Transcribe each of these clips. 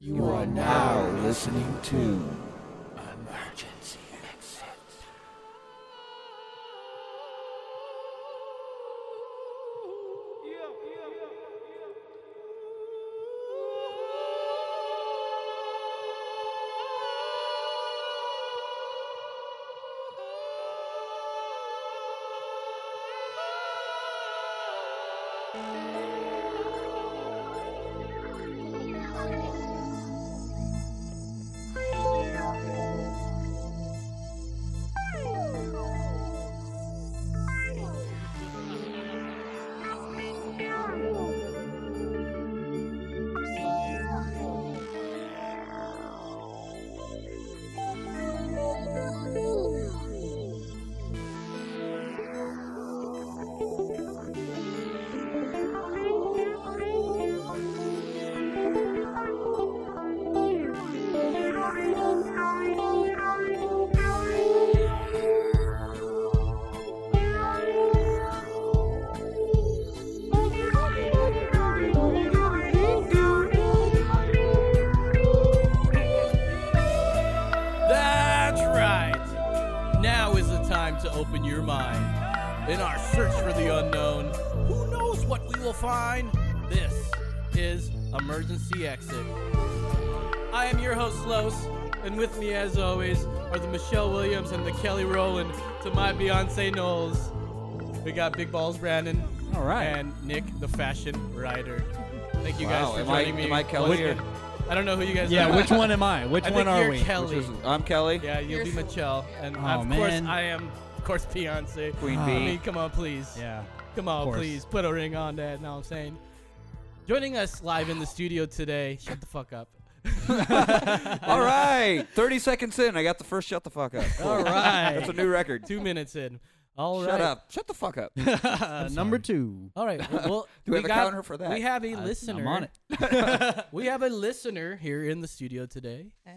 You are now listening to Emergency Exit. That's right. Now is the time to open your mind. In our search for the unknown, who knows what we will find? This is Emergency Exit. I am your host, Los, and with me, as always, are the Michelle Williams and the Kelly Rowland to my Beyonce Knowles. We got Big Balls Brandon. All right. And Nick, the fashion writer. Thank you guys Wow, for am I- joining me. am I Kelly once or- again. I don't know who you guys are. Yeah, which one am I? Which I one think are you're we? Kelly. Which was- I'm Kelly. Yeah, you'll be Michelle, and Oh, of course man. I am, of course Beyonce. Queen Ah. I Bee. mean, come on, please. yeah. Come on, course. please. Put a ring on that. Know what I'm saying? Joining us live in the studio today. Shut the fuck up. All right. 30 seconds in. I got the first shut the fuck up. Cool. All That's a right. new record. Two minutes in. All right. Shut up. Shut the fuck up. Do Number two. All right. Well, well, we have a got- counter for that? We have a I- listener. I'm on it. We have a listener here in the studio today. Eh.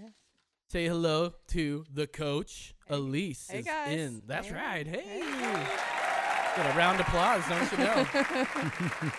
Say hello to the coach. Elise Hey, is guys. in. That's Hey. right. Hey. Hey. Get a round of applause, don't you know?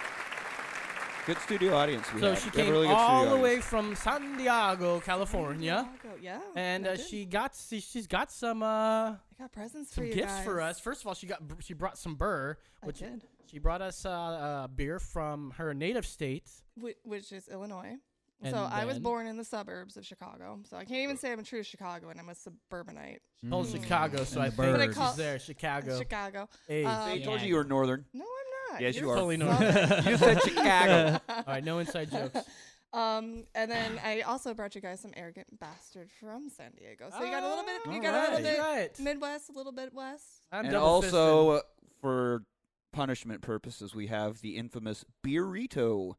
Good studio audience. We So have. she We have came a really good all the studio way audience. from San Diego, California, I'll go- Yeah. and I uh, did. she got she, she's got some uh, I got presents some for you gifts guys. for us. First of all, she got she brought some burr, I which did. she brought us uh, uh, beer from her native state. Whi- which is Illinois. And so I was then- born in the suburbs of Chicago. So I can't even say I'm a true Chicagoan. I'm a suburbanite. Oh, Chicago, so And I the think But I she's call- there. Chicago. Chicago. Hey. Uh, They Yeah. told you you were northern. No, I'm not. Yes, You're you are. Totally southern. northern. You said Chicago. all right, no inside jokes. Um, and then I also brought you guys some arrogant bastard from San Diego. So you got a little bit. You got a All little bit right. Midwest, a little bit West. I'm and double-fisted. also, uh, for punishment purposes, we have the infamous Beerito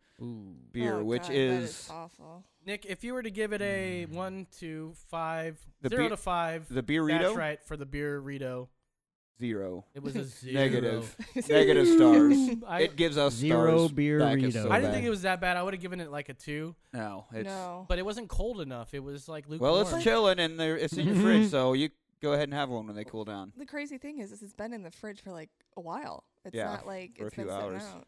beer, Oh, which God, that is Hmm. awful. Nick, if you were to give it a one, two, five, The zero beer- to five, the Beerito that's right for the beer Rito. zero. It was a zero. Negative. Negative stars. it gives us Zero stars back. It's Beerito. so I didn't think bad. it was that bad. I would have given it like a two, No, it's no. but it wasn't cold enough. It was like lukewarm. well, it's chilling and there. It's in your fridge, so you go ahead and have one when they cool down. the crazy thing is, this has been in the fridge for like a while. It's Yeah, not like for a it's few been sitting hours. out.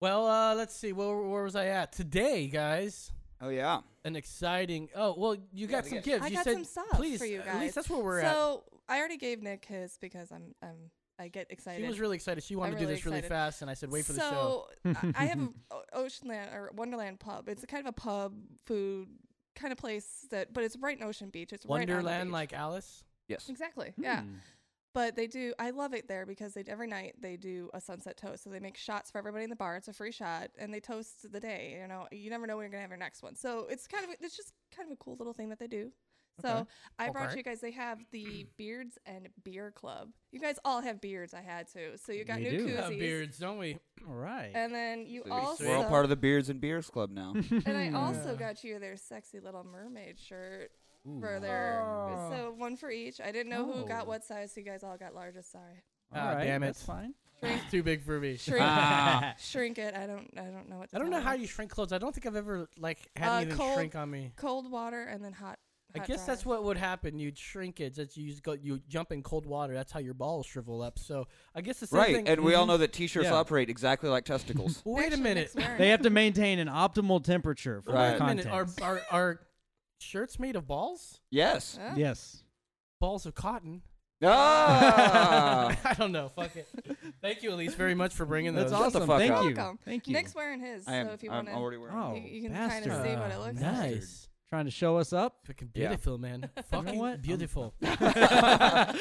Well, uh, let's see. Where, where was I at today, guys? Oh yeah, An exciting. Oh, well, you got we some got- gifts. I you got said, some stuff please, for you At guys. least that's where we're at. so I already gave Nick his because I'm I'm I get excited. She was really excited. She wanted to do really this really excited. fast, and I said, wait for so the show. I- I have a o- Oceanland or Wonderland pub. It's a kind of a pub food kind of place that, but it's right in Ocean Beach. It's right on the Wonderland, beach. like Alice. yes. exactly yeah. But they do. I love it there because they every night they do a sunset toast. So they make shots for everybody in the bar. It's a free shot, and they toast the day. You know, you never know when you're gonna have your next one. So it's kind of it's just kind of a cool little thing that they do. So I brought Okay. you guys. They have the beards and beer club. You guys all have beards. I had too. So you got We new do. We koozies. have beards, don't we? All right. And then you Sweet. also We're all part of the Beards and Beers Club now. and I also got you their sexy little mermaid shirt for their Oh. so one for each. I didn't know who Oh. got what size. So you guys all got largest. Sorry. All Ah, right, damn it. That's fine. It's too big for me. Shrink, Ah. shrink it. I don't. I don't know what. To I don't tell know how you shrink clothes. I don't think I've ever like had Uh, anything cold- shrink on me. Cold water and then hot I hot guess that's dryer. what would happen. You'd shrink it. That's you just go you jump in cold water. That's how your balls shrivel up. So I guess the same right, thing. and we all Mhm. know that t-shirts Yeah. operate exactly like testicles. Well, wait a Actually, minute. makes worse. They have to maintain an optimal temperature for Right. Wait their a minute. content. Are, are are shirts made of balls? yes. Huh? yes. Balls of cotton. Ah! I don't know. Fuck it. Thank you, Elise, very much for bringing That's those. Shut the awesome. fuck Thank up. you. Welcome. Thank you. Nick's wearing his, I am. so if you I'm Um, want to, already wearing. it. Oh, you, you can kind bastard. of see what it looks like. Nice. Trying to show us up. Fucking Yeah. beautiful, man. Fucking what? I'm- beautiful.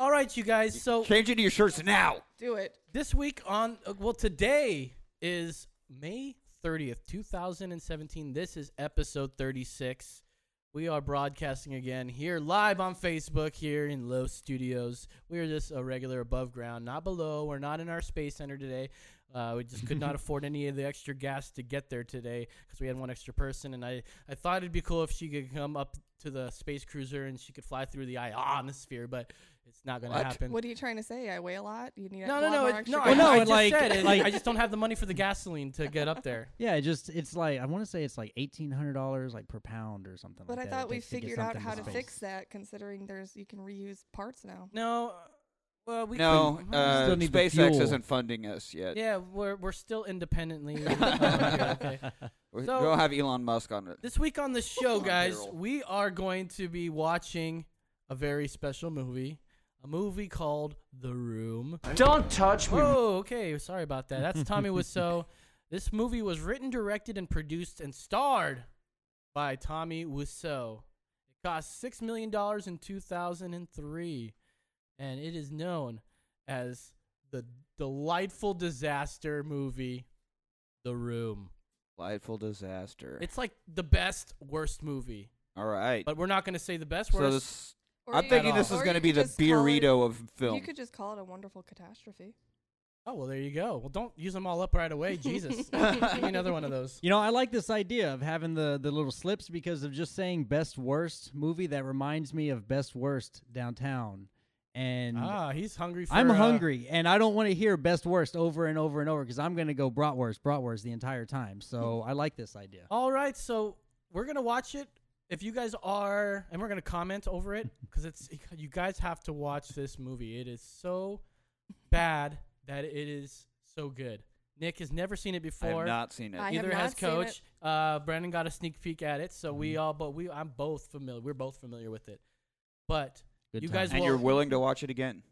All right, you guys. So Change into your shirts now. Do it. this week on, uh, well, today is May 30th, 2017. This is episode 36. We are broadcasting again here live on Facebook here in Low Studios. We are just a regular above ground, not below. We're not in our space center today. Uh, we just could not afford any of the extra gas to get there today because we had one extra person. And I, I thought it'd be cool if she could come up to the space cruiser and she could fly through the ionosphere, but it's not going to What? happen. What are you trying to say? I weigh a lot. You need a No, lot no, no, more it, extra no. I, gas? Well, no, I it just like- said it. like- I just don't have the money for the gasoline to get up there. Yeah, it just it's like I want to say it's like eighteen hundred dollars like per pound or something. But I like that it thought we takes to get figured out something how to space. fix that, considering there's you can reuse parts now. No, uh, well, we no, couldn't- uh, still need the SpaceX fuel. isn't funding us yet. yeah, we're we're still independently. Oh, okay. We we So- don't have Elon Musk on it. This week on the show, on, guys, Daryl. we are going to be watching a very special movie, a movie called The Room. Don't touch me. Oh, okay. Sorry about that. That's Tommy Wiseau. This movie was written, directed, and produced and starred by Tommy Wiseau. It cost six million dollars in two thousand and three, and it is known as the delightful disaster movie, The Room. Delightful disaster. It's like the best worst movie, All right. but we're not going to say the best So worst. this, Or I'm you thinking could- this is or going to you could be the E just call it- burrito of film. You could just call it a wonderful catastrophe. oh well, there you go. Well, don't use them all up right away, Jesus. Give me another one of those. You know, I like this idea of having the the little slips because of just saying best worst movie that reminds me of best worst downtown, and Ah, he's hungry. For, I'm uh, hungry and I don't want to hear best worst over and over and over because I'm gonna go bratwurst bratwurst the entire time. So Hmm. I like this idea. All right, so we're gonna watch it. If you guys are, and we're gonna comment over it because it's you guys have to watch this movie. It is so bad that it is so good. Nick has never seen it I before. have not seen it. I- have Either not has seen Coach. Uh, Brandon got a sneak peek at it, so Mm-hmm. we all, but we, I'm both familiar. We're both familiar with it, but Good you guys times. and will you're willing to watch it again.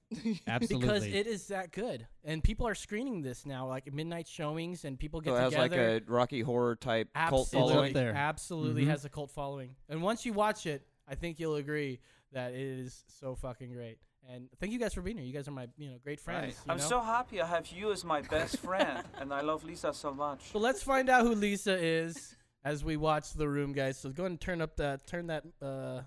Absolutely. because it is that good, and people are screening this now, like midnight showings, and people get So it has together. like a Rocky Horror type cult absolutely, following. Mm-hmm. there. Absolutely Mhm. has a cult following. And once you watch it, I think you'll agree that it is so fucking great. And thank you guys for being here. You guys are my, you know, great friends. Right. you I'm know? so happy I have you as my best friend, and I love Lisa so much. But let's find out who Lisa is as we watch the room, guys. So go ahead and turn up that, turn that. Uh,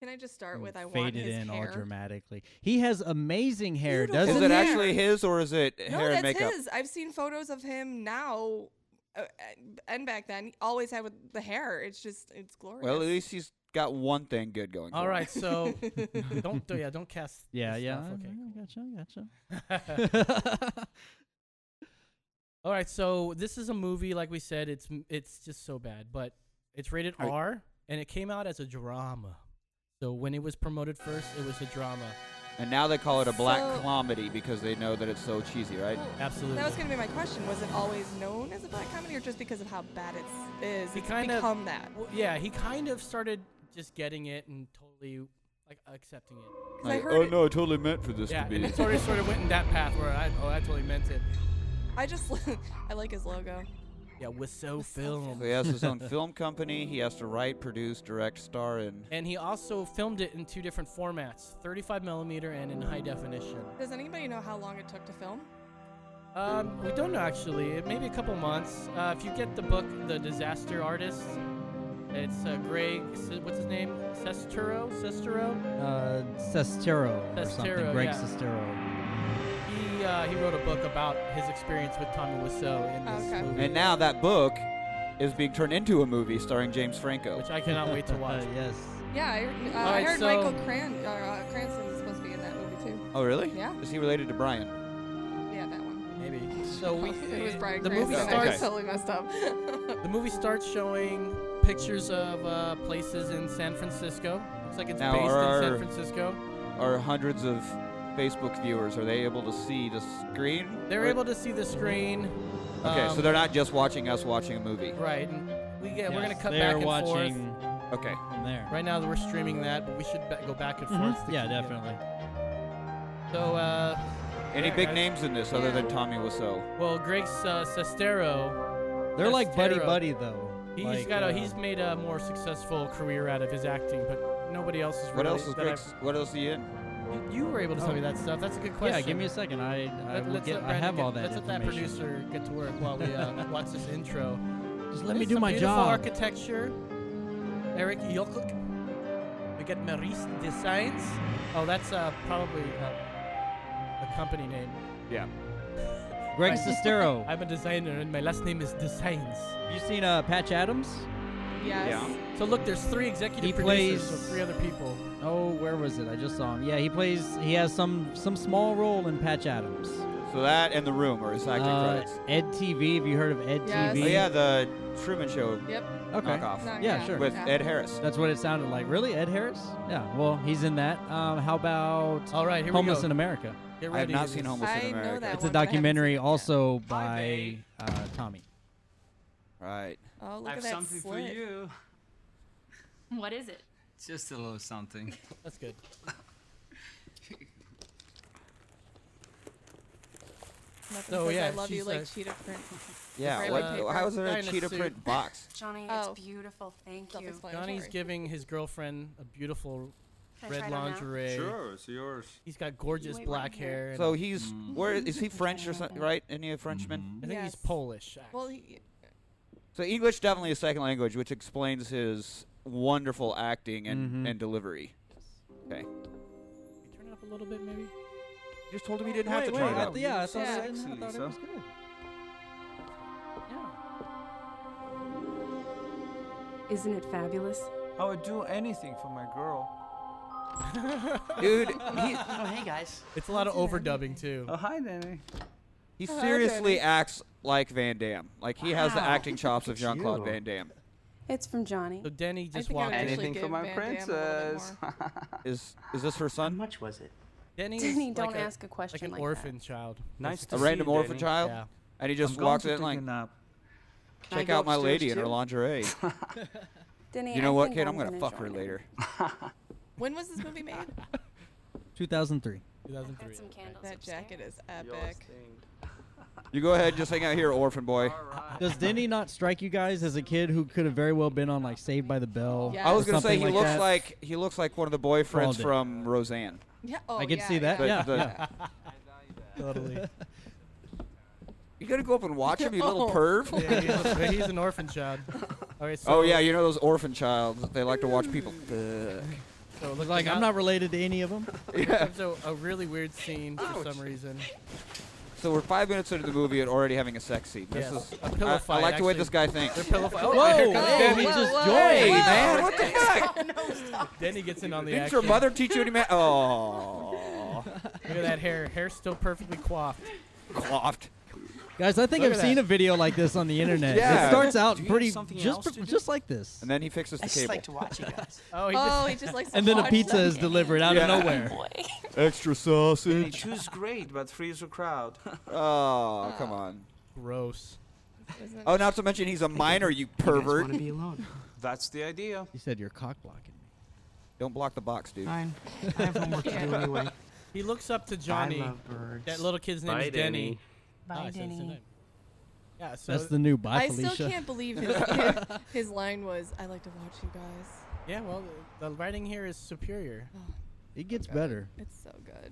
Can I just start with I want faded his in all hair? dramatically. He has amazing hair, Beautiful. Is doesn't it Hair. actually his or is it No, hair that's and makeup? his. I've seen photos of him now, uh, and back then, he always had with the hair. It's just it's glorious. Well, at least he's got one thing good going. all for him. right, so don't do yeah, don't cast. he? Yeah, this yeah. stuff, I- I gotcha, I gotcha. Okay. cool. all right, so this is a movie. Like we said, it's m- it's just so bad, but it's rated Right. R, and it came out as a drama. So when it was promoted first, it was a drama. And now they call it a black So- comedy because they know that it's so cheesy, right? Well, Absolutely. That was going to be my question. Was it always known as a black comedy, or just because of how bad it is, He it's kind of- become that? Well, yeah, he kind of started just getting it and totally like accepting it. 'Cause I heard it- I totally meant for oh, this Yeah, and it sort of sort of went in that path where I oh I totally meant it. I just I like his logo. Yeah, with so So film. he has his own film company. He has to write, produce, direct, star in. And he also filmed it in two different formats: 35 millimeter and in high definition. Does anybody know how long it took to film? Um, we don't know actually. It may be a couple months. Uh, if you get the book, The Disaster Artist, it's uh, Greg. What's his name? Sestero. Sestero. Uh, Sestero or Sestero, something. Greg yeah. Sestero. He uh, he wrote a book about his experience with Tommy Wiseau in this Okay. movie, And now that book is being turned into a movie starring James Franco. which I cannot wait to watch. Uh, yes. Yeah, I, uh, All I right, heard so- Michael Cran uh, uh, Cranston is supposed to be in that movie too. Oh, really? Yeah. Is he related to Brian? Yeah, that one. Maybe. So we it was Brian the movie Cranston. I starts. just totally messed up. The movie starts showing pictures of uh, places in San Francisco. Looks like it's Now, based in San are- Francisco. Our hundreds of Facebook viewers, are they able to see the screen? They're Or- able to see the screen. Okay, um, so they're not just watching us watching a movie. right. And we get, we're Yes, gonna cut they're back and watching forth. Okay. from there. Right now that we're streaming that, but we should ba- go back and forth. Mhm. to Yeah, keep it. definitely. So, uh, Any Yeah, big guys. names in this other than Tommy Wiseau? well, Greg uh, Sestero, They're like buddy Testero. buddy though. he's Like, got a uh, he's made a more successful career out of his acting, but nobody else is. What really, else is that Greg? What else are you in? I've- You were able to tell me that stuff. That's a good question. yeah. Give me a second. I I, Let, will let's get, let I Brandon have get- all that Let's let that information. producer get to work while we uh, watch this intro. Just let me There's do some my beautiful job. Architecture. Eric Yokuk. We get Maurice Designs. Oh, that's uh, probably uh, a company name. Yeah. Greg I- Sestero. I'm a designer, and my last name is Designs. you seen uh, Patch Adams? Yes. So look, there's three executive He producers, plays- so three other people. Oh, where was it? I just saw him. Yeah, he plays. He has some some small role in Patch Adams. So that and the room are his acting Uh, credits. Ed TV. Have you heard of Ed Yes. Oh TV? yeah, the Truman Show Yep. Okay. knockoff No, Yeah, sure. with yeah. Ed Harris. That's what it sounded like. Really, Ed Harris? Yeah. Well, he's in that. Um, how about All right, here Homeless we in go. America? Get I have ready not to seen this. Homeless I in know America. that It's a one, but I haven't seen documentary it yet. also by babe. uh, Tommy. Right. Oh, look I at have that something for slit. you. What is it? Just a little something. That's good. Nothing So, says yeah, I love you she's like like- cheetah print. Yeah. Right, What, like, how is there a dinosaur. cheetah print box? Johnny, Oh. it's beautiful. Thank you. Self-explanatory. Johnny's giving his girlfriend a beautiful Can I try red it on now? lingerie. it's yours. Mm. He's got gorgeous Wait, wait, black wait. hair. And So he's where is he French or something? Right? Any a Frenchman? Mm-hmm. I think he's Yes. Polish. actually. Well, he, So English definitely a second language, which explains his wonderful acting and, Mhm. and delivery. Okay. Can you turn it up a little bit, maybe. You just told him you didn't have to wait, turn I it up. thought- yeah, I thought- I thought it Lisa. was good. Isn't it fabulous? I would do anything for my girl. Dude, he, Oh, It's a lot of overdubbing too. Oh, hi, Danny. he seriously acts like Van Damme. Like he has the Wow. acting chops of Look at Jean Claude you. Van Damme. It's from Johnny. So Denny just think I walked would in. actually- Anything for give my Van Damme a little bit princess. Is is this her How son? much was it? Denny, is Denny, like don't a, ask a like question an like, orphan that. child. Nice A to random see you, orphan Danny. child? Yeah. And he I'm just going walks to in take like, a nap. Can I check go out my upstairs, lady in her too? lingerie. Denny, you know I what, think kid? I'm gonna gonna fuck her join in. later. when was this movie made? 2003. I've 2003. got some candles. that upstairs. jacket is Yours epic. thing. You go ahead, just hang out here, orphan boy. Alright. Does Denny not strike you guys as a kid who could have very well been on like Saved by the Bell? Yeah. I was or gonna say something he like looks that? like he looks like one of the All boyfriends day. from Roseanne. Yeah. Oh, I could yeah, see that. The- yeah, the- yeah. Totally. You gonna go up and watch him, you little No. perv? yeah, he's, a- he's an orphan child. All right. So, Oh yeah, you know those orphan childs. They like to watch people. fuck. So it looks Like I'm not. not related to any of them. So a really weird scene for some reason. So we're five minutes into the movie and already having a sex scene. This Yes. is A I, pillow I fight, like the way this actually. guy thinks. They're pillow fight. Oh, Whoa, here comes whoa, Denny. he whoa, just whoa. Hey joined. man, what the heck? Oh, Denny gets in on the Didn't action. your mother teach you any man? Oh, Look at that hair. Hair still perfectly coiffed. coughed. Guys, I think Look I've at seen that. a video like this on the internet. It Yeah. starts out Do you have pretty something just else to do? just like this, And then he fixes I the just cable. like to watch you guys. Oh, he Oh, just. he just likes. to and then a watch pizza them. is delivered out Yeah. of nowhere. Extra Danny, sausage. choose great, but freeze the crowd. Oh, come on. Gross. Isn't it? Oh, not to mention he's a minor, you pervert. want to be alone? That's the idea. You said you're cock blocking me. Don't block the box, dude. Fine. I have homework to do anyway. He looks up to Johnny. I love birds. That little kid's name is Denny. Ah, Bye, I said his Denny. name. Yeah. So That's the new bye I Felicia. still can't believe his, his, his line was, "I like to watch you guys." yeah. Well, the writing here is superior. It gets better. It's so good.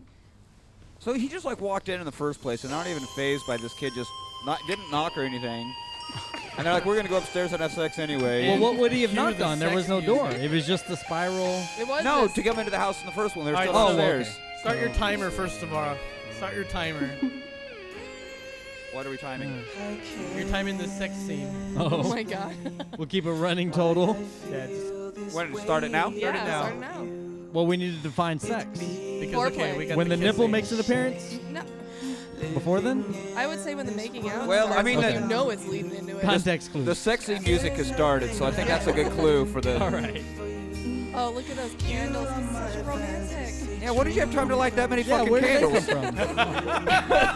So he just like walked in in the first place, and not even phased by this kid. Just not didn't knock or anything. And they're like, we're gonna go upstairs and have sex anyway. Well, what would he have Cue knocked the on? There was no sex door. music. It was just the spiral. It was no, just- to come into the house in the first one. They're All right, still so- upstairs. Start your timer first of all. Start your timer. What are we timing? You're timing the sex scene. oh Oh, my god. we'll keep a running total. Yeah, just When start it now? yeah, now. starting now. Well, we need to define sex. because Foreplay. okay, we got When the nipple kissing. makes an appearance, No. Before then? I would say when the making out. Well, I starts, mean, you the- know it's leading into it. Context clues. The sexy music has started, so I think that's a good clue for the. All right. Oh, look at those candles. It's such romantic. Yeah, what did you have time to light that many Yeah, fucking where did they candles? come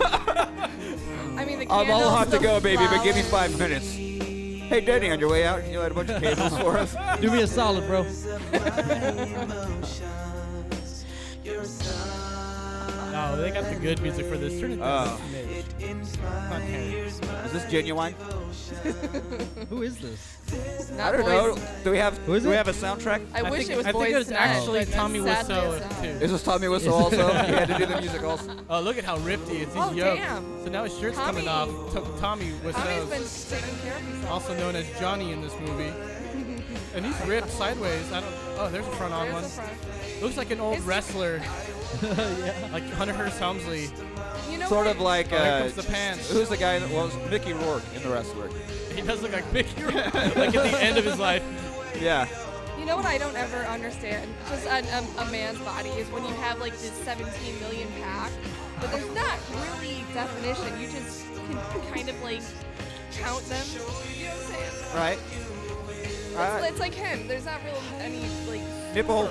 from? I mean, the Um, candles. I'll have the to go, baby, but give me flowers. five minutes. Hey, Denny, on your way out, you had a bunch of candles for us. Do me a solid, bro. No, they got the good music for this. Turn it down. Oh. just a smidge. Is this genuine? Who is this? I Not don't boys. know. Do we have? Who is do we it? have a soundtrack? I, wish think, it was I boys. think it was Tonight, actually but Tommy sadly it's Wiseau not. too. Is this Tommy Whistle also? he had to do the music also. Oh, look at how ripped he is. He's Oh, yoked. damn. So now his shirt's coming Tommy. off. To- Tommy Tommy's Wiseau, been taking care of himself. also known as Johnny in this movie. and he's ripped sideways. I don't. Oh, there's a front on There's one. the front. Looks like an old It's- wrestler. Like Hunter Hearst Helmsley. You know Sort what? of like Oh, here uh, comes the pants. who's the guy that was Mickey Rourke in the wrestler? He does look like Mickey Rourke, like at the end of his life. Yeah. You know what I don't ever understand, just on um, a man's body, is when you have like this 17 million pack, but there's not really definition. You just can kind of like count them. You know what I'm saying? Right. Uh, it's like him. There's not really any like. nipple.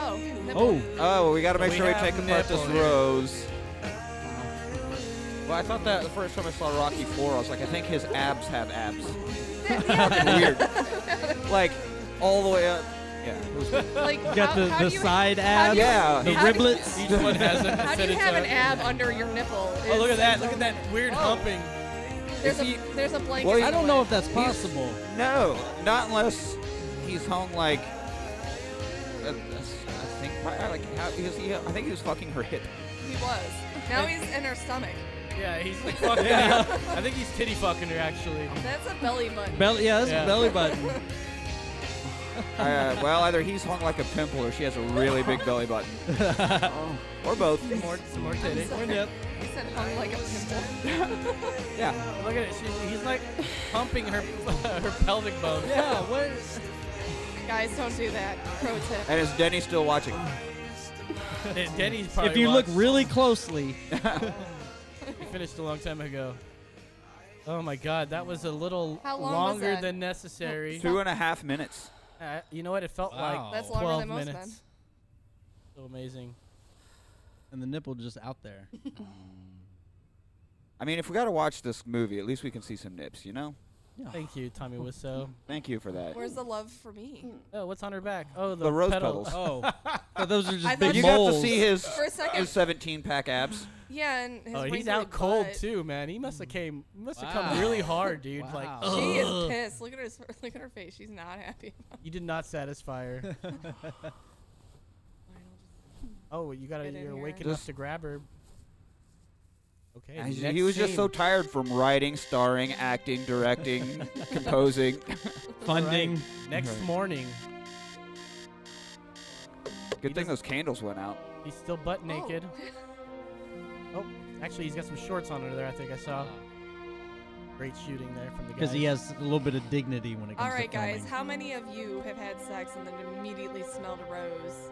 Oh. Nipple. Oh, Oh, well, we got to make We sure we have take apart this nipple here. rose. Well, I thought that the first time I saw Rocky Four, I was like, I think his abs have abs. Weird. Like all the way up. Yeah. it was- Like you got how, the, how the do you, side how abs, do you- Yeah. the how do you- riblets. Each one has How a do you percentage have of- an ab under your nipple? Oh, look It's- at that! Look at that Oh. weird humping. There's Is he- a there's a blanket. Well, on I don't the know one. if that's possible. No, not unless he's hung like. uh, that's- I think probably like how, he was, he, I think he was fucking her hip. He was. Now he's in her stomach. Yeah, he's like fucking her. I think he's titty fucking her actually. That's a belly button. Belly, yeah, that's Yeah. belly button. Uh, well, either he's hung like a pimple or she has a really big belly button, or both. More, some more titty. Sorry. He said hung like a pimple. Yeah. Look at it. She's, he's like humping her her pelvic bone. Yeah, what? Guys, don't do that. Pro tip. And is Denny still watching? Den- Denny's probably. If you look watched- really closely, we finished a long time ago. Oh my God, that was a little How long was longer that? than necessary. Two and a half minutes. Uh, you know what? It felt Wow. like That's longer twelve than most minutes. So amazing. and the nipple just out there. I mean, if we got to watch this movie, at least we can see some nips, you know? Thank you, Tommy Wiseau. Thank you for that. Where's the love for me? Oh, what's on her back? Oh, the, The rose petal. petals. Oh, So those are I just thought big you moles. got to see his For a second. his 17 pack abs. Yeah, and his oh, he's wrinkled out cold butt. too, man. He must have came. Must have Mm. Wow. come really hard, dude. Like, Wow. ugh. She is pissed. Look at her. Look at her face. She's not happy. you did not satisfy her. oh, you gotta. Get in You're here. waking Just- up to grab her. Okay. And next he was just so scene. tired from writing, starring, acting, directing, composing. funding. Next morning, Good thing those candles went out. he's still butt naked. Oh, actually, he's got some shorts on under there. I think I saw. Great shooting there from the guy. Because he has a little bit of dignity when it comes All right, to guys. filming. How many of you have had sex and then immediately smelled a rose?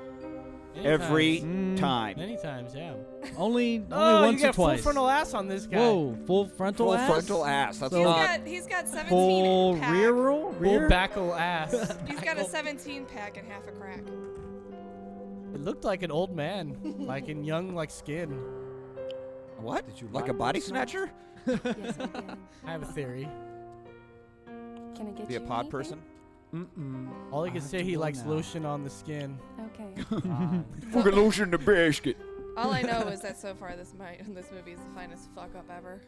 Many Every times. Mm. time. Many times, yeah. Only, only oh, once you got or twice. full frontal ass on this guy. Whoa, full frontal Full ass. frontal ass. That's So- He's not. got. He's got 17 Full pack. rear roll? Full Rear? backle ass. He's got a 17 pack and half a crack. It looked like an old man, like in young, like skin. What? Like a body snatcher? Yes, I did. I have a theory. Can I get Be you a pod anything? person? Mm-mm. All I I can have say, to he go likes now. lotion on the skin. Ah. Okay. Fucking lotion the basket. All I know is that so far this might this movie is the finest fuck up ever.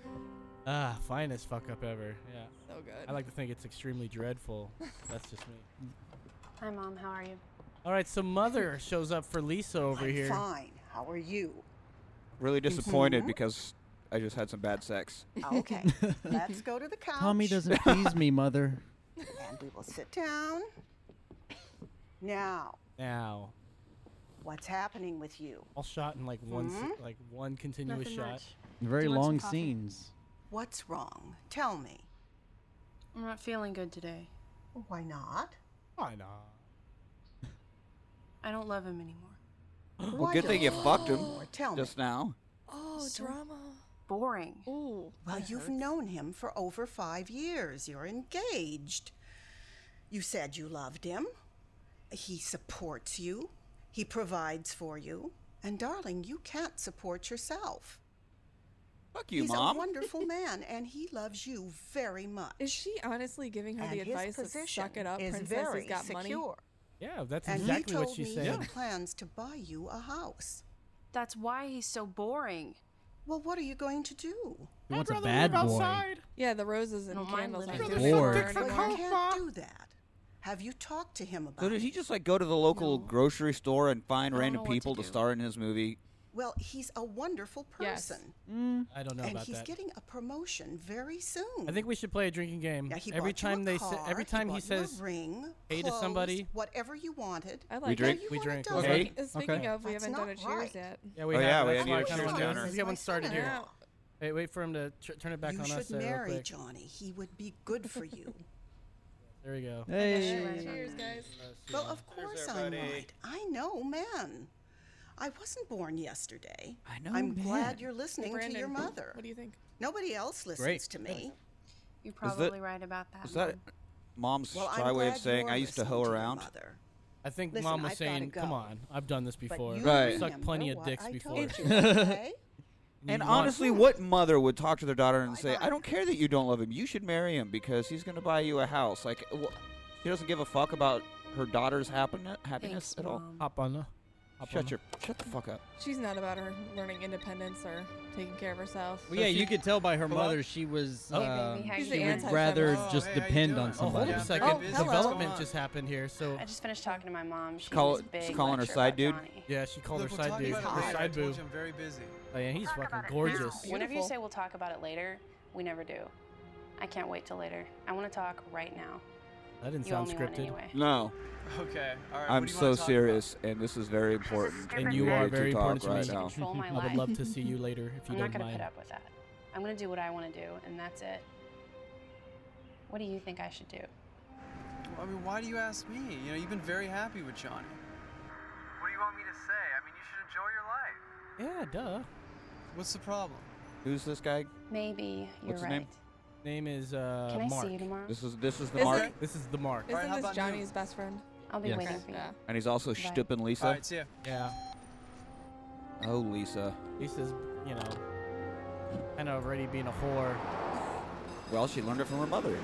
ah, finest fuck up ever. Yeah. So good. I like to think it's extremely dreadful. That's just me. Hi, Mom. How are you? All right, so mother shows up for Lisa over I'm here. Fine. How are you? Really disappointed because I just had some bad sex. Okay. Let's go to the couch. Tommy doesn't please me, mother. And we will sit down. Now, Now, what's happening with you? all shot in like one, se- like one continuous Hmm? Nothing shot. much. Very Do you want some long coffee? scenes. What's wrong? Tell me. I'm not feeling good today. Why not? Why not? I don't love him anymore. Oh, Well, good thing you fucked him Or tell just now. Oh, drama. boring. Ooh. Well, you've known him for over five years. You're engaged. You said you loved him. He supports you, he provides for you. And, darling, you can't support yourself. Fuck you, He's mom. a wonderful man, and he loves you very much. Is she honestly giving her and the his advice of suck position it up, is princess very has got money? secure. Yeah, that's and exactly he told what she me said. he plans to buy you a house. That's why he's so boring. Well, what are you going to do? He wants a bad boy. Yeah, the roses I and don't mind candles aren't living doing in it the for her dirt. Well, anymore. you can't do that. Have you talked to him about So did it? he just like go to the local grocery store and find don't random know what to people to, do. star in his movie? Well, he's a wonderful Yes. person. I don't know and about he's that. getting a promotion very soon. I think we should play a drinking game. Yeah, he every bought you a time they say, car, every time he, bought you a says ring, hey to clothes, somebody- whatever you wanted. I We like drink? it. You We want drink, a dollar. okay? Speaking- Speaking Okay. of, we That's haven't done a not cheers right. yet. Yeah, we Oh, yeah, have. we that's need why a I kinda cheers wanted downer. us- Is We haven't my started son here. out. Wait, wait for him to tr- turn it back You on us. should there, real marry quick. Johnny. He would be good for you. There we go. Hey. Cheers, guys. well, of course I'm right. I know, man. I wasn't born yesterday. I know, I'm man. glad you're listening to your mother. What do you think? Nobody else listens Great. to me. You're that- probably right about that. Is that Mom. mom's Well, shy I'm way glad of saying you're I used to listening hoe your around? mother. I think Listen, mom was I've gotta saying, "Come go. on, I've done this But before. you Right. I've remember sucked plenty of what dicks I before." told you, okay? Oh, You And want- honestly, what mother would talk to their daughter Oh and say, Bye-bye. "I don't care that you don't love him. You should marry him because he's going to buy you a house." Like, wh- he doesn't give a fuck about her daughter's happen- happiness Thanks, at all. Mom. hop on the hop on Shut the- your shut the fuck up. She's not about her learning independence or taking care of herself. Well, yeah, you could tell by her Hello? mother she was. Oh. uh, Hey, baby, how She's you the she would anti-feminist. rather Oh, just hey, how you depend doing? Oh, on hold somebody. up a Yeah, second. very busy. What's Development going on? just happened here, so I just finished talking to my mom. She Call- was just big calling her lecture side about dude? Johnny. yeah, she called Look, her we'll side talk dude, about it her later. side I told boob. you I'm very busy. Oh, yeah, he's fucking gorgeous. Whenever you Beautiful. say we'll talk about it later, we never do. I can't wait till later. I want to talk right now. That didn't You owe sound me one scripted. anyway. No, Okay. All right. what I'm do you wanna so talk serious, and this is very important. And We you need are to very talk important to right me. now. Control my I would life. love to see you later if you don't I'm not going to mind. put up with that. I'm going to do what I want to do, and that's it. What do you think I should do? About? I mean, why do you ask me? You know, you've been very happy with Johnny. What do you want me to say? I mean, you should enjoy your Yeah, life. duh. What's the problem? Who's this guy? Maybe you're What's his right. name? Name is uh, Can I Mark. see you tomorrow? This is this is the Is mark, it- This is the Mark. Isn't Alright, how this about you? Johnny's best friend? I'll be Yes. waiting Okay, for you. yeah. and he's also Bye. stupid Lisa. All right, see ya. Yeah. Oh, Lisa. Lisa's, you know, kind of already being a whore. Well, she learned it from her mother.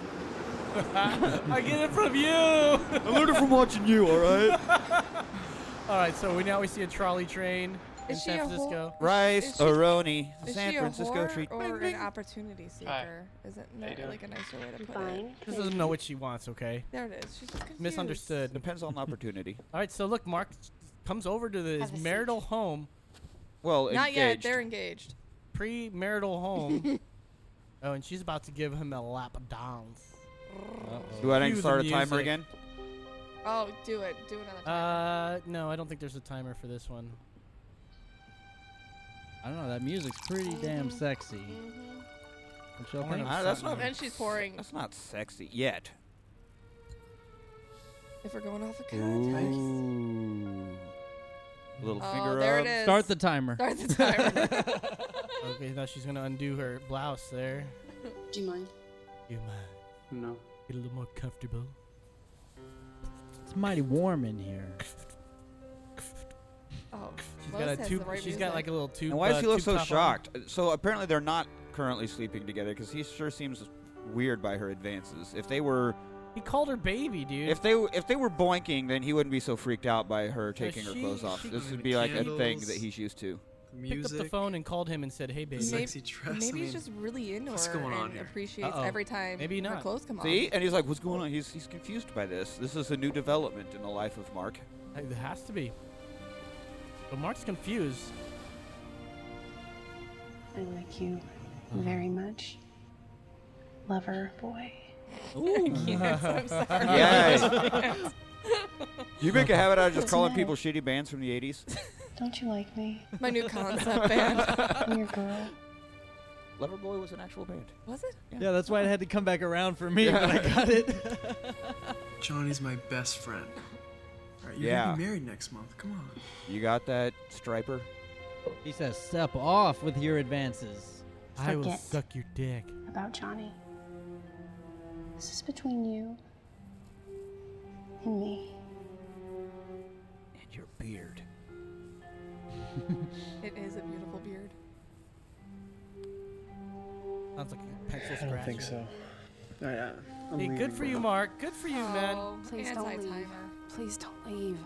I get it from you. I learned it from watching you. All right. All right, so we now we see a trolley train in Is she San a whore? Francisco. Rice, Is she- Aroni, the Is San she a Francisco whore treat. or an opportunity seeker? Is it you no, doing? like a nicer way to put it? Fine. She doesn't know what she wants. Okay, There it is. She's just confused. misunderstood. Depends on the opportunity. All right, so look, Mark comes over to Have a his seat. marital home, Well, Not yet. engaged. They're engaged. pre-marital home. oh, and she's about to give him a lap dance. Do I need Cue to the start a timer music. again? Oh, do it. Do another time. Uh, no, I don't think there's a timer for this one. I don't know. That music's pretty damn sexy. Don't y'all think? Uh, that's not. and she's pouring. That's not sexy yet. If we're going off a context. Little Oh, finger there up. it is. Start the timer. Start the timer. Okay, now she's gonna undo her blouse there. Do you mind? You mind? No. Get a little more comfortable. It's mighty warm in here. oh, She's Lois got a has tube. the right she's got music. like a little tube. And why uh, does he look tube so top on. shocked? Uh, So apparently they're not currently sleeping together because he sure seems weird by her advances. If they were, He called her baby, dude. if they if they were boinking, then he wouldn't be so freaked out by her taking her she- clothes off. she- This would be like a thing Candles. that he's used to. picked Music. up the phone and called him and said, "Hey, baby." Maybe- sexy dress, I Maybe he's mean, just really into what's her going on and here? appreciates Uh-oh. every time Maybe her not. clothes come See, off. and he's like, "What's going on?" He's he's confused by this. This is a new development in the life of Mark. It has to be. But Mark's confused. I like you Uh-huh. very much. Lover boy. Yeah. you make a habit out of just calling people shitty bands from the '80s. Don't you like me? My new concept band. I'm your girl. Loverboy was an actual band. Was it? Yeah, that's why it had to come back around for me, but I got it. Johnny's my best friend. All right, you're Yeah. gonna be married next month. Come on. You got that striper? He says, "Step off with your advances." I will Forget. suck your dick. about Johnny. This is between you and me. Your beard. It is a beautiful beard. Sounds like a pencil I scratch. don't think so. I, uh, I'm Hey, good leaving. for you, Mark. Good for you, man. Oh, Please don't leave. Please don't leave.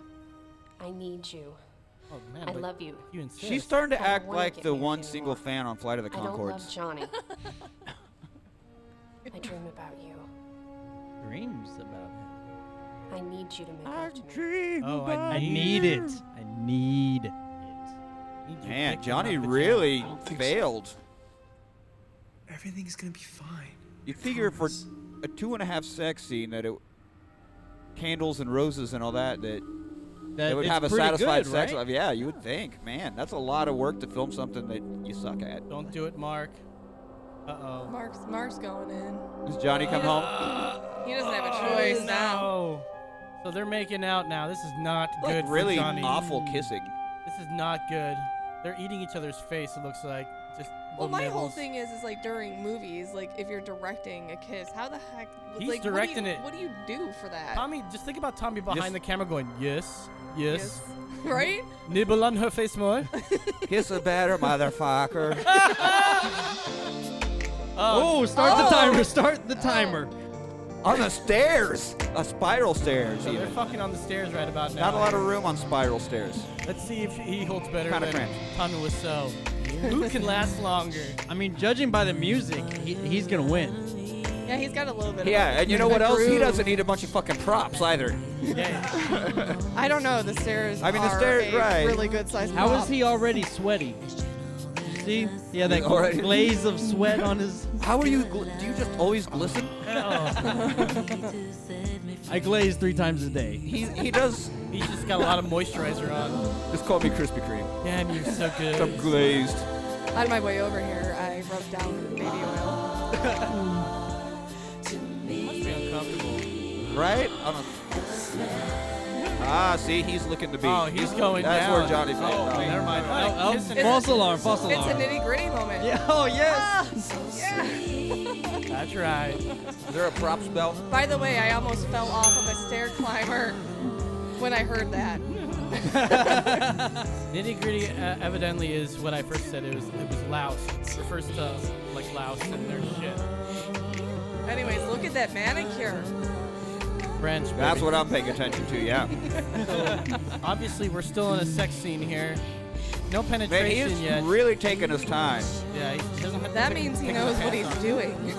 I need you. Oh, man, I but love you. you insist. She's starting to I don't act wanna like get the married one anymore. single fan on Flight of the I don't love Concords. Johnny. I dream about you. Dreams about him. I need you to make love to me. Oh, I need it. I need it. Man, Johnny really failed. Everything's gonna be fine. You figure for a two and a half sex scene that it candles and roses and all that that, That they would it's have a pretty satisfied good, sex right? life. Yeah, you would think. Man, that's a lot of work to film something that you suck at. Don't do it, Mark. Uh oh. Mark's Mark's going in. Does Johnny come home? He doesn't have a choice now. Oh, No. So they're making out now. This is not Like good. really for Johnny. awful kissing. This is not good. They're eating each other's face. It looks like just. Well, little my whole nibbles. thing is, is like during movies, like if you're directing a kiss, how the heck? He's like, what directing do you, it. What do you do for that? Tommy, just think about Tommy behind Yes. the camera going, yes, yes. Right? Nibble on her face more. Kiss a better motherfucker. Oh, start the timer. Start the timer. on the stairs. A spiral stairs. So they're even. fucking on the stairs right about now. Not a lot of room on spiral stairs. Let's see if he holds better Kinda than cramped. Tommy Wiseau. Who can last longer? I mean, judging by the music, he, he's gonna win. Yeah, he's got a little bit. Yeah, of and you know what else? He doesn't need a bunch of fucking props either. I don't know. The stairs. I mean, the are stairs, a right. Really good size. How is he already sweaty? Did you See, yeah, that Already- glaze of sweat on his. How are you? Gl- do you just always glisten? I glaze three times a day. He he does. He's just got a lot of moisturizer on. Just call me Krispy Kreme. Damn, you're so I'm good. glazed. On my way over here, I rubbed down baby oil. Must be uncomfortable. Right? On a- ah, see, he's looking to be. Oh, he's going That's down. where Johnny fell. Oh, never mind. Oh, Kissing- false alarm. False It's a alarm. nitty gritty moment. Ah, Yeah. Oh yes. That's right. Is there a props belt? By the way, I almost fell off of a stair climber when I heard that. Nitty gritty uh, evidently is what I first said. It was it was louse. It refers to like louse and their shit. Anyways, look at that manicure. French. That's baby. what I'm paying attention to. Yeah. Obviously, we're still in a sex scene here. No Man, penetration he's yet. really taking his time. yeah, he doesn't have to That pick- means he pick his knows what pants he's on. doing.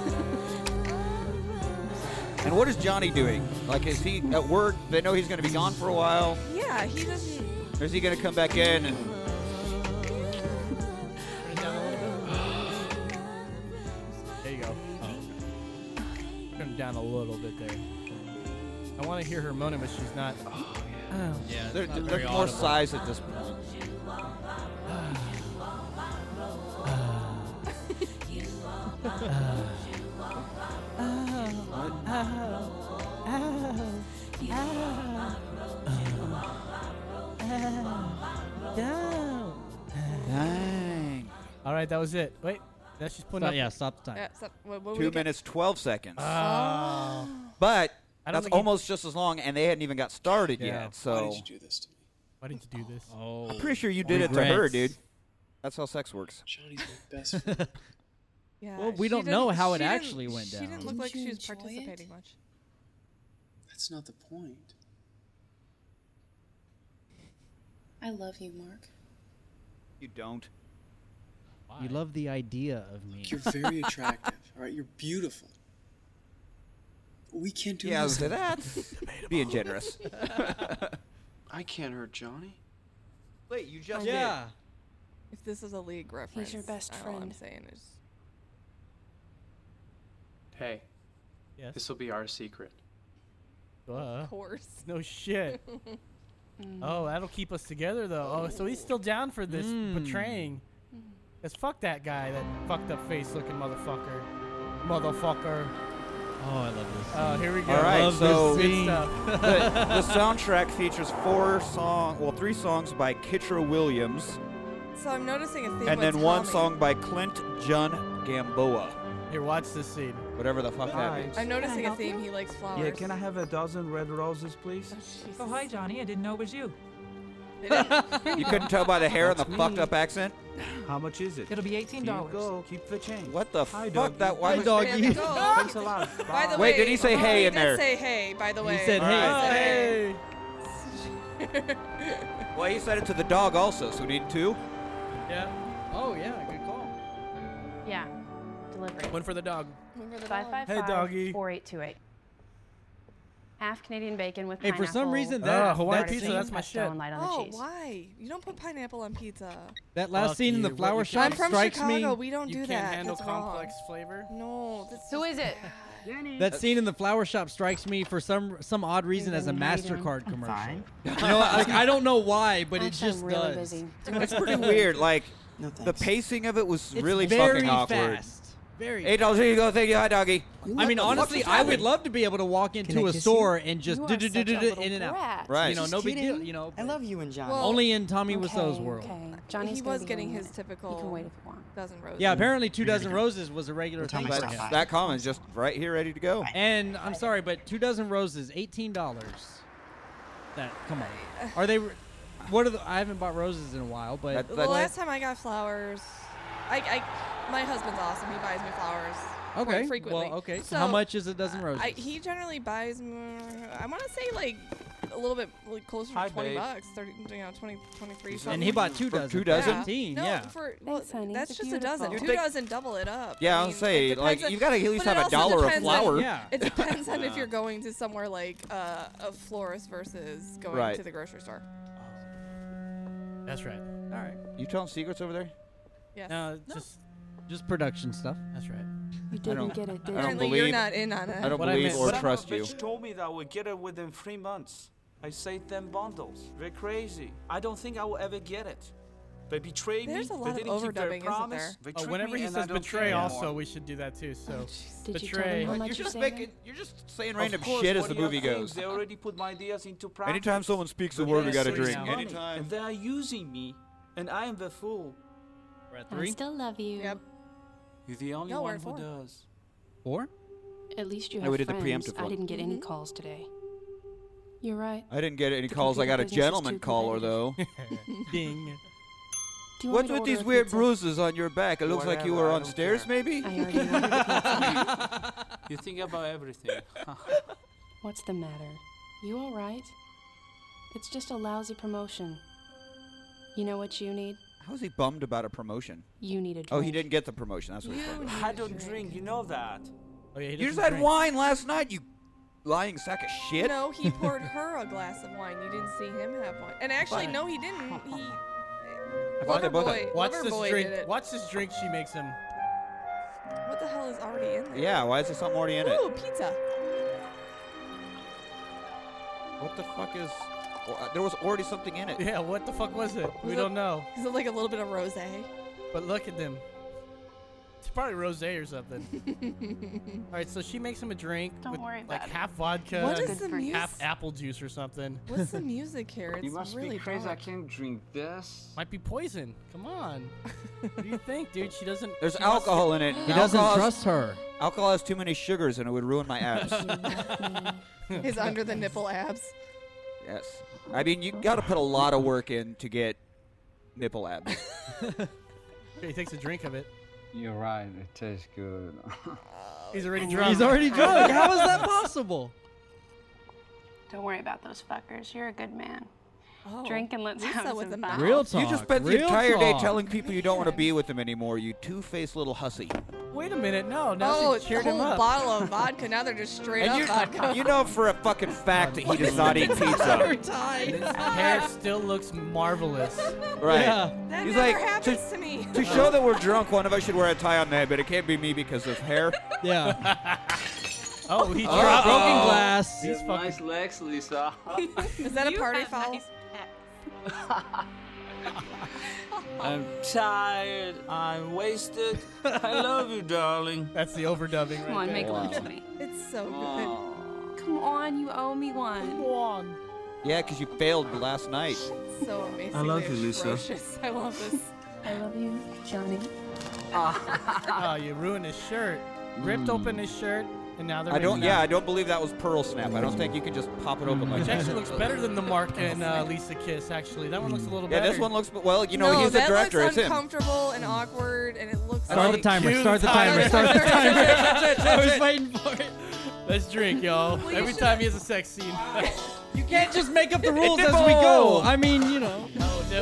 And what is Johnny doing? Like, is he at work? They know he's going to be gone for a while. Yeah, he doesn't. Or is he going to come back in and? Put it down a little bit. There you go. Turn him Oh. down a little bit there. I want to hear her moaning, but she's not. Oh, Oh. Yeah, There, it's not there's very more audible. size at this point. Dang. All right, that was it. Wait, now she's putting Stop, up. yeah, stop the time. Yeah, so- what, what Two we get? minutes, 12 seconds. Oh. but I don't that's think he- almost just as long, and they hadn't even got started Yeah. yet. Why So did you do this to me? Why did you do this? Oh. I'm pretty sure you did it to her, Regrets. dude. That's how sex works. Johnny's my best friend. Yeah, Well, we she don't know didn't- how it she didn't- actually went She down. didn't look like she Didn't you was enjoy it? participating much. That's not the point. I love you, Mark. You don't. You love the idea of me. You're very attractive. all right, you're beautiful. We can't do Yeah, this. that's being generous. I can't hurt Johnny. Wait, you just Yeah. If this is a league reference, your best All I'm friend. saying is, Hey, Yes. this will be our secret. Duh. of course. No shit. Mm. oh, that'll keep us together though. Oh, so he's still down for this betraying. Cause fuck that guy, that fucked up face looking motherfucker. Motherfucker. Oh, I love this. Oh, here we go. All right, Love this so- good stuff. the, the soundtrack features four song, well, three songs by Kitra Williams, So I'm noticing a theme. and with then one Tommy. song by Clint John Gamboa. Here, watch this scene. Whatever the fuck that Hi. means. I'm noticing a help theme. you? He likes flowers. Yeah, can I have a dozen red roses, please? Oh, hi, Johnny. I didn't know it was you. You couldn't tell by the hair and the That's fucked me. up accent? How much is it? It'll be Here you eighteen dollars. go. Keep the change. What the Hi, fuck? doggy. That Hi, why was doggy. There you go. Thanks a lot. By the Wait, way, did he say hey he in did there? Say hey, by the way. said hey. I said Hey. hey. Well, he said it to the dog also, so we need two. Yeah. Oh yeah, good call. Yeah. Delivery. One for the dog. Hey, doggy. 4828. Half Canadian bacon with Hey, pineapple. for some reason that- Ah, Hawaiian lettuce, pizza, that's my pesto, and shit. light on the oh, cheese. why? You don't put pineapple on pizza. That last Fuck scene in the you. What flower you shop I'm from strikes Chicago. me. We don't You do can't that. handle That's complex wrong. flavor? No. That's Who is it? That scene in the flower shop strikes me for some some odd reason as a How you doing? Mastercard I'm commercial. fine. You know, like, I don't know why, but it Actually, I'm just really does. busy. It's pretty weird. Like the pacing of it was It's really very fucking awkward. fast. Very. Eight dollars. Here you go. Thank you. Hi, doggy. I mean, honestly, I would love to be able to walk into I a kiss store and just You do are do such do a do do little in and out. brat. Right. You know, Just no big kidding. deal. You know, I love you and John. Well- only in Tommy okay, Wiseau's world. Okay. Johnny's he gonna was be getting here in a his minute. typical You can wait if you want. dozen roses. Yeah, apparently two dozen roses was a regular But thing for him. that comment's just right here, ready to go. And I'm sorry, but two dozen roses, eighteen dollars. That come on, are they? What are the? I haven't bought roses in a while, but The last time I got flowers, I, I my husband's awesome. He buys me flowers. quite okay, Frequently. Well, okay. So How much is a dozen roses? I, he generally buys. Me, I want to say like a little bit like closer to Hi, twenty babe. bucks, thirty, you know, 20, 23 something. and he bought two For dozen. two dozen? for Fifteen. No, yeah. for well, that's just a dozen. You'd Two think- dozen, double it up. Yeah, I'll say like depends you if- gotta at least but it have also a dollar of depends on- flour. It depends on if Yeah. you're going to somewhere like uh, a florist versus going Right. to the grocery store. That's right. All right. You telling secrets over there? Yes. No, just Just production stuff. That's right. You I don't, get it, did I don't you? Apparently believe. you're not in on it. I don't What I believe meant- or what I- trust you. Bitch told me that I would get it within three months. I saved them bundles. They're crazy. I don't think I will ever get it. They betrayed me. There's a lot they of didn't keep overdubbing, their isn't promise. there? They Oh, tricked whenever me he and says I don't betray, care also anymore. we should do that too. So Did you tell betray. him how Like, much you're you just saved? making, you're just saying Of random course, shit as what the do you movie think? goes. They already put my ideas into practice. Anytime someone speaks the But word, they we gotta are so drink. funny. Anytime. And they are using me, and I am the fool. three? still love you. Yep. You're the only No, we're one at who four. does. Four? At least you No, have we did the friends. preemptive I one. didn't get Mm-hmm. any calls today. You're right. I didn't get any calls. I got computer a business is gentleman too caller though. Ding. Do you want What's me to with these order a weird pizza? bruises on your back? It looks like you Whatever, were I on don't stairs, care. maybe. I already ordered the pizza. You think about everything. What's the matter? You all right? It's just a lousy promotion. You know what you need? How is he bummed about a promotion? You need a Oh, he drink. didn't get the promotion. That's what he's bummed. I don't drink. You know that. Oh, yeah, You just had wine last night, you lying sack of shit. No, he poured her a glass of wine. You didn't see him have one. And actually, Fine. no, he didn't. He eh, I thought they both had- Loverboy- Watch this Loverboy drink. did it. Watch this drink she makes him. What the hell is already in there? Yeah, why is there something already in it? Ooh, pizza. What the fuck is? or- uh, There was already something in it. Yeah, what the fuck was it? we Was don't it- know. Is it like a little bit of rosé? But look at them. It's probably rosé or something. All right, so she makes him a drink Don't with worry like about it. half vodka, What and is the muse- half apple juice or something. What's the music here? It's You must be really crazy, I dark. can't- Drink this. Might be poison. Come on. what do you think, dude? She doesn't. There's she must- alcohol in it. He doesn't Alcohol has- trust her. Alcohol has too many sugars and it would ruin my abs. His under the nipple abs. yes. I mean, you got to put a lot of work in to get nipple abs. He takes a drink of it. You're right. It tastes good. Oh. He's already He's drunk. He's already drunk. How is that possible? Don't worry about those fuckers. You're a good man. Oh, Drink and let's Lisa have with some the mouth. fun. Real You talk, just spent the real entire day talk. telling people you don't want to be with them anymore. You two-faced little hussy. Wait a minute. No, no. Oh, she it's a cheered him whole up. bottle of vodka. Now they're just straight And up you, vodka. you know for a fucking fact that he does not eat pizza. Hair still looks marvelous. Right. That He's never like, happens to to, me. to show that we're drunk, one of us should wear a tie on that, but it can't be me because of hair. Yeah. oh, he Uh-oh. dropped Broken glass. He's fucking Nice legs, Lisa. Is that a party foul? I'm tired. I'm wasted. I love you, darling. That's the overdubbing Come on, make lunch for me. It's so good. Come on, you owe me one. Come on. Yeah, because you failed last night. So amazing. love you, Lisa. I love this. I love you, Johnny. oh, you ruined his shirt. Ripped open his shirt, and now they're. Hmm. I don't. hanging Yeah, out. I don't believe that was pearl snap. I don't think you can just pop it open like Which that. actually looks better than the Mark and uh, Lisa kiss. Actually, that one looks a little Yeah, better. this one looks. Well, you know, no, he's the that director. looks It's him. uncomfortable and awkward, and it looks. Start the like- timer, Cue start the timer, start the timer. That's it, that's it, I was that's it. waiting for it. Let's drink, y'all. Well, you Every should- time he has a sex scene. You can't just make up the rules as we go. I mean, you know. We're,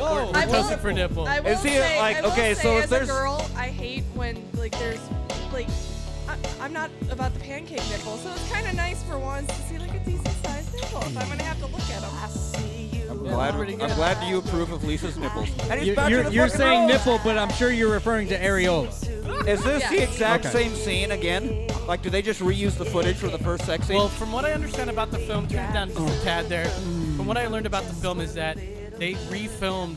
I will- we're toasting for nipple. I will Is he, say, like, I will okay, say so if as there's- a girl, I hate when like there's like I, I'm not about the pancake nipple, so it's kind of nice for once to see like a decent sized nipple. If I'm gonna have to look at them. I see you. I'm glad, I'm glad you approve of Lisa's nipples. And he's You're, back to you're- the you're fucking saying road. nipple, but I'm sure you're referring to areola. Is this the Yes. exact Okay. same scene again? Like, do they just reuse the footage from the first sex scene? Oh. Well, from what I understand about the film, turn it down just a tad there. From what I learned about the film is that they refilmed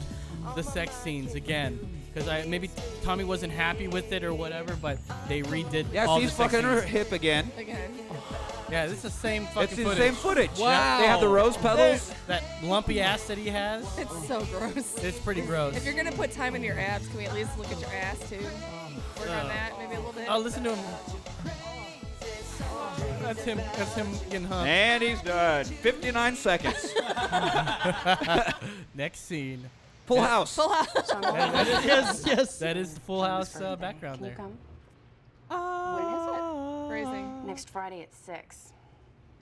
the sex scenes again because I maybe Tommy wasn't happy with it or whatever, but they redid. yes, all he's the sex fucking her scenes. hip again. Again. Yeah, this is the same fucking. It's the footage. same footage. Wow. They have the rose petals. That lumpy ass that he has. It's so gross. It's pretty gross. If you're gonna put time into your abs, can we at least look at your ass too? Work on that, maybe a little bit. Oh, listen to him. That's him. That's him getting hung. And he's done. 59 seconds. Next scene. Full House. Full House. That- that is- Yes, yes. That is the Full House uh, background Can you there. come? Ah. when is it? Raising. Next Friday at six.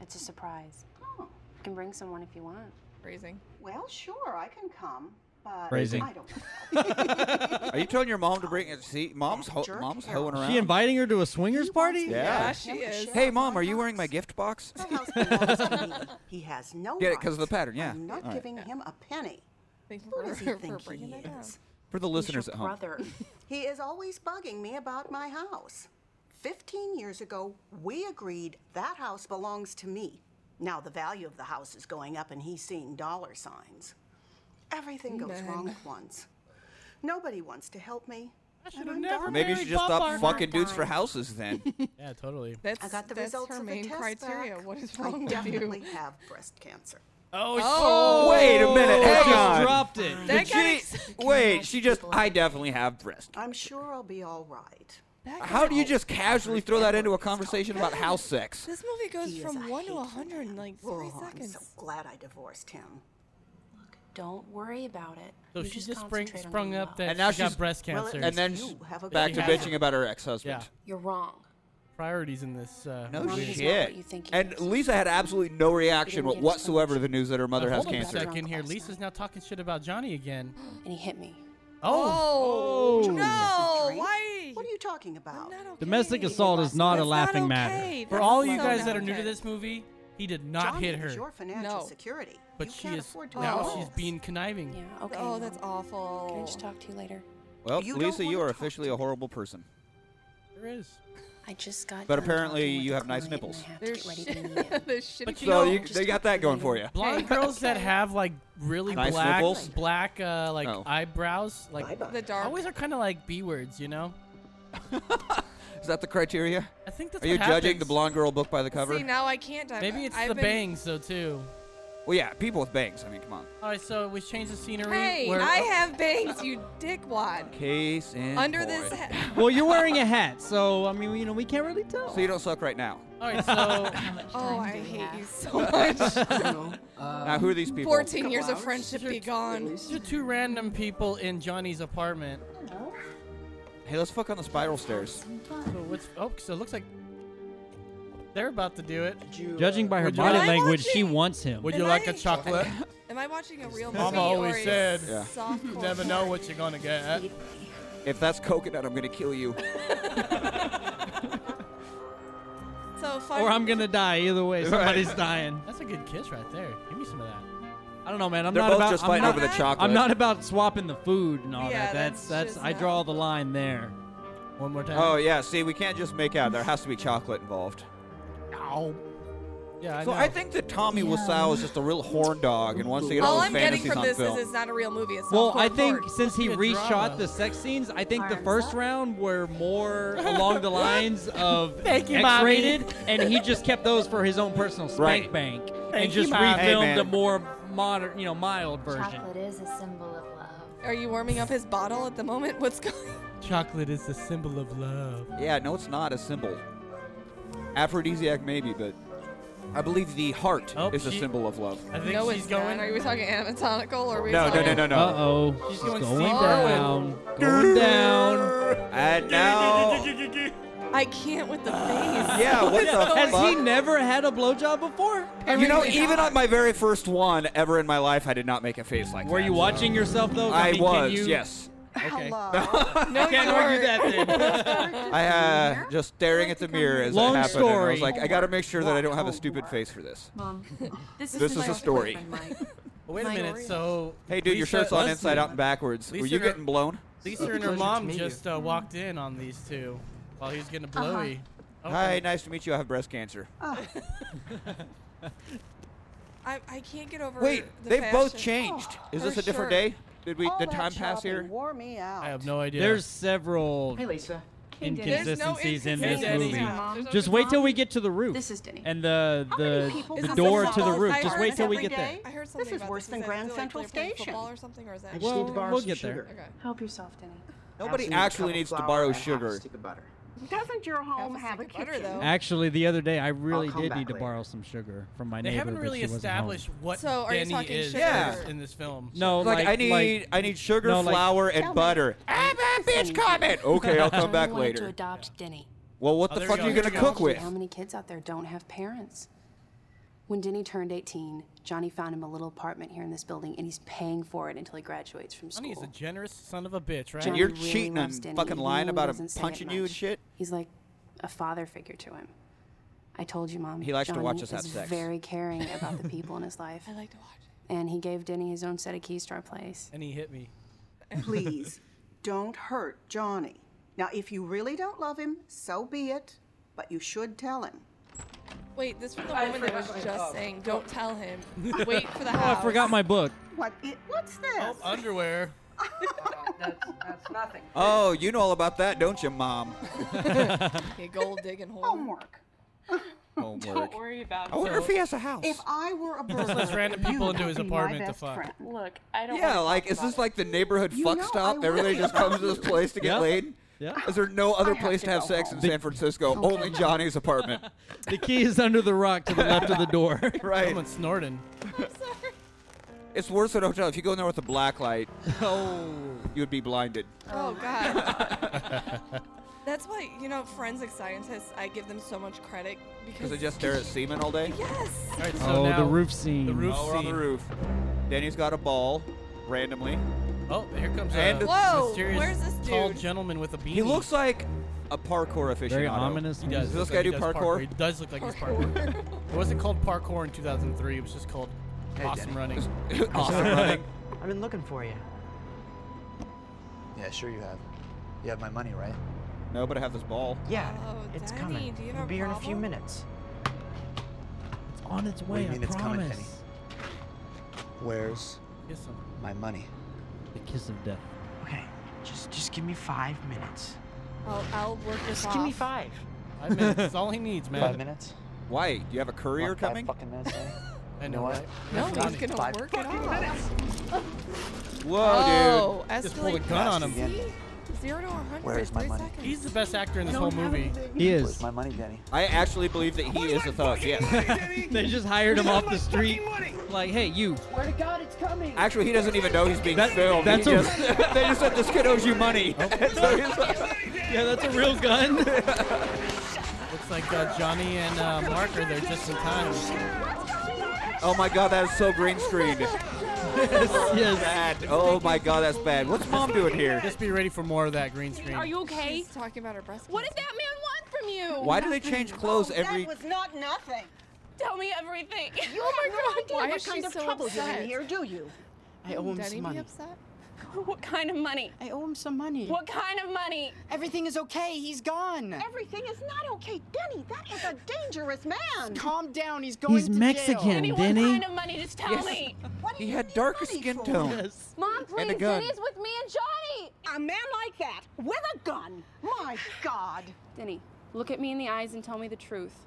It's a surprise. Oh. You can bring someone if you want. Raising. Well, sure, I can come, but Phrasing. I don't. Are you telling your mom to bring it? See, mom's ho- mom's hoeing around. She inviting her to a swingers party? Yeah. Hey, mom, are you wearing my gift box? He has no. Get it because of the pattern. Yeah. I'm All not right. giving him a penny. for- Who does he for think he bringing that up. is? For the listeners at home. He is always bugging me about my house. Fifteen years ago, we agreed that house belongs to me. Now the value of the house is going up, and he's seeing dollar signs. Everything goes Men. wrong at once. Nobody wants to help me. I should have never Maybe you should just stop fucking dudes for houses then. Yeah, totally. That's, I got the that's results her of the main test criteria. back. What is I wrong with you? definitely have breast cancer. Oh, Oh. Wait a minute. Oh, Hang she on. dropped it. But That got she- exciting. wait, she just. I definitely have breast. I'm sure I'll be all right. How do you just casually throw that into a conversation about house sex? This movie goes He is from a one to hater a hundred in like three Oh, I'm seconds. so glad I divorced him. Don't worry about it. So You she just spring, concentrate on sprung your up love. that And now she got she's- breast Well, at cancer. least And then you have a back She to has bitching it. about her ex-husband. Yeah. You're wrong. Priorities in this. Uh, No movie. shit. and Lisa had absolutely no reaction Didn't get whatsoever to the news that her mother Now, has hold on a cancer. second here. Lisa's now talking shit about Johnny again. And he hit me. Oh. No, why? What are you talking about? Domestic assault is not a laughing matter. For all you guys that are new to this movie, he did not Johnny hit is her. your financial No. security. But you she can't is afford to now allow she's this. being conniving. Yeah, okay. Oh, that's awful. Can I just talk to you later? Well, You don't Lisa, wanna you are talk officially a horrible person. There is. I just got. But done apparently talking with you a have nice client and nipples. I have to There's get ready shit. to meet him. There's shitty. But you So know- you, they got that going for you. Blonde girls that have like really Nice black, nipples? black uh, like Oh. eyebrows, like Bye-bye. The dark- always are kind of like b words, you know. Is that the criteria? I think that's Are you what judging happens. the blonde girl book by the cover? See, now I can't. Dive Maybe it's I've the been- bangs though too. well, yeah, people with bangs. I mean, come on. All right, so we changed the scenery. Hey, We're- I have bangs, you dickwad. Case in Under point. this hat. Well, you're wearing a hat, so I mean, you know, we can't really tell. So you don't suck right now. All right, so Oh, I hate you so much. now, who are these people? 14 years of friendship be gone. these are two random people in Johnny's apartment. Hey, let's fuck on the spiral stairs. So what's? Oh, so it looks like they're about to do it. uh, Judging by her Would you body like- language, she wants him. Would you Am like I- a chocolate? Am I watching a real movie? Mama or always a said, Yeah. "You softcore never know what you're gonna get." If that's coconut, I'm gonna kill you. porn? So fun. Or I'm gonna die either way. Right. Somebody's dying. That's a good kiss right there. Give me some of that. I don't know, man. I'm They're not both about just I'm fighting not- over the chocolate. I'm not about swapping the food and all Yeah, that. That's that's that's, just I not- draw the line there. One more time. Oh yeah, see, we can't just make out. There has to be chocolate involved. Ow. Yeah, I so know. I think that Tommy Wiseau is just a real horn dog and wants to get all, All his I'm getting fantasies from on this film. is it's not a real movie. It's Well, softcore I think porn. since he Good reshot drama. the sex scenes, I think the Arms first up. round were more along the lines of Thank you, X-rated, and he just kept those for his own personal spank Right. bank, Thank and you, just Mommy. Hey, refilmed man. a more modern, you know, mild version. Chocolate is a symbol of love. Are you warming up his bottle at the moment? What's going? Chocolate is the symbol of love. Yeah, no, it's not a symbol. Aphrodisiac, maybe, but I believe the heart is a Oh, she- symbol of love. I think no, she's it's going. Not. Are we talking anatomical or are we? No, no, talking- no, no, no. Uh-oh. She's going, down. Going down. And now, I can't with the Uh, face. yeah, what the Has fuck? he never had a blowjob before? you know, even on my very first one ever in my life, I did not make a face like that. Were you watching yourself though? I, mean, can was, you- yes. Okay. No, Can't you argue weren't. that then. I uh, just staring at the mirror as Long that happened. And I story. was like, I got to make sure that I don't have a stupid face for this. Mom, this is This my is a story. boyfriend, Mike. Wait a My minute. Oreo. So Hey, dude, your Lisa- shirt's on Leslie- inside out and backwards. Were Lisa you and her- getting blown? Lisa and her mom just uh, walked in on these two while he was getting a Uh-huh. blowy. Okay. Hi, nice to meet you. I have breast cancer. Oh. I, I can't get over. Wait, the they've both fashion. Oh, changed. Is her this a different shirt. day? Did we? did time pass here? Wore me out. I have no idea. There's several Hey, Lisa. Hey, Denny. inconsistencies in Hey, this Denny. movie. Yeah. There's Just no wait till Denny. we get to the roof. This is Denny. And the the, the Isn't door this to the football roof. I Just heard wait till we every get there. day? I heard something This is about worse This than Is that Grand like Central they're playing Station. football Or something, or is that I just need to borrow we'll some get there. sugar. Help yourself, Denny. Nobody Absolute actually cup needs of to flour borrow and half a sugar. stick of butter. Doesn't your home have a kitchen? Actually, the other day I really come did back need to later. borrow some sugar from my They neighbor. haven't but really she wasn't home. established what So, are you Denny talking is sugar? Yeah. in this film. No, like, like, I need like- I need sugar, no, like- flour, and butter. I'm a bitch comment. Okay, I'll come Johnny back wanted To later. adopt Denny. Well, what Oh, the there fuck we are you go. gonna cook with? How many kids out there don't have parents? When Denny turned 18, Johnny found him a little apartment here in this building, and he's paying for it until he graduates from school. Johnny is a generous son of a bitch, right? And you're cheating and fucking lying about him punching you and shit. He's like a father figure to him. I told you, mom. He likes to Johnny watch us have is sex. Very caring about the people in his life. I like to watch. And he gave Denny his own set of keys to our place. And he hit me. Please don't hurt Johnny. Now, if you really don't love him, so be it, but you should tell him. Wait, this from the I woman that was forgot my just cup. saying, "Don't tell him. Wait for the Oh, house." I forgot my book. What? It, what's this? Oh, underwear. that's nothing. Oh, you know all about that, don't you, mom? Yeah, gold digging hole. Homework. Homework. worry about I wonder if he has a house. If I were a Just burglar, lets random people you into would his be my apartment to best fuck. friend. Look, I don't. Yeah, wanna like talk is this about like the neighborhood You fuck know stop? I Everybody would. just comes to this place to get Yeah. laid. Yeah. Is there no other place to, have sex in San Francisco? Only Johnny's apartment. The key is under the rock to the left of the door. Right. Someone snorting. It's worse than a hotel. If you go in there with a black light, oh, you would be blinded. Oh God. That's why you know forensic scientists. I give them so much credit because Because they just stare at semen all day. Yes. All right, so oh, now the roof scene. The roof oh, we're on the scene. roof. Danny's got a ball, randomly. Oh, here comes And- a Whoa, mysterious where's this tall dude? gentleman with a beanie. He looks like a parkour aficionado. Very ominous He does. Does look this guy like he do does parkour? He does look like he's parkour. it wasn't called parkour in 2003. It was just called awesome running. awesome running. I've been looking for you. Yeah, sure you have. You have my money, right? No, but I have this ball. Yeah, Oh, it's Daddy, coming. do you have It'll a be here in a few problem? minutes. It's on its What do way. you mean I it's coming, promise. Penny? Where's Kiss him. my money? the kiss of death. Okay, just just give me five minutes. I'll, Oh, I'll work this Just give me off. five. Five minutes. That's all he needs, man. Five minutes. Why? Do you have a courier Want five coming? fucking minutes. eh? I You know, what? right? No, Five he's minutes. gonna Five work it fucking off. minutes. Whoa, oh, dude. Just pulled a escalate gun on him. fast. See? Zero to a hundred. Where is my three money? seconds. He's the best actor in this I whole don't have movie. He Where's is. my money, Denny? I actually believe that he is a thug. Yeah. They just hired him off the street. Like, hey, you. Swear to God, it's coming. Actually, he doesn't even know he's being filmed. that's He a- just, Oh. they just said this kid owes you money. So he's like- Yeah, that's a real gun. Looks like uh, Johnny and uh, Mark are there just in time. oh my god, that is so green screened. yes. Bad. Oh my god, that's bad. What's mom doing here? Just be ready for more of that green screen. Are you okay? He's talking about her breast What does that man want from you? Why do they change clothes every? was not nothing. Tell me everything. You oh my have god. no idea Why what is she kind of so trouble you're upset? in here, do you? I owe him Denny some be money. upset? What kind of money? I owe him some money. What kind of money? Everything is okay. He's gone. Everything is not okay, Denny. That is a dangerous man. Calm down. He's going He's to Mexican, jail. Denny, what Denny. kind of money? Just tell Yes. me. What do He you had need darker money skin for? tone. Mom, And a please, gun. Denny's with me and Johnny. A man like that with a gun. My God. Denny, look at me in the eyes and tell me the truth.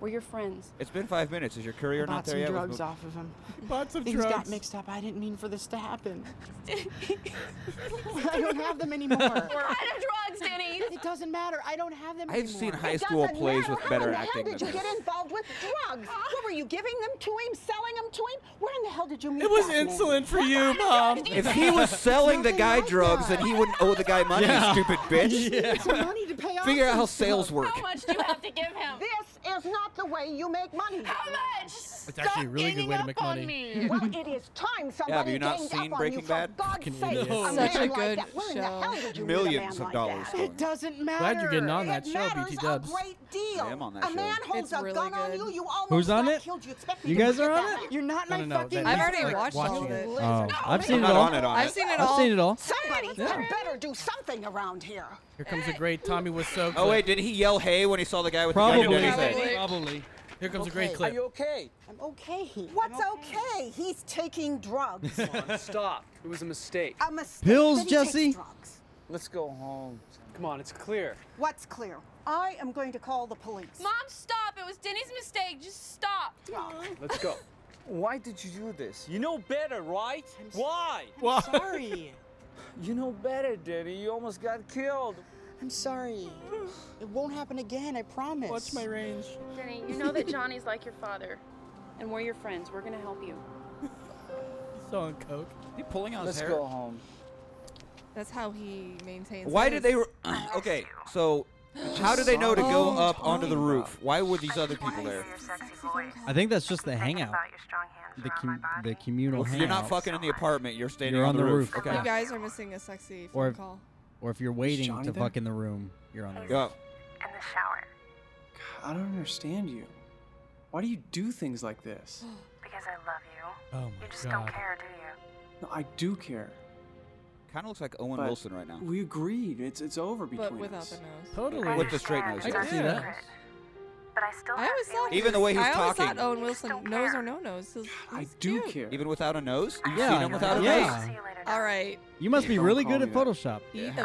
We're your friends. It's been five minutes. Is your courier not Bought there some yet? We've drugs mo- off of him. Bought some Things got drugs. mixed up. I didn't mean for this to happen. I don't have them anymore. Out of drugs, Denny. It doesn't matter. I don't have them I've anymore. seen high school plays with better acting Did than you get this. involved with drugs? Ah. What were you giving them to him, selling them to him? Where in the hell did you meet It was that insulin man? for you, Mom. If he was selling the guy drugs, then he wouldn't owe the guy money, Yeah. you stupid bitch. money to pay Figure out how sales work. How much do you have to give him? This is not the way you make money. How much? It's actually a really good way to make money. well, it is time somebody Yeah, have you not ganged seen up Breaking on you Bad? For God's Fucking sake, idiot. a Such man a like good that. Where in the hell did you meet a Millions man of like dollars. that? going It doesn't matter. Glad you're getting on that It show, BT matters Dubs. A great deal. I am on that a show. man holds a gun on you. You almost Who's on got it? Killed. You expect me You to guys forget are on that? it? You're not No, no, no, that- I've that's already like watched all watching of it. Oh, I've seen I'm it not all. on it, on I've seen it I've all. seen it all. Somebody Yeah. had better do something around here. Here comes a great Tommy was so. Oh wait, did he yell "Hey" when he saw the guy with the gun? Probably. in his head? Probably. Here comes a Okay. great clip. Are you okay? I'm okay. What's okay? He's taking drugs. Stop. It was a mistake. a mistake. Pills, that he takes Jesse? drugs. Let's go home. Come on, it's clear. What's clear? I am going to call the police. Mom, stop. It was Denny's mistake. Just stop. Let's go. Why did you do this? You know better, right? Why? I'm sorry. You know better, Daddy. You almost got killed. I'm sorry. It won't happen again. I promise. Watch my range. Denny, you know that Johnny's like your father. And we're your friends. We're gonna help you. So on coke. He pulling out his Let's hair. go home. That's how he maintains. Why his- did they? Re- okay, so how do they know to go up onto the roof? Why were these other people there? I think that's just the hangout. The, com- the communal Well, if hangout. you're not fucking in the apartment. You're standing You're on, the roof. You Okay. guys are missing a sexy phone or if, call. or if you're waiting Johnny to there? fuck in the room, you're on the roof. Go. I don't understand you. Why do you do things like this? Because I love you. Oh You just my don't god. care, do you? No, I do care. Kind of looks like Owen but Wilson right now. We agreed. It's it's over between But without us. the nose. Totally. With the straight nose. I can see that. But I still I have always thought feelings. he Even the was- way he's I always talking. thought Owen Wilson knows or no knows. He's, I he's do cute. care. Even without a nose? You've Yeah, seen him without yeah. a nose? All right, You must be Don't really call good me at that. Photoshop. eat a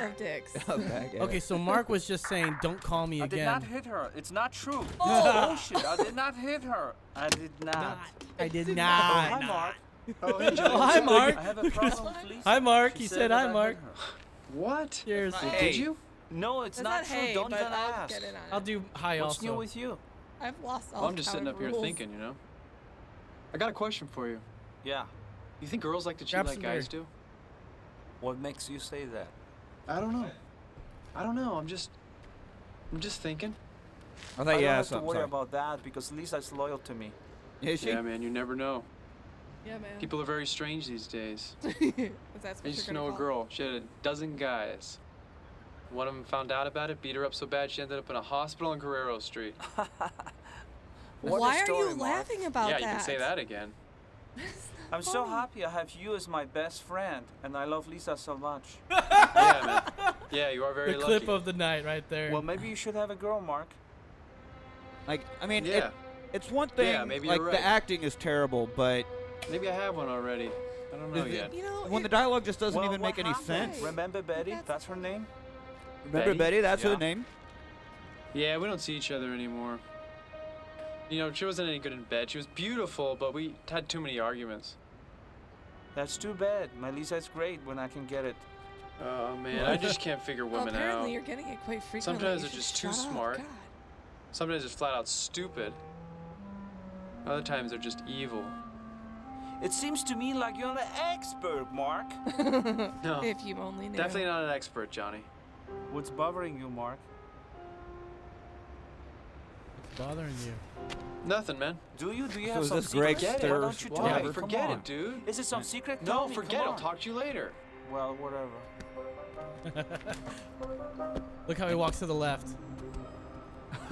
of dicks. A baguette. Okay, so Mark was just saying, "Don't call me I did not again." hit her. It's not true. Oh. bullshit. I did not hit her. I did not. I did Hi, not. Mark. Oh, hey, Johnny. Hi, Mark. I have a problem with Lisa. Hi, Mark. Oh, She He said, "Hi, that I Mark." hit her. What? Cheers. Hey. Did you? No, it's That's not, not true. hey, Don't but even I'll ask. get it on I'll it. do high What's new also. with you? I've lost all. Well, I'm just sitting coward up here rules. thinking, you know. I got a question for you. Yeah. You think girls like to cheat Grab like some guys do? What makes you say that? I don't know. I don't know. I'm just, I'm just thinking. I I thought don't you have asked to something. worry Sorry. about that because Lisa is loyal to me. Is she? Yeah, man. You never know. Yeah, man. People are very strange these days. If that's I what used you're to gonna know a call it. girl. She had a dozen guys. One of them found out about it, beat her up so bad she ended up in a hospital on Guerrero Street. What a Why are story, you Mark. laughing about yeah, that? you can say that again. I'm so happy I have you as my best friend, and I love Lisa so much. yeah, man. Yeah, you are very The lucky. clip of the night right there. well, maybe you should have a girl, Mark. Like, I mean, Yeah. it, it's one thing. Yeah, maybe you're like right. the acting is terrible, but Maybe I have one already. I don't know Is it- yet. You know, when it- the dialogue just doesn't Well, even what make any happened? sense. Remember Betty? That's- That's, her name. Remember Betty? That's Yeah. her name. Yeah, we don't see each other anymore. You know, she wasn't any good in bed. She was beautiful, but we had too many arguments. That's too bad. My Lisa is great when I can get it. Oh man, I just can't figure Well, women apparently out. you're getting it quite frequently. Sometimes You they're should just too shut up, smart. Oh, God. Sometimes they're flat out stupid. Other times they're just evil. It seems to me like you're an expert, Mark. No, If you only knew. definitely not an expert, Johnny. What's bothering you, Mark? It's bothering you. Nothing, man Do you? Do you So have is some this Greg secret? Why Stairs don't you whatever? tell me? Yeah, Come forget on. it, dude. Is it some secret? No, Tell me, forget it. come I'll on. talk to you later. Well, whatever. Look how he walks to the left.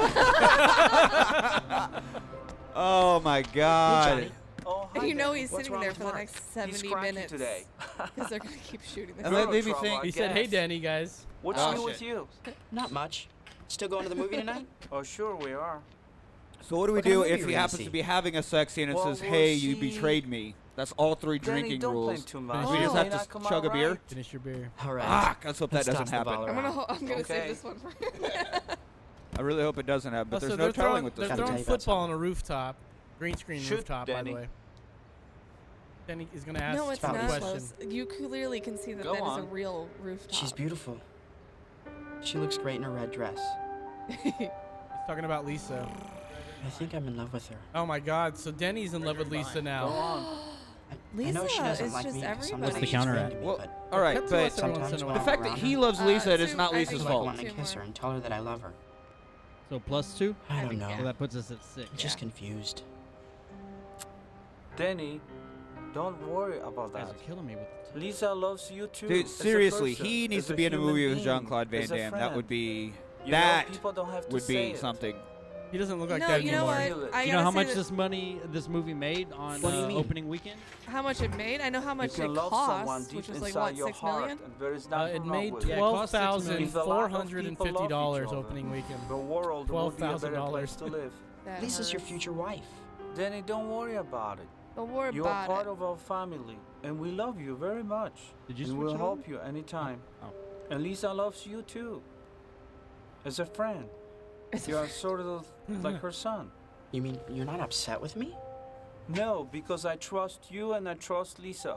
Oh my God. Oh, hi You know Daddy. he's What's sitting wrong there with for the Mark? next He's 70 cranky minutes. today. Because they're going to keep shooting this. And that Girl made me trouble, think- I He said, "Hey, guess. Danny, guys." What's Oh, new shit. with you? Not much. Still going to the movie tonight? Oh, sure we are. So what do we What kind do of movie are if he we gonna happens see? to be having a sex scene and Well, says, we'll "Hey, you see. betrayed me"? That's all three Danny, drinking don't blame rules. too much. We just Oh. have May to not come out chug a beer. right. Finish your beer. All right. Ah, let's hope Let's that doesn't toss the happen. ball I'm I'm going around. to I'm gonna Okay. save this one for I I really hope it doesn't happen. But Also, there's they're no telling throwing, with this. They're one. throwing football on a rooftop, green screen Shoot, rooftop, by Danny. the way. Danny is going to ask no, it's a not question. close. You clearly can see that Go that is a on. real rooftop. She's beautiful. She looks great in her red dress. He's talking about Lisa. I think I'm in love with her. Oh my God! So Denny's in love with Lisa now. Go on. Lisa I know she doesn't is like just me 'cause sometimes everybody. she's mean to me, Well, but- all right, Except to but us every once in a the while. fact that he loves Uh, Lisa, it is two- not I Lisa's think I fault. want to kiss her and tell her that I love her. So plus two? I don't know. So that puts us at six. I'm just confused. Danny, don't worry about that. killing me with Lisa loves you too. Dude, as a seriously, person, he needs as to be in a human movie with being, Jean Claude Van as a Damme. That friend. would be You know, that people don't have to would say be it. something. He doesn't look like No, that you know anymore. what? I you know how gotta say much that- this money this movie made on What do you uh, mean? opening weekend? How much it made? I know how much you it can love someone cost, deep which was like inside what your six heart, million. and there is Uh, nothing it wrong made with it. twelve thousand If a lot four of hundred and people love fifty each dollars other, opening weekend. The world Twelve would be a thousand better place dollars. to live. That Lisa's your hurts. future wife. Danny, don't worry about it. Don't worry you about are part it. of our family, and we love you very much. Did you and switch we'll it Oh. help over? you anytime. And Lisa loves you too. As a friend. you are sort of like her son. You mean you're not upset with me? No, because I trust you and I trust Lisa.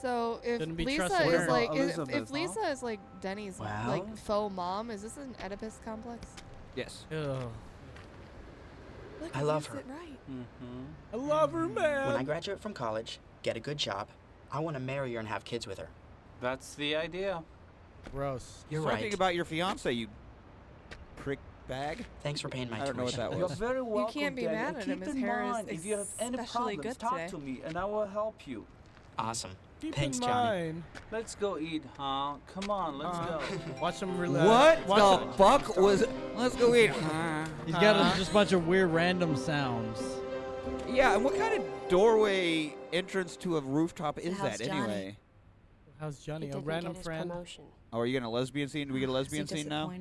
So if Shouldn't be Lisa trustworthy. is like Well, if, Elizabeth, if huh? Lisa is like Denny's Well. like faux mom, is this an Oedipus complex? Yes. Look, I he love gets her. it Right. Mm-hmm. I love her, When I man. graduate from college, get a good job, I want to marry her and have kids with her. That's the idea. Gross. You're Talking right. about your fiance, you prick bag. Thanks for paying my I don't know what that tuition. was. You're very welcome. can't be Danny, mad and at keep him. His in hair is mind, if you have any especially problems, good talk today. to me, and I will help you. Awesome. Keep Thanks, in Johnny. mind. Let's go eat, huh? Come on, let's Uh-huh. Uh, go. Watch some rela- What watch the some- fuck was? Let's go eat. He's got a, just a bunch of weird random sounds. Yeah, and what kind of doorway entrance to a rooftop is How's that Johnny? anyway? How's Johnny? He A didn't random get his friend. promotion. Oh, are you getting a lesbian scene? Do we get a lesbian scene now?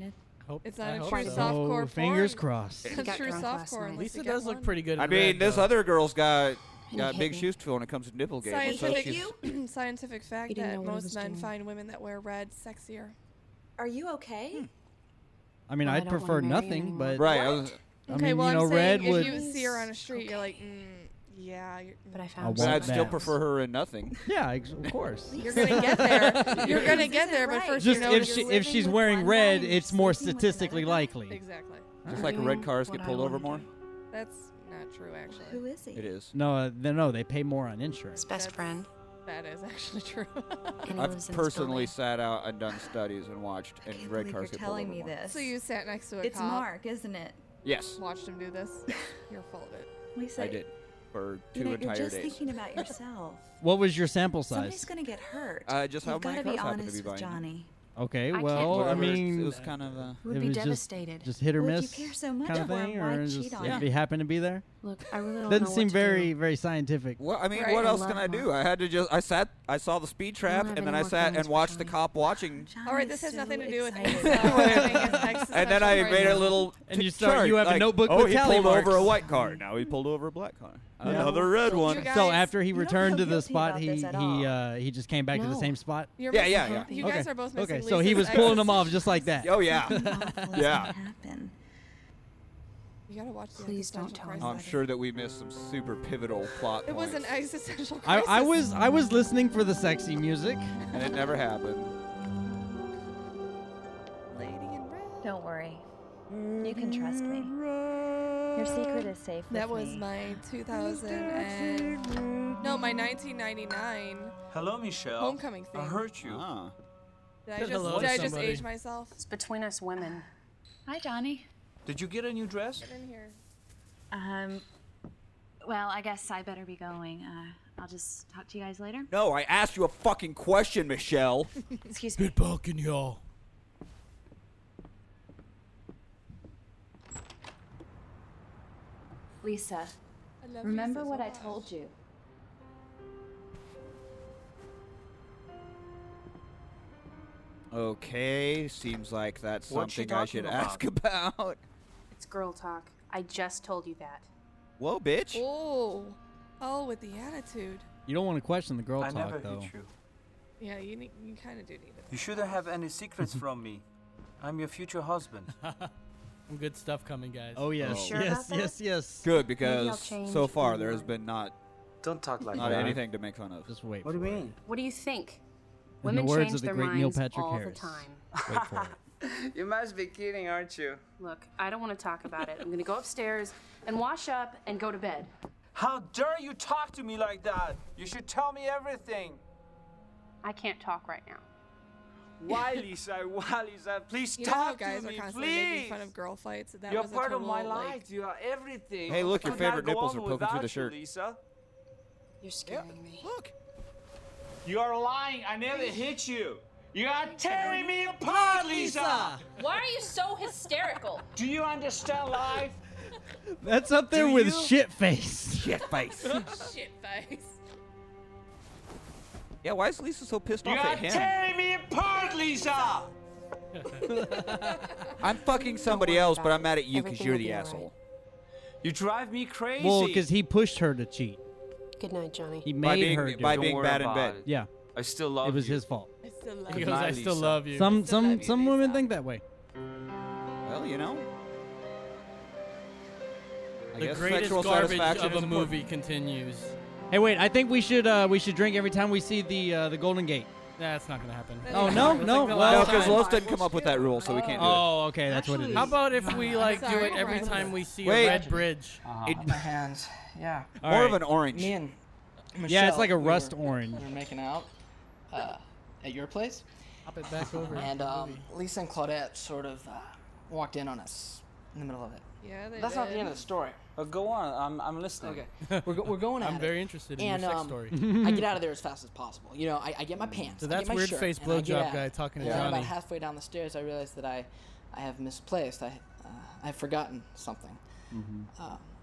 Hope, It's not I a hope true so. softcore porn. fingers crossed. It's He not got true drunk soft core unless Lisa you get does one. look pretty good. I in mean, red, this uh, though. other girl's got you got hit big me. shoes to fill when it comes to nipple game. Scientific, you? scientific fact didn't know that what he most was men doing. find women that wear red sexier. Hmm. Are you okay? I mean, Well, I I'd don't wanna prefer marry nothing, anymore. but Right, I was- I okay, mean, well, you know, I'm red saying would. if you see her on a street, you're like, mm, yeah. You're, but I But I'd still prefer her in nothing. Yeah, ex- of course. You're gonna get there. You're gonna get there, but first Just you know if she, if she's wearing red, it's more statistically likely. Exactly. Just like red cars get What I pulled over more. That's not true, actually. Who is he? It is. No, uh, they, no, they pay more on insurance. Best friend. That is actually true. I've personally sat out and done studies and watched, and red believe cars you're get pulled telling over me more. this. So you sat next to a It's cop. Mark, isn't it? Yes. Watched him do this. You're full of it. Lisa, I did for two You know, you're entire just days. thinking about yourself. What was your sample Somebody's size? gonna get hurt. Uh, just You've how many gotta be cars happen to honest be with buying. Johnny. Okay, can't well, I Whatever, it's- mean, it was kind of a- Would it be was just- devastated. Just, hit or Well, if miss you care so much kind of for him, thing, why or cheat just on if him? he happened to be there. Look, I really Doesn't seem very very scientific. Well, I mean, what else can I do? I had to just I sat, I saw the speed trap, have and then any I more sat and comments for watched the cop watching. All right, this has nothing to do with excited. anything. And then I made a little And t- you start- chart, you have a like, notebook Oh, with he tally pulled marks. over a white car. Now he pulled over a black car. Yeah. Another red So one. So after he returned to the spot, this he at he uh, he just came back to the same spot. You're Yeah, making yeah, me yeah. happy. You guys Okay, are both okay. missing So he Lisa's was pulling them exes. off just like that. Oh yeah, yeah. happen. You gotta watch. The Please don't existential tell him. crisis. I'm sure that we missed some super pivotal plot It was points, an existential I, crisis. I was I was listening for the sexy music. and it never happened. Don't worry. You can trust me. Your secret is safe. That with was me. my 2000 and no, my 1999. Hello, Michelle. Homecoming I thing. heard you. Ah. Did I just, did I just age myself? It's between us women. Hi, Johnny. Did you get a new dress? in here. Um, well, I guess I better be going. Uh, I'll just talk to you guys later. No, I asked you a fucking question, Michelle. Excuse me. Good balking, y'all. Lisa, I love remember Lisa what so I much. told you. Okay, seems like that's What's she something I talking should about? ask about. It's girl talk. I just told you that. Whoa, bitch. Oh, oh, with the attitude. You don't want to question the girl I talk never though. hit you. Yeah, you need, you kind of do need it. You shouldn't have any secrets from me. I'm your future husband. Some good stuff coming, guys. Oh, yes. Oh. Sure Yes, about that? yes, yes. Good Maybe I'll because change so far my there has been not. Don't talk like not that. anything to make fun of. Just wait. What do you mean? What do you think? In the Women words change of the their great Neil minds Patrick all Harris. the time. Wait for it. You must be kidding, aren't you? Look, I don't want to talk about it. I'm going to go upstairs and wash up and go to bed. How dare you talk to me like that? You should tell me everything. I can't talk right now. Why, Lisa? Why, Lisa? Please You know how talk guys to are me, constantly making please. fun of girl fights. That You're was a part of my total, like- life. You are everything. Hey, look, your I cannot favorite go nipples on are poking through without the shirt. You, Lisa, You're scaring me. Look. you are lying. I never hit you. You are tearing me apart, Lisa. Why are you so hysterical? Do you understand life? That's up there Do with you? shit face. Shit face. Shit face. Yeah, why is Lisa so pissed You off are at him? tearing me apart, Lisa. I'm fucking somebody else, but I'm mad at you because Everything you're will the be all asshole. You drive me crazy. Well, because he pushed her to cheat. Good night, Johnny. He By made being- her do by it. being Don't worry bad in about bed. it. Yeah, I still love it was his fault. I still love He goes, I still love you. Some some some women think that way. Well, you know. I the guess greatest sexual garbage satisfaction of is a important. movie continues. Hey, wait! I think we should uh, we should drink every time we see the uh, the Golden Gate. Nah, that's not gonna happen. Oh no, It's no, like the well, last time. didn't come up with that rule, so we can't do it. Oh, okay, that's what it is. How about if we like do sorry, it every Brian. time we see Wait. a red bridge? It- Uh-huh. my hands. Yeah. All More of right. an orange. Me and yeah, it's Michelle, like a we rust were- orange. We were making out uh, at your place. Hop it back over. And the um, movie. Lisa and Claudette sort of uh, walked in on us in the middle of it. Yeah, they That's not the did. end of the story. Uh, go on. I'm, I'm listening. Okay. We're, go- we're going at I'm it. very interested in your and, sex um, story. I get out of there as fast as possible. You know, I, I get my pants. So I get that's my weird shirt, face and I get blowjob out. guy talking to and then Johnny. About halfway down the stairs, I realize that I, I have misplaced. I, uh, I've forgotten something. Um,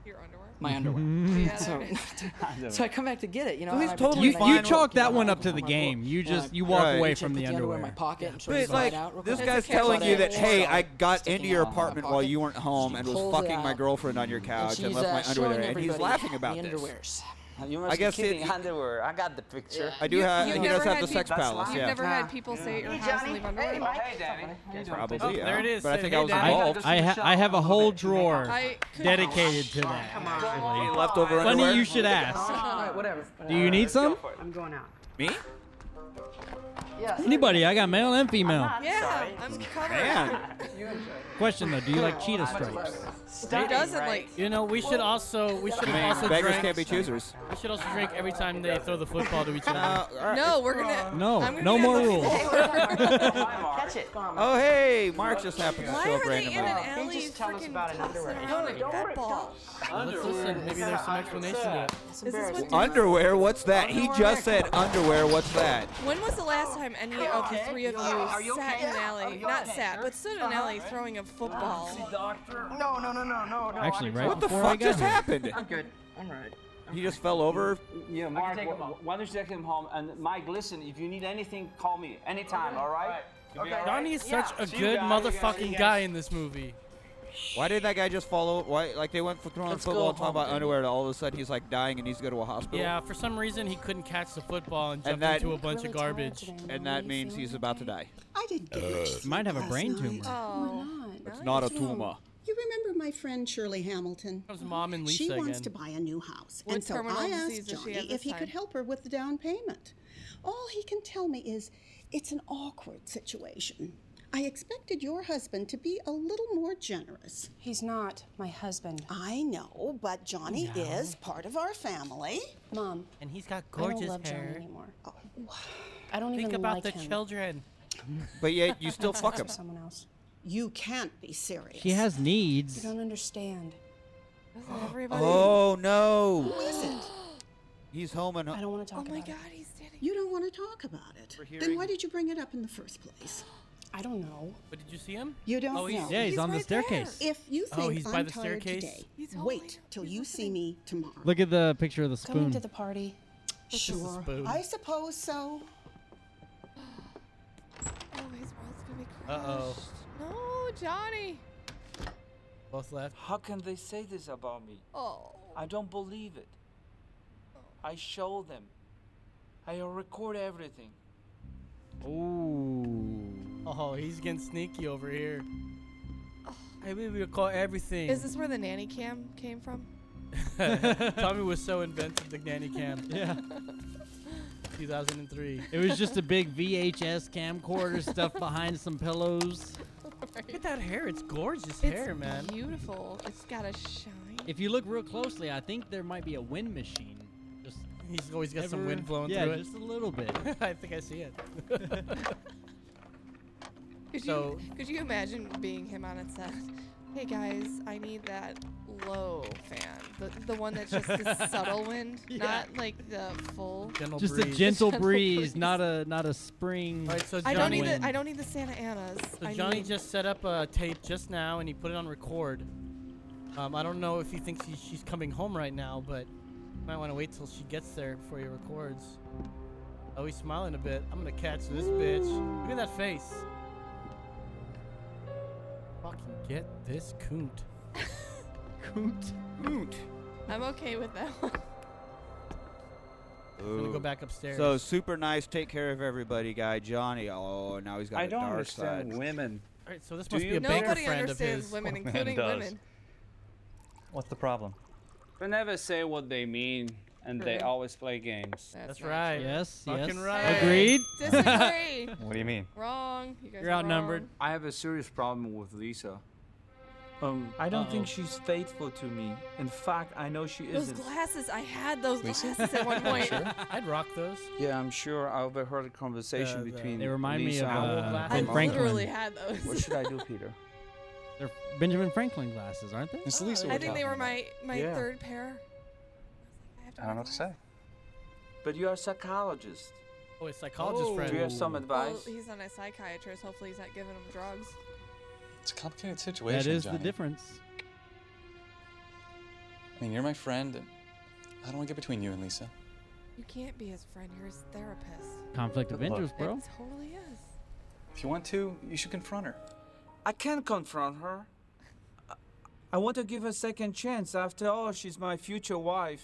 Your underwear. my underwear. Yeah, so, there it is. so I come back to get it. You know, So and he's I totally pretend You- I you don't chalk keep that my one book up to in the my game. book. You And I just- you walk pretend away to from put in the my underwear. pocket. And sort But of it's like slide out real this quick. guy's telling you that, hey, I got into your apartment while you weren't home and was pulls it fucking my out. girlfriend on your couch and, she's, left uh, my underwear showing there, and he's everybody laughing about the this. underwears. You I must be guess kidding. it- underwear. I got the picture. I do have. Uh, He does have the sex That's palace. lying. yeah. Never had people say at your Hey, house and Johnny. leave underwear. Hey, Like, Mike. Probably. Oh, there yeah. it is. But I Say, think "Hey, I was Daddy." involved. I ha- I have a whole drawer I could- dedicated to that. actually. Leftover underwear. Funny you should ask. Alright, whatever. Do you need some? I'm going out. Me? Yeah. Anybody? I got male and female. Yeah, I'm covered. Man. Question though, do you like cheetah stripes? He doesn't like. You know, we should also we should I mean, also beggars drink. can't be choosers. We should also drink every time they throw the football to each other. Uh, No, we're gonna. No, I'm gonna no be more like- rules. Catch it. Oh hey, Mark just happened to Why show are up they in an randomly. alley freaking tossing around a football? Well, let's listen. Maybe there's some explanation to it. Is this what Underwear? What's that? He just said underwear. What's that? When was the last time any of the three of Oh. you sat in an alley, not sat, but stood in an alley throwing a football? No, no, no, no, no, no. Actually, right What the before I fuck got just here. happened? I'm good. I'm right. He just fell over. Yeah, Mark, wh- wh- why don't you take him home? And Mike, listen, if you need anything, call me anytime, all right? You'll be all right? Johnny is such a See you good guys. See you motherfucking guys. guy in this movie. Why did that guy just follow? Why like they went for throwing Let's football go and talking home, about baby. underwear? To all of a sudden he's like dying and needs to go to a hospital. Yeah, for some reason he couldn't catch the football and jumped that- into a bunch of garbage. And that means he's about to die. I didn't Uh, get much Might have a sleep brain last tumor. night. Oh, It's not a Yeah. tumor. You remember my friend Shirley Hamilton? Comes mom and she Lisa wants again. to buy a new house, What and so terminal I disease asked does she Johnny have if this he time? could help her with the down payment. All he can tell me is, it's an awkward situation. I expected your husband to be a little more generous. He's not my husband. I know, but Johnny is part of our family. Mom, And he's got I don't gorgeous love Johnny hair. anymore. Oh, I don't Think even about like the him. children. But yet you still I'm fuck him. obsessed with Someone else. You can't be serious. She has You needs. don't understand. Everybody. Oh no. Who is it? He's home and I don't want to Oh talk my about God, it. he's standing. You don't want to talk about it. Then why did you bring it up in the first place? I don't know. But did you see him? You don't oh, he's, know. Yeah, he's, He's on the right there. staircase. If you Oh, think he's I'm by the tired staircase? today, He's all wait the way till up. you see me tomorrow. Look at the picture of the Coming spoon. to the party. Sure. spoon. I suppose so. Oh, his world's gonna be crushed. Uh-oh. No, Johnny. Both left. How can they say this about me? Oh. I don't believe it. I show them. I record everything. Ooh. Oh, he's getting sneaky over here. I will recall everything. Is this where the nanny cam came from? Tommy was so inventive, the nanny cam. Yeah. 2003. It was just a big VHS camcorder stuffed behind some pillows. Look at that hair. It's gorgeous hair, man. Beautiful. It's got a shine. If you look real closely, I think there might be a wind machine. Just He's always got some ever- wind blowing yeah, through it. just a little bit. I think I see it. Could So- you could you imagine being him on a set? Hey guys, I need that low fan, the the one that's just the subtle wind, not like the full. just a gentle breeze, not a not a spring. Alright, so I don't Johnny- need the I don't need the Santa Anas. So I Johnny need- just set up a tape just now, and he put it on record. Um, I don't know if he thinks he, she's coming home right now, but you might want to wait till she gets there before he records. Oh, he's smiling a bit. I'm gonna catch this bitch. Look at that face. Fucking get this coont. coont. Coont. I'm okay with that one. I'm gonna go back upstairs. So super nice, take care of everybody, guy Johnny. Oh, now he's got I a don't dark understand side. women. All right, so this Do must be you a banker Nobody friend of understands his. women, Oh, Man including does. women. What's the problem? They never say what they mean, and Really? they always play games. That's not right. true. Yes, Fucking yes. right. Agreed. Disagree. What do you mean? Wrong. You guys You're are outnumbered. wrong. I have a serious problem with Lisa. Um, I don't think she's faithful to me. In fact, I know she Those isn't. glasses, I had those Lisa? glasses at one point. I'd rock those. Yeah, I'm sure I overheard a conversation Uh, the- between. They remind me Lisa of, and uh, Bob. Ben I Franklin. literally had those. What should I do, Peter? They're Benjamin Franklin glasses, aren't they? It's Lisa I think they were my my Yeah. third pair. I don't know what to say. But you're a psychologist. Oh, a psychologist friend. Do you have Oh. some advice? Well, he's not a psychiatrist. Hopefully, he's not giving him drugs. It's a complicated situation. That is the Johnny. difference. I mean, you're my friend, and I don't want to get between you and Lisa. You can't be his friend. You're his therapist. Conflict of Look, interest, bro. It totally is. If you want to, you should confront her. I can't confront her. I- I want to give her a second chance. After all, she's my future wife.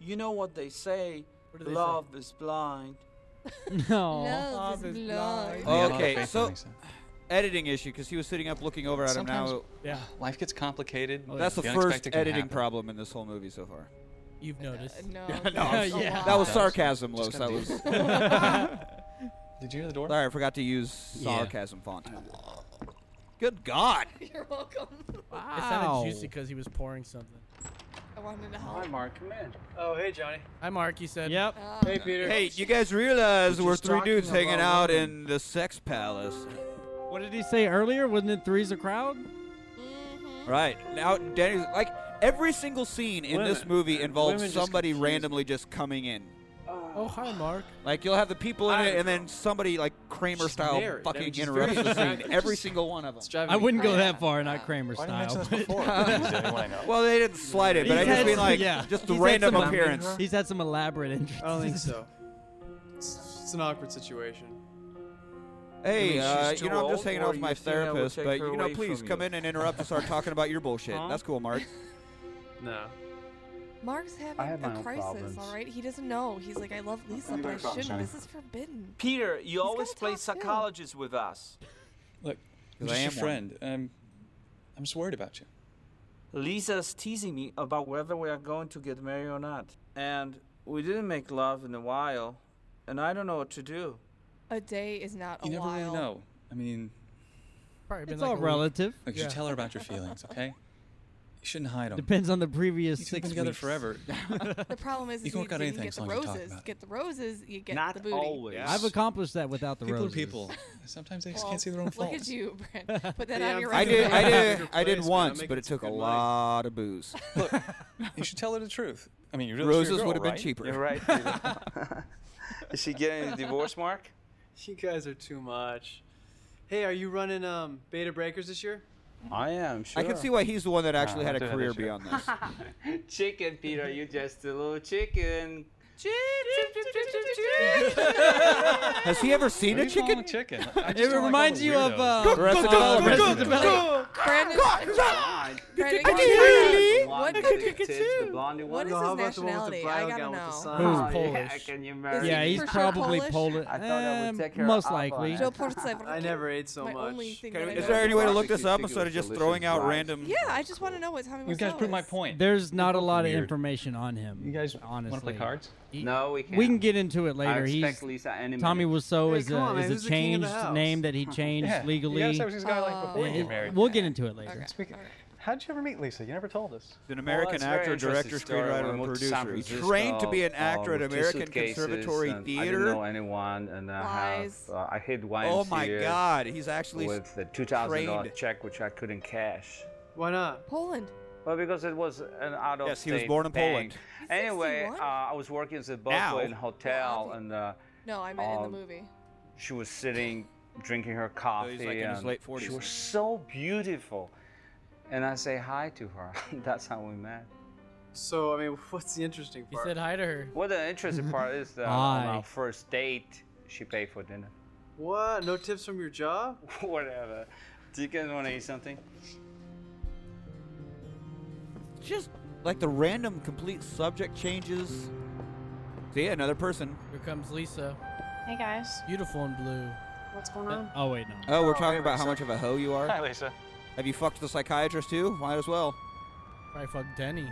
You know what they say do they say? love is blind. No. Love is blind. Oh, okay, so editing issue because he was sitting up looking over at Sometimes- him now. Yeah. Life gets complicated. Oh, That's the the first unexpected can editing happen. problem in this whole movie so far. You've noticed. no. Uh, No, I'm- That was sarcasm, Los. Just That gotta do was. Did you hear the door? Sorry, I forgot to use Yeah. sarcasm font. Good God. You're welcome. It Ow. sounded juicy because he was pouring something. I wanted to help. Hi, Mark. Come in. Oh, hey, Johnny. Hi, Mark. You said. Yep. Hey, Peter. Hey, you guys realize We're we're just three talking dudes hanging about out women. in the sex palace. What did he say earlier? Wasn't it three's a crowd? Right. Now, Danny's like, every single scene in this Women. movie involves Women just somebody randomly just coming in. Oh, hi, Mark. Like, you'll have the people in I- it, and then somebody, like, Kramer style married. I mean, fucking she's interrupts very the scene. attractive. Every single one of them. I wouldn't go that far, not Kramer Why style. didn't you mention this before? Is there anyone I know? Well, they didn't slide it, but I He's just had mean, some- like, yeah. just the He's had random some- appearance. He's had some elaborate entrances. I don't think so. It's, it's an awkward situation. Hey, I mean, uh, she's you too know, I'm just old, hanging or out with you my think I would therapist, take but, her you know, away please from come you? in and interrupt and start talking about your bullshit. Huh? That's cool, Mark. No. Mark's having had my a own crisis. problems. All right, he doesn't know. He's like, I love Lisa, Anybody but I got shouldn't. Johnny? This is forbidden. Peter, you He's always gotta play talk, too. psychologist with us. Look, I'm 'Cause I just your am one. friend. I'm, I'm just worried about you. Lisa's teasing me about whether we are going to get married or not. And we didn't make love in a while, and I don't know what to do. A day is not You a never while. really know. I mean, Probably been It's like all a week. relative. look, you should tell her about your feelings, okay? You shouldn't hide them. Depends on the previous you two have six been together weeks. forever. The problem is, You is can you, work out you anything can get as the long as you talk roses. about it. Get the roses, you get Not the booty. always. I've accomplished that without the people are roses. people. Sometimes they just Well, can't see their own Look faults. at you, Brent. Put that Yeah, on I'm your I resume. did, I did, Bigger I did place, man. once, I'm but making it took a some good money. lot of booze. You should tell her the truth. I mean, you really Roses would have been cheaper. You're right, Peter. is she getting a divorce, Mark? You guys are too much. Hey, are you running um Beta Breakers this year? I am, sure. I can see why he's the one that actually had a career beyond this. chicken, Peter, you just a little chicken. Has he ever seen What a do you call chicken? a chicken? It reminds you of uh, Arrested Development. Brandon, Brandon, Cock, really? cock, What cock, could cock, tits, the blondie What one. is No, how his about the one with the nationality? brown I gotta gown with the know. sun? Who's Oh, yeah, Polish? can you marry Yeah, me? he's For sure probably Polish? Polish. I thought that Um, would Eh, take care of most all likely. that. Joe Portsev, I never ate so my much. only thing Can that we- I Is know. there any way to look Barbecue this up chicken instead of with just delicious throwing out fries. random? Yeah, I just want to know what Tommy was. point. There's not a lot of Weird. information on him. You guys honestly play cards? No, we We can can't. get into it I later. expect He's Lisa animated. Tommy Wiseau Hey, is a, come on, man, is who's a the king of changed the house? name that he changed Yeah, legally. You guys was this guy like before you Uh, get married. We'll get into it later. Speaking- How'd you ever meet Lisa? You never told us. An American actor, director, screenwriter, and producer. He trained to be an actor at with two American suitcases, Conservatory and um, I didn't Theater. know anyone, and I Lies. have uh, I hid wines Oh my here God, he's actually with the two thousand dollar trained. check which I couldn't cash. Why not? Poland. Well, because it was an out of Yes, he was born in Poland. Anyway, uh, I was working as a Now. busboy in a hotel, and uh, No, I meant in Um, the movie. she was sitting drinking her coffee. like in his and late She 40s. was so beautiful, and I say hi to her. That's how we met. So, I mean, what's the interesting You said hi to her. Well, the interesting part is that on Hi. our first date, she paid for dinner. What? No tips from your job? Whatever. Do you guys want to eat something? Just like the random complete subject changes. See another person. Here comes Lisa. Hey guys, Beautiful in blue. what's going on? Oh wait, no. Oh, we're Oh, talking hey, about how Lisa. much of a hoe you are. Hi, Lisa. Have you fucked the psychiatrist too? Might as well. Probably fuck Denny.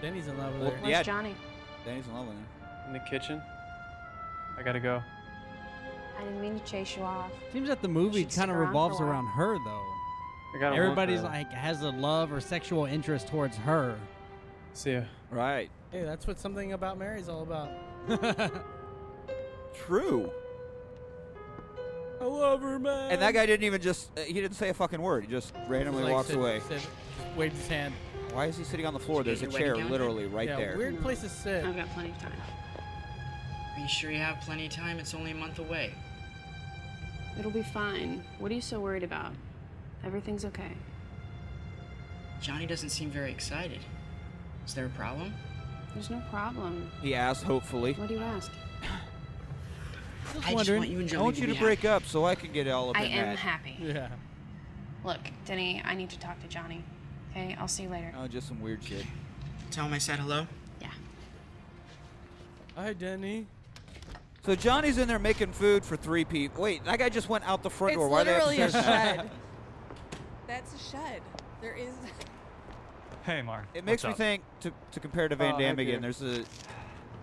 Denny's in love with Well, her. Where's yeah. Johnny? Danny's in love with him. In the kitchen. I gotta go. I didn't mean to chase you off. Seems that the movie stick kind of around for a revolves while. around her though. I gotta work Everybody's early. like has a love or sexual interest towards her. See ya. Right. Hey, that's what something about Mary's all about. True. I love her, man. And that guy didn't even just, uh, he didn't say a fucking word. He just randomly Like, walks said- away. said- waved his hand. Why is he sitting on the floor? There's a Is your chair wedding calendar? literally right Yeah, there. Weird place to sit. I've got plenty of time. Are you sure you have plenty of time? It's only a month away. It'll be fine. What are you so worried about? Everything's okay. Johnny doesn't seem very excited. Is there a problem? There's no problem. He asked, hopefully. What do you ask? I just Wondering, want you and I Johnny want to you be to break up so I can get all up I in am that. happy. Yeah. Look, Denny, I need to talk to Johnny. Okay, I'll see you later. Oh, just some weird shit. Tell him I said hello. Hi, Denny. So Johnny's in there making food for three people. Wait, that guy just went out the front It's door. Why are they literally a upstairs now? shed. That's a shed. There is. Hey, Mark. It makes me think to, to compare to Van Oh, Damme hey, again. Peter. There's a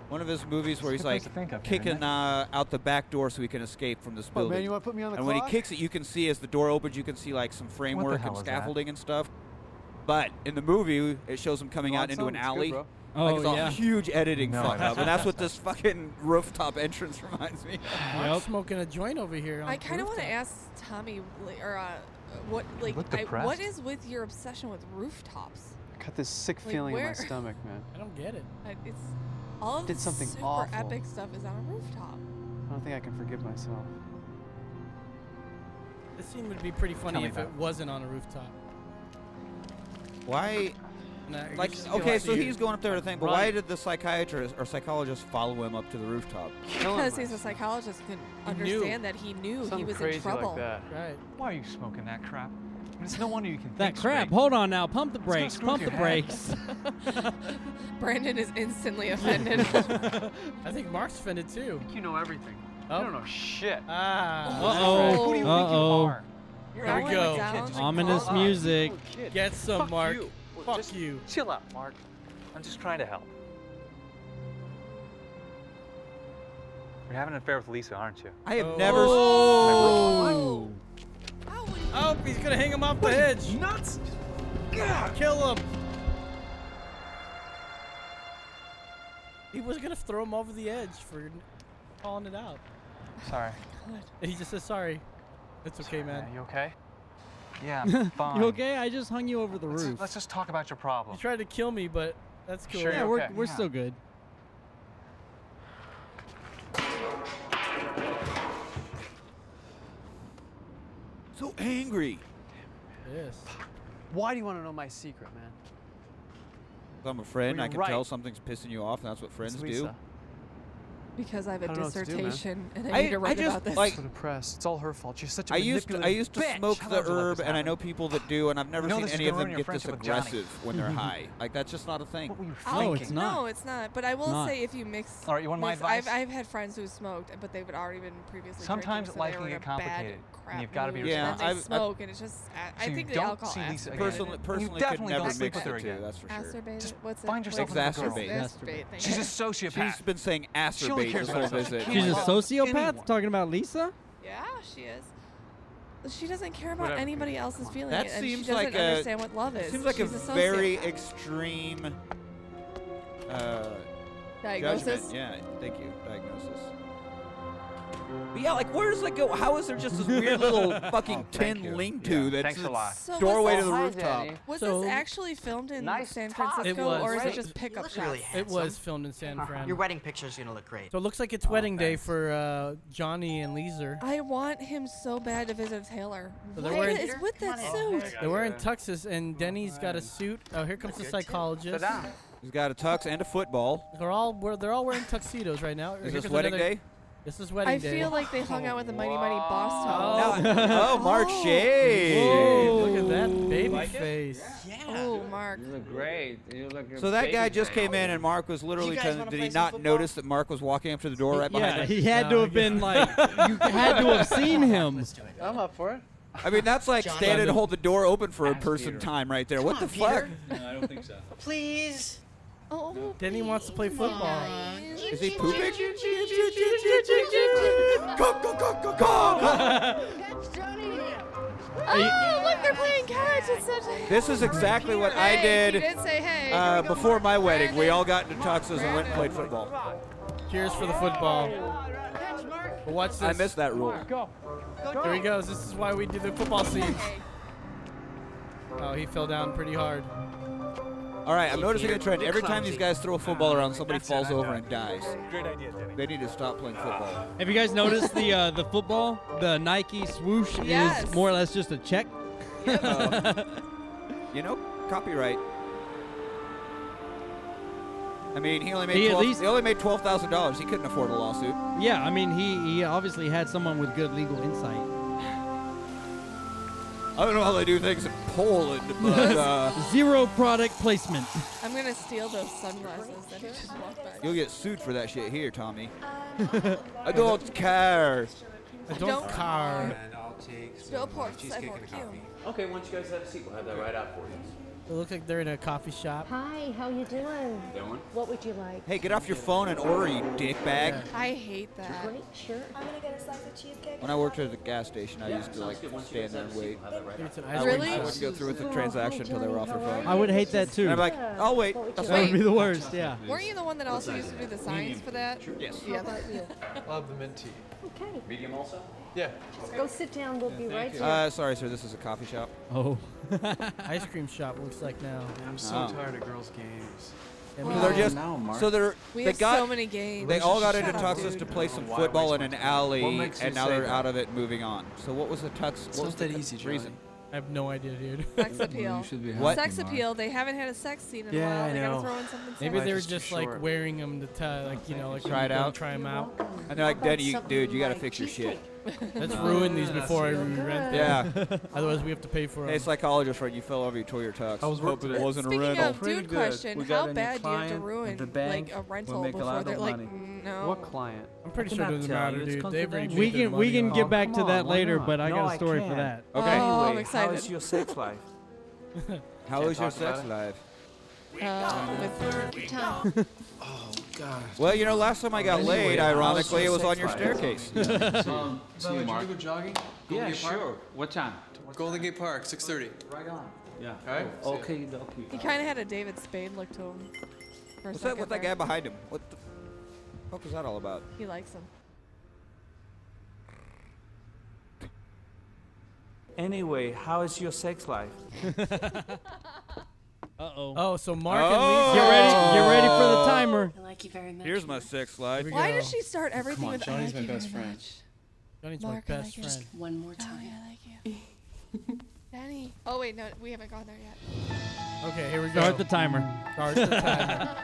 one of his movies where he's It's a good place like to think up here, isn't kicking uh, out the back door so he can escape from this What, man, building. you wanna put me on the and when clock? he kicks it, you can see as the door opens, you can see like some framework hell and is that? scaffolding and stuff. But in the movie, it shows him coming You out want into some? an It's good, alley. bro. like it's Oh, a yeah. huge editing No, fuck that's- up, and that's what this fucking rooftop entrance reminds me. I'm of. smoking a joint over here. on I the kind of want to rooftop. ask Tommy li- or uh, what like look I, what depressed. is with your obsession with rooftops? I got this sick Wait, feeling in my where- stomach, man. I don't get it. I- It's all of Did the something super awful. epic stuff is on a rooftop. I don't think I can forgive myself. This scene would be pretty funny me if about it wasn't on a rooftop. Why? Nah, you Like, just feel okay, like so you- he's going up there to think, but Right. why did the psychiatrist or psychologist follow him up to the rooftop? Because he's a psychologist, couldn't knew. understand that he knew he Something was crazy in trouble. like that. Right. Why are you smoking that crap? I mean, it's no wonder you can That think crap. straight. Hold on now. Pump the It's gonna brakes. screw with Pump your the head. brakes. Brandon is instantly offended. I think Mark's offended too. You know everything. Oh. You don't know shit. Ah. Uh-oh. Who do you think you Uh-oh. are? You're There an we go. actual kid, just a Oh, Ominous grown-up. music. You're a kid. Get some, Oh, Fuck ah. Mark. you. Well, Fuck just you. Chill out, Mark. I'm just trying to help. You're having an affair with Lisa, aren't you? I have Oh. never. s- Oh. Oh, he's gonna hang him off the hedge. Nuts! Kill him. He was gonna throw him over the edge for n- calling it out. Sorry. And he just says sorry. It's okay, man. you okay? Yeah, I'm fine. You okay? I just hung you over the Let's, roof. let's just talk about your problem. You tried to kill me, but that's cool. Sure, yeah, you're we're, okay. we're Yeah. still good. So angry. Yes. Why do you want to know my secret, man? I'm a friend. Well, I you're can right. tell something's pissing you off, and that's what friends It's do. Lisa. because I have I a don't know what to do, man. dissertation and I- I need to I write just, about this. like- for the press. It's all her fault. She's such a I used to, I manipulative used to bitch. smoke How the did you let herb, this and I happen? know people that do, and I've never know seen this is any of gonna them ruin get your this friendship with Johnny. aggressive when they're Mhm. high. Like that's just not a thing. I'll- No, it's not. But I will Not. say, if you mix, All right, you want my mix- advice? I've, I've had friends who smoked, but they've already been previously. Sometimes drinking, so life they can were get in a bad complicated, and crap you've gotta be mood, and then responsible. Yeah, they I've- smoke, and it's just. I, I So you think the don't alcohol. see Lisa exacerbated again. Personally, You personally could definitely never don't sleep mix with the her two. again. That's for sure. Exacerbate it? What's find it? yourself What's it? another girl. Exacerbate. thank She's you. a sociopath. She's been saying She only acerbate cares this about whole herself. visit. She's a Like- sociopath. Talking about Lisa. Yeah, she is. She doesn't care about Whatever, dude. anybody else's feelings, That and she seems doesn't like a understand what love is. seems like She's a, a very sociopath. extreme uh, Diagnosis? Judgment. Yeah, thank you. Diagnosis. But yeah, like where does that go? How is there just this weird little Oh, fucking tin link to that's thanks a that's lot. So was doorway to this- the rooftop? Was So- this actually filmed in Nice San top. Francisco, It was. or is Right. it just pickup shots? really It was handsome. filmed in San Fran. Oh, Your wedding picture's gonna look great. So it looks like it's wedding day for uh, Johnny and Leeser. I want him so bad to visit Taylor. So they're what wearing- is with that suit? They were in tuxes, and Denny's got a suit. Oh, here comes the psychologist. He's got a tux and a football. They're all we're, they're all wearing tuxedos right now. Here this comes wedding another- day? This is wedding I day. feel like they hung out with the Mighty Mighty Boss Town. Oh, Mark Shade. Whoa, look at that baby like it? face. Oh, Mark. You look great. You look So that guy just came in, and Mark was literally. guys Trying, wanna did play he some not football? notice that Mark was walking up to the door right behind yeah, him? he had to have been like, you had to have seen him. I'm up for it. I mean, that's like John standing and Lennon. hold the door open for a person time right there. What the fuck? No, I don't think so. Please. Oh. Denny wants to play football. Is he pooping? Oh, look, they're playing catch. It's such a This is exactly what I Hey, did, he did say, hey, uh, here we go, before my wedding. We all got into tuxes and went and played football. Cheers for the football. But watch this. I missed that rule. There he goes. This is why we do the football scene. Oh, he fell down pretty hard. All right, I'm noticing a trend. You're Every time clumsy. these guys throw a football around, somebody falls over and dies. Great idea, They need to stop playing football. Have you guys noticed the uh, the football? The Nike swoosh Yes. is more or less just a check. You know, copyright. I mean, he only made He at 12, least- he only made twelve thousand dollars. He couldn't afford a lawsuit. yeah, I mean he he obviously had someone with good legal insight. I don't know how they do things in Poland, but uh, Zero product placement. I'm going to steal those sunglasses that he just walked by. you'll get sued for that shit here, Tommy. I don't care. I Um, don't care. And I'll take some uh, Bill Port's cheesecake Cyborg and Q. coffee. Okay, once you guys have a seat, we'll have that right out for you. It looks like they're in a coffee shop. Hi, how you doing? What would you like? Hey, get off your phone and order, you dickbag. I hate that. Great, sure. I'm gonna get a slice of cheesecake. When I worked at the gas station, I Yeah, used to sounds like good. Once you guys stand there have and a seat, wait. we'll have that right I out. wouldn't- Really? I wouldn't go through with the transaction until they were off their phone. I would hate that too. And I'm like, I'll wait. That would be the worst. Yeah. Weren't you the one that also used to do the signs for that? Yes. Yeah. Love the mint tea. Okay. Medium also? Yeah. Go sit down, we'll be right Uh, sorry, sir. This is a coffee shop. Oh. Ice cream shop looks like now. I'm so Oh. tired of girls' games. So they're just so they're We they have got so many games. they all got Shut into up, tuxes dude. to play some Why football waste in an my time? alley, What makes and you now say they're that? out of it, moving on. So what was the tux? What not was the that cu- easy, Johnny. reason? I have no idea, dude. Sex appeal. What? Sex appeal. They haven't had a sex scene in Yeah, a while. I they know. gotta throw in something. Maybe sexy. they were just like wearing them to tell, like you know, like Try it when you go out. try them out. And they're like, "Daddy, you, dude, you got to fix your shit." Let's ruin these before I re-rent them. Yeah. Otherwise, we have to pay for um, Hey, them. psychologist, right? You fell over, you tore your tux. I was Hope working it it. wasn't Speaking a rental. of dude question, We got a how new bad do you have to client ruin at the bank. like a rental We'll make a before lot they're of like, money. "Mm, no? What client? I'm pretty I sure it cannot doesn't tell matter, you. It's dude. They've reached confidential. We their can we money can limit. get back to come on, that why later, not? but I No, got I a story for can't. that. Oh, Okay. I'm Oh, I'm Anyway, how excited. is your sex life? How Can't is your talk about sex it. life? Uh, with Tom. God. Well, you know, last time I got Anyway, laid, how's ironically, it your was on sex your life? staircase. um, you, you Mark. wanna go jogging? Golden yeah, Gate Park? sure. What time? Golden Gate Park, 6:30. Right on. Yeah. All right. Cool. Okay, He kind of had a David Spade look to him. For a What's that? second What's that guy there. behind him? What the fuck was that all about? He likes him. Anyway, how is your sex life? Uh oh. Oh, so Mark Oh. and Lisa. Get ready- get ready for the timer. I like you very much. Oh. Here's my sex life. we Why go. does she start everything on, with Johnny's I like my you best very friend. much? Johnny's Mark, my I best like your friend. One more Oh, time. yeah, I like you. Danny. Oh wait, no, we haven't gone there yet. Okay, here we go. Start the timer. Start the timer.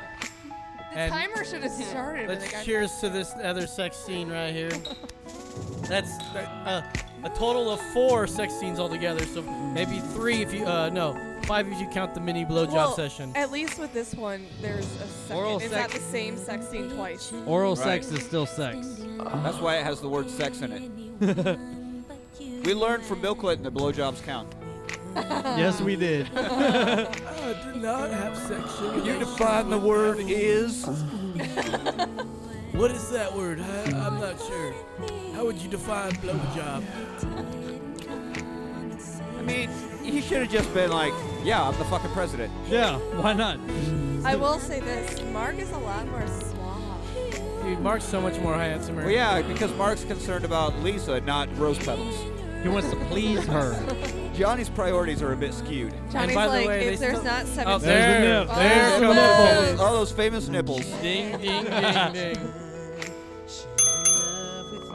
And timer should have started. when Let's they got cheers to this other sex scene right here. That's uh, a total of four sex scenes altogether. So maybe three if you uh, no five if you count the mini blowjob Well, session. At least with this one, there's a second. Oral it's sex- not the same sex scene twice. Oral Right. sex is still sex. That's why it has the word sex in it. we learned from Bill Clinton that blowjobs count. yes, we did. did not have sexual. You define the word is. what is that word? I, I'm not sure. How would you define blowjob? I mean, he should have just been like, yeah, I'm the fucking president. Yeah, why not? I will say this: Mark is a lot more suave. Dude, Mark's so much more handsomer. Well, yeah, because Mark's concerned about Lisa, not rose petals. He wants to please her. Johnny's priorities are a bit skewed. Johnny's by the like, way, they if there's still- not seven. Oh, there's the nip. There's All the those- nipples. All those famous nipples. Ding ding ding ding.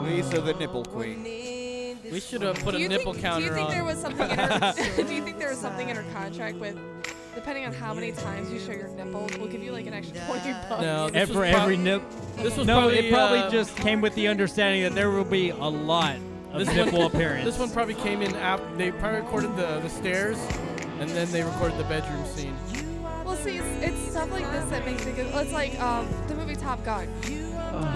Lisa, the nipple queen. We should have put do a you nipple think, counter do you think on. there was something in her? do you think there was something in her contract with, depending on how many times you show your nipples, we'll give you like an extra twenty bucks? No, this was And for prob- every nip. This was no, probably, it probably uh, just came with the understanding that there will be a lot of This nipple one, appearance. This one probably came in. Ap- they probably recorded the, the stairs, and then they recorded the bedroom scene. Well, see, it's, it's stuff like this that makes it good. It's like um, the movie Top Gun.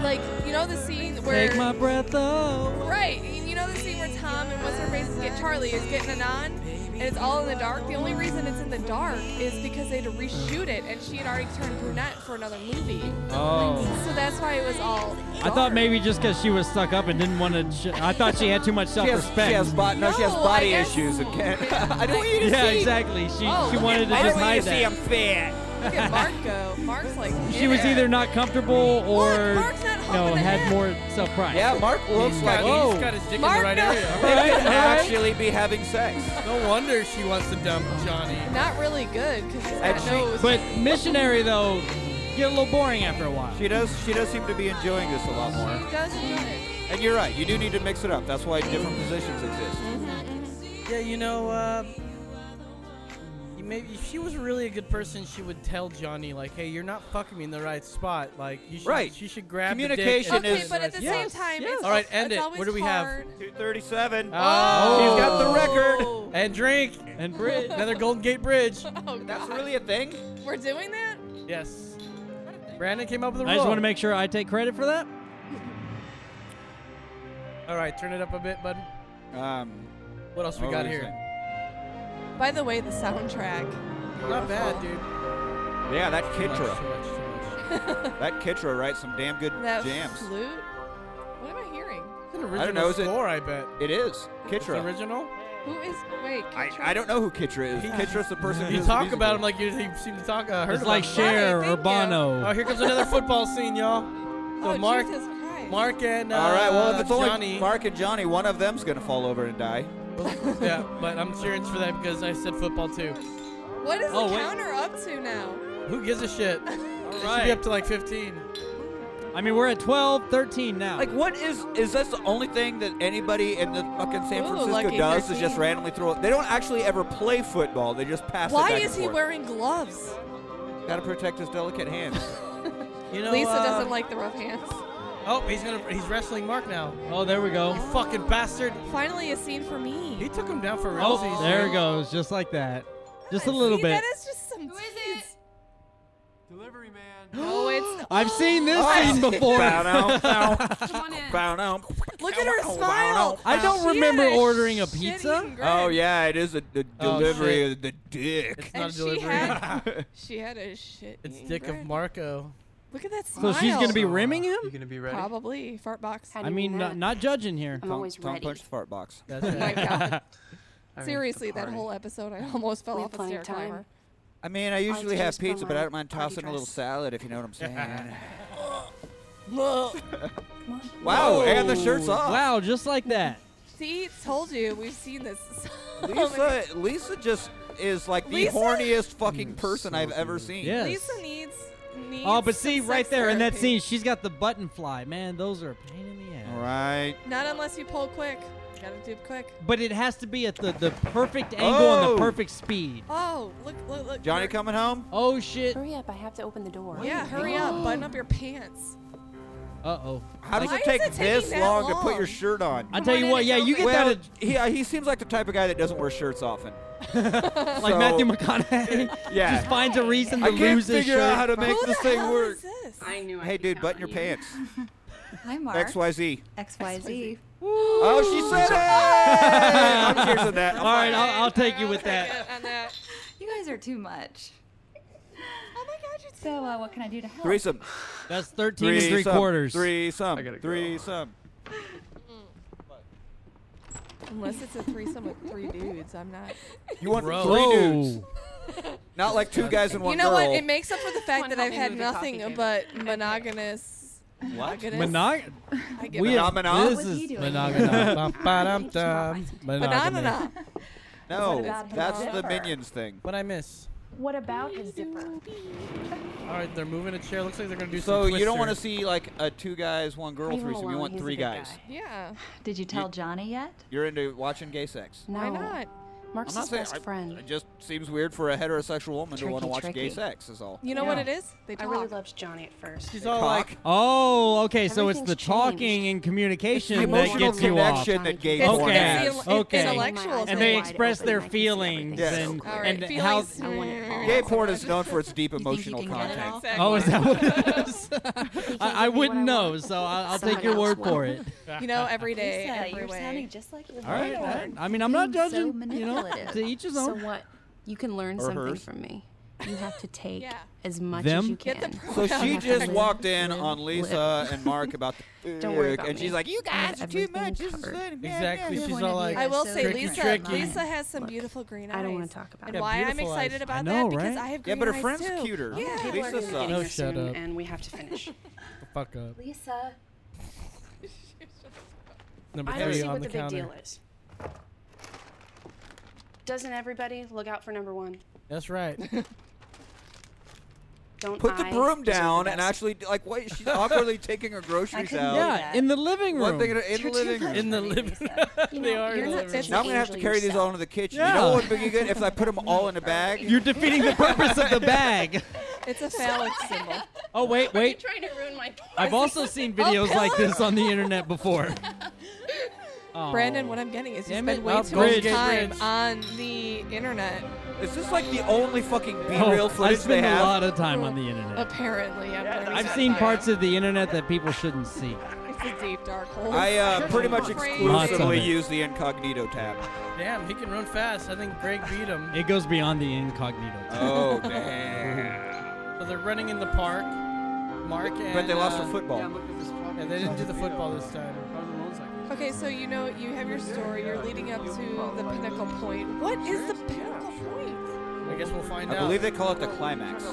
Like, you know the scene where. Take my breath away. Right. You know the scene where Tom and what's her face get Charlie is getting it on, and it's all in the dark. The only reason it's in the dark is because they had to reshoot it, and she had already turned brunette for another movie. Oh. So that's why it was all. I thought maybe just because she was stuck up and didn't want to. Sh- I thought she had too much She self has, respect. she has bo- no, she has No, I body guess- issues and can't. I don't want you to yeah, see. exactly. She Oh, she look wanted at Mark. to just I hide don't want that. you to Look at Mark go. Mark's like. She was in it. either not comfortable or Mark's not you know, humping the had hip. more self pride. Yeah, Mark looks like Got, he's got his dick Mark, in the right no. area. they Right, could right. actually be having sex. No wonder she wants to dump Johnny. Not really good because he's got she- nose. But missionary though, Oh, get a little boring after a while. She does. She does seem to be enjoying this a lot more. He does enjoy it. And you're right. You do need to mix it up. That's why different positions exist. Mm-hmm. Yeah, you know, uh, you maybe if she was really a good person, she would tell Johnny like, "Hey, you're not fucking me in the right spot. Like, you should, Right. she should grab Communication The dick Okay, and- is- but at the Yes, same time, yes. it's All right, al- end it's it. always What do we have? hard. 237. Oh. He's got the record. Oh. and drink And Brit, another Golden Gate Bridge. Oh, That's God. really a thing. We're doing that? Yes. Brandon came up with the rule. I just want to make sure I take credit for that. All right, turn it up a bit, bud. Um, What else we what got were you here? saying? By the way, the soundtrack. Not bad, dude. Yeah, that Too much, Kitra. too much, too much. That Kitra writes some damn good That jams. flute. What am I hearing? It's an original know, is it- score, I bet. It is It's Kitra. original. Who is? Wait. I, Kitra? I don't know who Kitra is. He- Kitra's the person. who You does the talk music about him video. like you you seem to talk. Uh, heard It's about like him. Cher Right, or thank you. Oh, Bono. here comes another football scene, y'all. So Oh, Mark, Jesus Christ. Mark and uh, All right. Well, if it's only Johnny. Mark and Johnny, one of them's gonna fall over and die. yeah, but I'm cheering for that because I said football too. What is Oh, the wait. counter up to now? Who gives a shit? It should be right. up to like 15. I mean, we're at 12, 13 now. Like, what is is that the only thing that anybody in the fucking San Ooh, Francisco lucky does is 13. just randomly throw it? They don't actually ever play football. They just pass it Why back is and he forth. wearing gloves? Gotta protect his delicate hands. You know, Lisa uh, um, doesn't like the rough hands. Oh, he's gonna he's wrestling Mark now. oh, there we go. You fucking bastard! Finally, a scene for He me. took him down for real. Oh, there it goes, just like that. Just a little See, bit. That is just some. Who is it? Delivery man. No, Oh, it's. Oh. I've seen this scene before. Bow now, bow, Come on in. bow now. Look at her smile. I don't She had remember a ordering a shitty pizza. ingredient. Oh yeah, it is a, the Oh, delivery shit. of the dick. It's not And a she delivery. had- She had a shit. it's Dick of ingredient. Marco. Look at that So smile. she's gonna be rimming You him? gonna be ready? Probably fart box. How do I you mean, do not, that? not judging here. I'm Tongue- always tongue ready. punch fart box. That's Oh my right. god. I mean, Seriously, the that party. whole episode, I almost fell We off have a plenty stair of time. climber. I mean, I usually have taste the pizza, but I light don't mind party tossing a little dress. salad if you know what I'm Oh, saying. Come on. wow, and the shirt's off. Wow, just like that. See, told you, we've seen this. so many- Lisa, Lisa just is like the Lisa? Mm, horniest fucking person I've ever seen. Yes. Lisa needs needs Oh, but see, some right sex there in that therapy. scene, she's got the button fly. Man, those are a pain in the ass. All right. Not unless you pull quick. You gotta do it quick. But it has to be at the, the perfect angle and Oh! the perfect speed. Oh, look, look, look. Johnny we're- coming home? Oh, shit. Hurry up, I have to open the door. Yeah, hurry up. Button up your pants. Uh oh. How does Why it is take it taking this that long, to put long? your shirt on? I tell you what, yeah, you get well, that. He, uh, he seems like the type of guy that doesn't wear shirts often. Like Matthew McConaughey. Yeah. Just finds a reason to I can't lose his figure out shirt. how to make this thing work. I knew Hey, dude, button your pants. Hi, Mark. X Y Z. XYZ. Oh, she said it. I'm cheers on that. All right, I'll, I'll take you with that. You guys are too much. Oh my God, you're So, uh, what can I do to help? Threesome. That's 13 and three quarters. Threesome. Threesome. Unless it's a threesome with three dudes, I'm not. You want Bro. three Whoa. dudes. Not like two guys and one you know girl. what? It makes up for the fact One that I've helping had move the coffee nothing table. but monogamous. What? Monogamous. Monog- I give We it have, uh, up. this is monogamous. Ba-ba-dum-dum. Monogamous. No, What that's about the Zipper? minions thing. What I miss? What about his zipper? All right, they're moving a chair. Looks like they're gonna do So some. you don't want to Twister. see like a two guys, one girl Leave him threesome. You alone, want he's a three good guys. Yeah. Did you tell Johnny yet? You're into watching gay sex. Why not? Mark's I'm not his saying- best I- friend. It just seems weird for a heterosexual woman to want to Tricky, watch gay tricky. sex. Is all. You know what it is? I really loved Johnny at first. She's all Cock. like- Oh, okay. So it's the Everything's talking and communication It's the that emotional gets you off. connection that gay okay. porn has. It's the Okay. intellectual and they thing. express their feelings Yes. and, All right, and how. feelings. I want it all. Gay porn is known for its deep emotional content. Oh, is that what it is? I, I wouldn't know, so I'll, I'll take your word for it. You know, every day, Lisa, every you're way. sounding just like your All right. mother. I, I mean, I'm not Being so judging. you know, manipulative. to each his So own. what? You can learn Or something hers. from me. You have to take as much Them? as you Get can. So You she have to just live, walked in live, on Lisa live. and Mark about the Don't worry dick, about and me. she's like, "You I have guys are too everything much. This is covered. funny." Yeah, Exactly. yeah, yeah. She's all like, I will say tricky, Lisa. tricky. Lisa has some beautiful green eyes. I don't wanna talk about and it. Yeah, why I'm beautiful eyes. excited about I know, that because right? I have Yeah, green but her eyes friend's too. cuter. Yeah. People are Lisa "Oh, gonna be getting sucks. No, here shut soon, up. And we have to finish. Fuck up. Lisa, Number I don't three see on what the the, big counter. deal is. Doesn't everybody look out for number one? That's right. Don't Put the I broom deserve down the and best? actually, like, wait, she's awkwardly taking her groceries couldn't out. do Yeah, that. in the living One room. thing in the- in the You're too living room. much In the living You They know, are you're in not the living such an Now I'm gonna have to angel carry these all yourself. into the kitchen. You Yeah. know what would be good if I put them all in a bag. You're defeating the purpose of the bag. It's a phallic symbol. Oh wait, Are you wait. trying to Oh ruin my Oh, I've also seen videos like this on the internet before. Oh. Brandon, what I'm getting is you Damn spend it, way Bob too much Golden Gate time Bridge. on the internet. Is this like the only fucking B Oh, real I footage they spend a have? lot of time on the internet. Apparently, I'm learning I've about seen that. parts of the internet that people shouldn't see. It's a deep dark hole. I uh, pretty much Crazy. Lots of exclusively it. use the incognito tab. Damn, he can run fast. I think Greg beat him. It goes beyond the incognito. Oh damn! So they're running in the park. Mark and. But they lost uh, their football. Yeah, they didn't do the football this time. Okay, so you know you have your story. You're leading up to the pinnacle point. What is the pinnacle point? I guess we'll find I out. believe they call it the climax.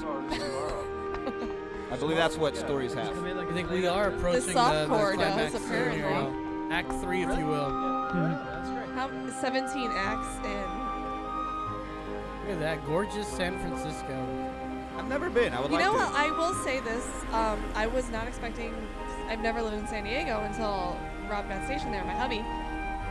I believe that's what stories have. I think we are approaching the, soft core does, climax soon here, apparently. y'all. Act three, if you will. How 17 acts in. Look at that gorgeous San Francisco. I've never been. I would You like know to. what? I will say this. Um, I was not expecting. I've never lived in San Diego until Rob got stationed there, my hubby.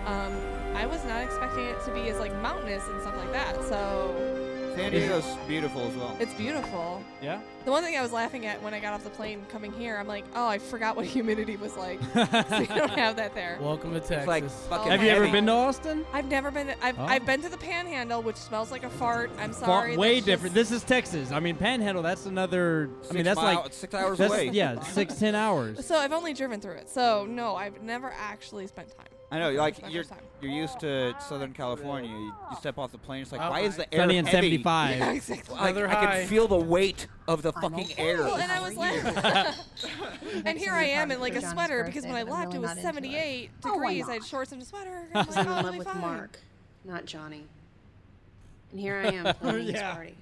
Um, I was not expecting it to be as like mountainous and stuff like that. So San Diego's beautiful as well. it's beautiful. Yeah. The one thing I was laughing at when I got off the plane coming here, I'm like, oh, I forgot what humidity was like. so you don't have that there. Welcome to Texas. like fucking Have you ever heavy. been to Austin? I've never been. To, I've Oh. I've been to the Panhandle, which smells like a fart. I'm Far- sorry. way that's different. just- This is Texas. I mean, Panhandle. That's another. I mean, Six that's mile- like six hours that's- away. Yeah, six ten hours. So I've only driven through it. So no, I've never actually spent time. I know, like It's my you're first time. you're used to Southern California. You, you step off the plane, it's like, Oh. why is the air Sunny and heavy? 75. Yeah, exactly. Like, Another I high. can feel the weight of the fucking air. Well, and I was laughing. and here I am in like a John's sweater because when I birthday, but I'm left really it was not into it. 78 Oh, why degrees. I had not? shorts and a sweater. I I'm was like, in "Oh, I'll love be with fine." Mark, not Johnny. And here I am planning this party.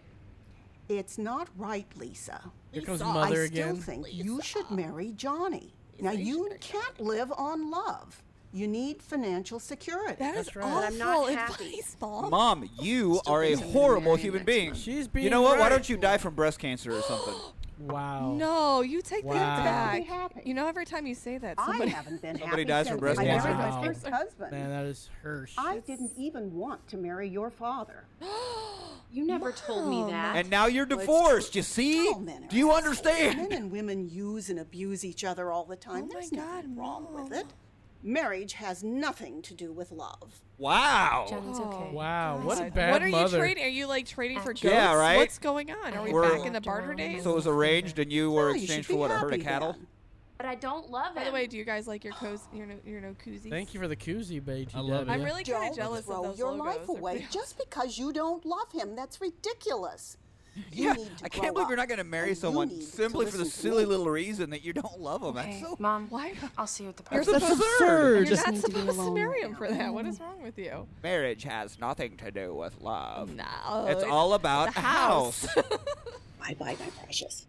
It's not right, Lisa. Here comes I mother still again. think you should marry Johnny. now you can't live on love. You need financial security. That is right. awful But I'm not happy. advice, Bob. Mom, you are a thinks I'm gonna horrible marry him human next being. month. She's being You know what? Why right. don't you die from breast cancer or something? Wow. No, you take Wow. that back. That You know, every time you say that, I somebody haven't been Somebody happy dies from since breast I cancer. married my first husband. Man, that is her. Sh- I didn't even want to marry your father. you never told Oh, me that. And now you're divorced, you see? Do you Men understand? and women use and abuse each other all the Oh time. There's nothing wrong with it. Marriage has nothing to do with love. Wow. Wow, what a God. bad What are you mother. trading? Are you like trading for goats? Yeah, right? What's going on? Are we We're- back in the barter days? So it was arranged and you were No, you should exchanged be for what? A herd happy of cattle? But I don't love By the way, do you guys like your cozy, your no, your no koozies? Thank you for the koozie, Beige. I love it. I'm really kind Don't of jealous throw of those your logos. life They're away pretty- just because you don't love him. That's ridiculous. You Yeah, need to I can't grow believe you're not up. going to marry and you someone need to simply for the listen to silly me. little reason that you don't love them. Okay, That's so Mom, Why? I'll see you at the You're party. That's supposed, absurd. You're Just not need to be supposed to alone marry him for that. What is wrong with you? marriage has nothing to do with love. No, It's it's all about the the house. house. Bye bye, my precious.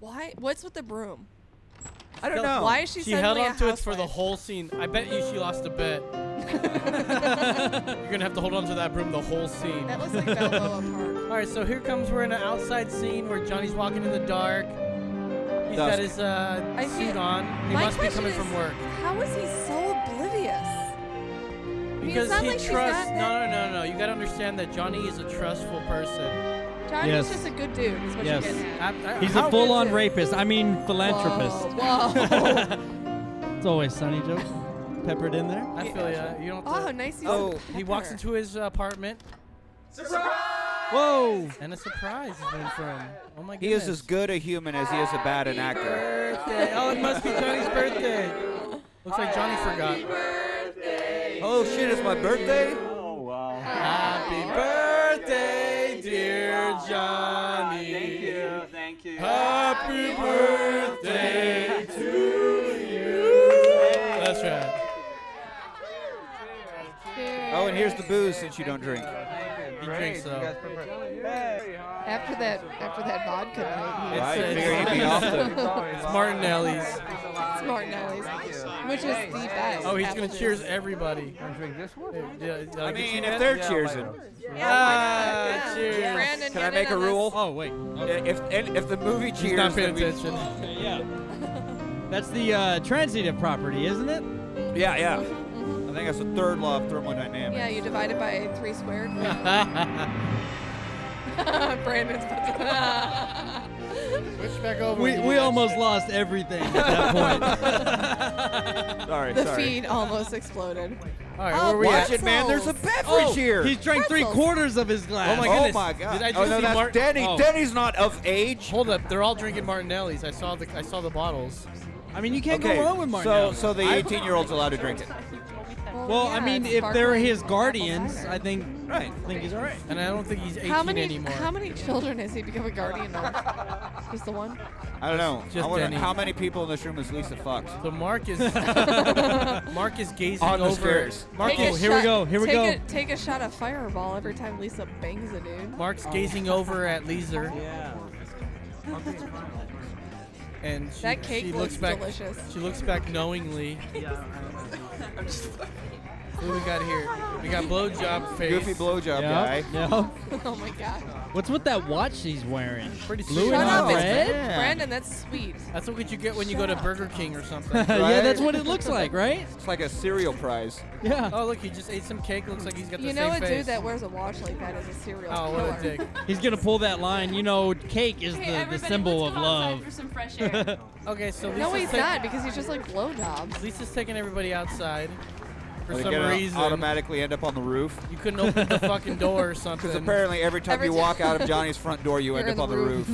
Why? What's with the broom? I don't No, know. Why is she She held suddenly a on to it for the whole scene. I bet you she lost a bet. You're gonna have to hold on to that broom the whole scene. That looks like Balboa Park. All right, so here comes we're in an outside scene where Johnny's walking in the dark. He's got Dusk. his uh, I suit feel- on. He My must be question coming is, from work How is he so oblivious? mean, it's because not he like she's trusts. not No, no, no, no. You gotta understand that Johnny is a trustful person. Johnny's Yes. just a good dude, is what Yes. you're getting at. I- I- He's how a is full-on it? rapist. I mean, philanthropist. it's always sunny joke peppered in there. I feel ya. You don't. Oh, how nice you Oh, are. he walks into his apartment. Whoa! And a surprise is waiting for him. Oh my He is goodness. as good a human as he is a bad an actor. birthday. Oh, it must be Johnny's birthday. Looks like Johnny forgot. Oh shit, it's my birthday? Oh, Happy birthday, dear Johnny. Thank you. Thank you. Happy birthday to you. That's right. Oh, and here's the booze since you don't drink. He drinks though. After that, after that vodka night, he Right, was- figure he'd be off the- it's Martinelli's. It's Martinelli's, which is the best. Oh, he's after gonna this. cheers everybody. Yeah, yeah, I get mean, you if that? they're Yeah, cheers later. him. Ah, Yeah. cheers. Yeah. Brandon, Can get I in make a on this. rule? Oh wait. If and if the movie He's not cheers, paying then we- attention. That's the uh, transitive property, isn't it? yeah, yeah. Mm-hmm. I think that's the third law of thermodynamics. Yeah, you divide it by three squared. Brandon's about to- Switch back over. we we almost lost everything at that point. sorry, the sorry. feed almost exploded. All right, Oh, where we Watch at? it, man. There's a beverage here. Oh, He's drank three Pretzels. quarters of his glass. Oh my oh goodness. my god. Did I just Oh, oh no, see that's Mart- Denny. Oh. Denny's not of age. Hold up, they're all drinking Martinelli's. I saw the I saw the bottles. I mean, you can't okay, go wrong with so Martinelli. so the 18 year old's allowed to drink it. well, I Oh, yeah, mean, it's if they're sparkling his apple guardians, cider. I think I Right. think he's all right. And I don't think he's 18 How many? anymore. How many children has he become a guardian of? Just the one. I don't know. Just I wonder Denny. how many people in this room is Lisa fucked. so Mark is Mark is gazing On the over. stairs. Mark Take a is, here we shot- go, here we take go. A, take a shot of fireball every time Lisa bangs a dude. Mark's gazing over at Leeser. And she, That cake she looks, looks back. delicious. She looks back knowingly. Who we got here? We got blowjob face. Goofy blowjob Yeah, guy. yeah. oh my god. What's with that watch she's wearing? Pretty Blue sweet. and Shut up, it's red. Yeah. Brandon, that's sweet. That's what you get when you go to Burger King or something. yeah, Right? that's what it looks like, right? It's like a cereal prize. Yeah. Oh look, he just ate some cake. Looks like he's got the You know a same face. dude that wears a watch like that is a serial oh, killer. what a dick. He's gonna pull that line. You know, cake is Okay, the, the everybody, symbol let's of go outside love. for some fresh air. Okay, so Lisa's, No, he's take- not because he's just like blowjobs. Lisa's taking everybody outside. For Like, some gonna reason, automatically end up on the roof. you couldn't open the fucking door or something. Because apparently every time Every you ti- walk out of Johnny's front door, you end You're up on the roof.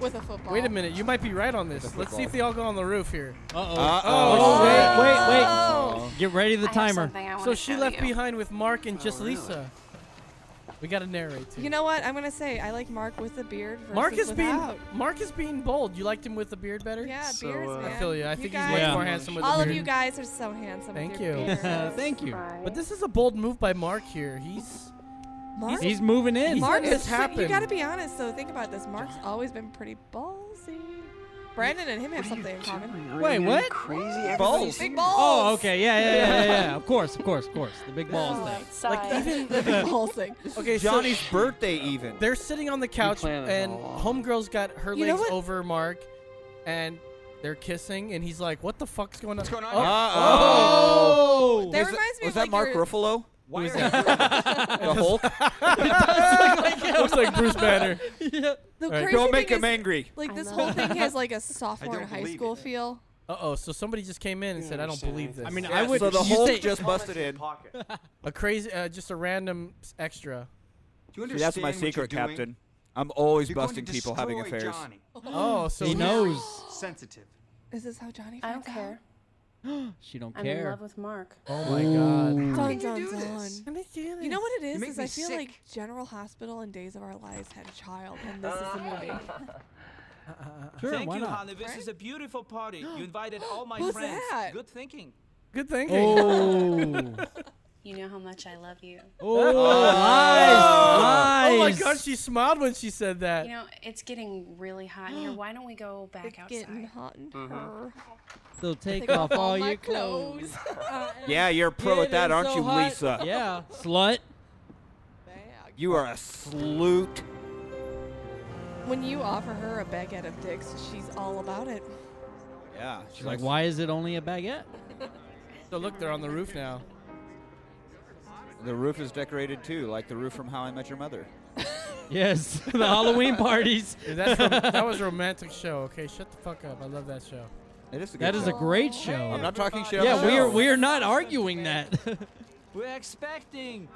With a football. Wait a minute, you might be right on this. With a Let's see football. if they all go on the roof here. Oh, Uh-oh. Uh-oh. Wait, wait, wait. Get ready the I have timer. something I So wanna she show left you. behind with Mark and just Lisa. We gotta narrate. Too. You know what? I'm gonna say I like Mark with the beard versus Mark is being without. Mark is being bold. You liked him with the beard better? Yeah, So, beards, uh, man. I I feel you. I think guys, he's much Yeah. more handsome with All the of beard. you guys are so handsome. Thank with your you. beards. Thank you. But this is a bold move by Mark here. He's Mark, He's moving in. He's- Mark This is. You happened. gotta be honest though. Think about this. Mark's always been pretty ballsy. Brandon and him have something in common. Wait, what? Balls. Big balls. Oh, okay, yeah, yeah, yeah, yeah, yeah. Of course, of course, of course. The big balls thing. Like even the big balls thing. Okay, so Johnny's birthday even. they're sitting on the couch, planned it and all homegirl's got her You know legs what? over Mark, and they're kissing, and he's like, "What the fuck's going on?" Oh. What's going on? Uh-oh. oh, That Was that- reminds me was of, that like, Mark your- Ruffalo? Why Why is are that? The Hulk? Looks like Bruce Banner. yeah. The All right. crazy Don't thing make him is, angry. Like this I whole know. thing has like a sophomore in high school feel. Uh oh! So somebody just came in and said, "I don't believe this." I mean, I would. you say- A crazy, uh, just a random s- extra. See, that's my secret, Captain. I'm always busting people having affairs. Oh, so He knows. Sensitive. Is this how Johnny? I don't care. She don't I'm care. in love with Mark. Oh my god. Dun, did you dun, do this? dun. How did you do You know this? what it You is? make Is me I feel sick. like General Hospital and Days of Our Lives had a child, and this is the movie. Ah. Uh, Sure, Thank why you, not? Hannah. This is a beautiful party. You invited all my Who's friends. that? Good thinking. Good thinking. Oh. You know how much I love you. Oh, lies, Oh my lies. god, she smiled when she said that. You know, it's getting really hot in here. Why don't we go back outside? getting hot in her. So take Take off all, off all my your clothes. Uh, Yeah, you're a pro at that, aren't you, Lisa? Yeah, slut. You are a sloot. When you offer her a baguette of dicks, she's all about it. Yeah. She's like, why is it only a baguette? So look, they're on the roof now. The roof is decorated too, like the roof from How I Met Your Mother. Yes, the Halloween parties. Dude, that's rom- that was a romantic show. Okay, shut the fuck up. I love that show. It is a That is a great Oh, show. I'm not talking shit. Yeah, on the we show. are we are not arguing that. We're expecting.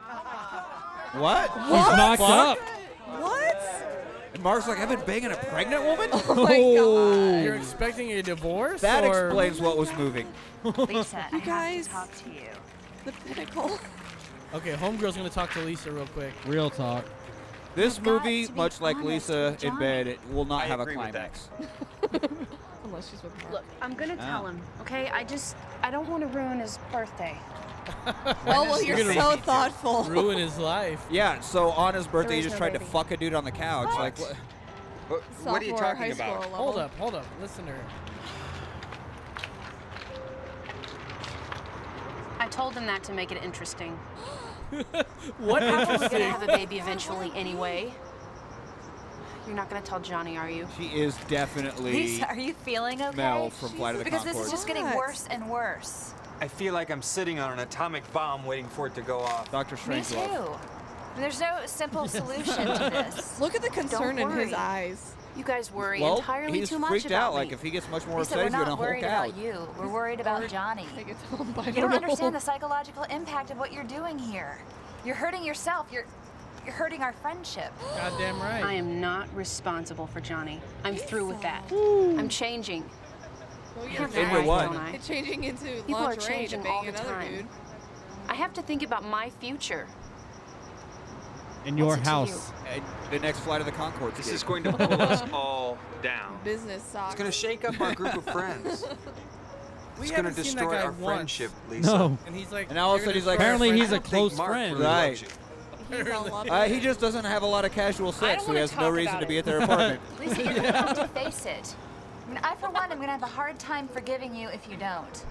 What? He's knocked up. What? And Mark's like, I've been banging a pregnant woman. Oh my god. You're expecting a divorce? That or- explains what was moving. Lisa, I have guys- to talk to you. The pinnacle. Okay, homegirl's gonna talk to Lisa real quick. Real talk. This got movie, to be much like honest Lisa with in Johnny. bed, it will not I have a agree with that. climax. Unless she's with Mark. Look, I'm gonna tell Oh. him, okay? I just, I don't want to ruin his birthday. Oh, well, you're You're so gonna- thoughtful. Ruin his life. Yeah. So on his birthday, you is just no tried to baby. fuck a dude on the couch. Like, uh, what? what are you Sophomore talking high about? school level. Hold up, hold up. Listen to her. I told him that to make it interesting. What We're probably interesting. gonna have a baby eventually anyway. You're not gonna tell Johnny, are you? She is definitely. Lisa, are you feeling okay? Mel from Flight of the because this is Conchords. just getting What? worse and worse. I feel like I'm sitting on an atomic bomb waiting for it to go off. Doctor Me too. There's no simple solution to this. Look at the concern in his worry. eyes. You guys worry Well, entirely he's too much freaked about out. me. Like, if he gets much more Lisa, upset, we're he's gonna not hulk worried out. Oh about you. We're worried about Johnny. You the don't understand wall. the psychological impact of what you're doing here. You're hurting yourself. You're you're hurting our friendship. Goddamn right. I am not responsible for Johnny. I'm through with that. I'm changing. you're not. have to Into what? don't I? Changing into People are lingerie to changing bang all the another time. dude. I have to think about my future. In your What's it to house. Uh, The next flight of the Concorde. This is going to pull us all down. Business socks. It's going to shake up our group of friends. We it's going to haven't seen that destroy guy our once. friendship, Lisa. No. And he's like, And all of a "You're sudden he's gonna like, destroy our Apparently he's friendship." a close friend. really right. He's all up Uh, in he it. just doesn't have a lot of casual sex, so he wanna has no talk reason about to be it. at their apartment. Lisa, you're gonna have to face it. I, mean, I for one, am gonna have a hard time forgiving you if you don't.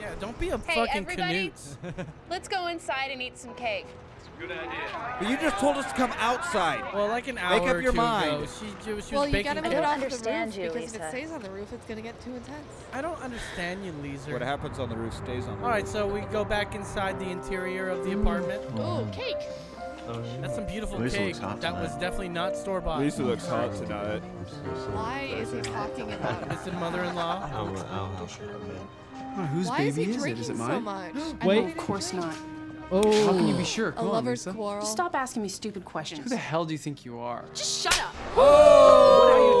Yeah, don't be a Hey, fucking everybody. canute. Let's go inside and eat some cake. Good idea. but you just told us to come outside. well, like an hour Make up or your two mind. ago, she, she was she Well, was you baking gotta move cake. it off understand the you, roof because if Lisa. it stays on the roof, it's gonna get too intense. I don't understand you, Leeser. What happens on the roof stays on the All roof. right, so we go back inside the interior of the apartment. Oh, cake! That's some beautiful Lisa cake. looks hot That was definitely not store bought. Lisa looks hot tonight. Why is he talking about it? It's the mother-in-law. I'll, I'll help her. whose Why is he baby is, it? drinking Is it so mine? much? Wait. Of course not. Oh. How can you be sure? A Come on, lover's Lisa. quarrel. Stop asking me stupid Who questions. the hell do you think you are? Just shut up. What Oh!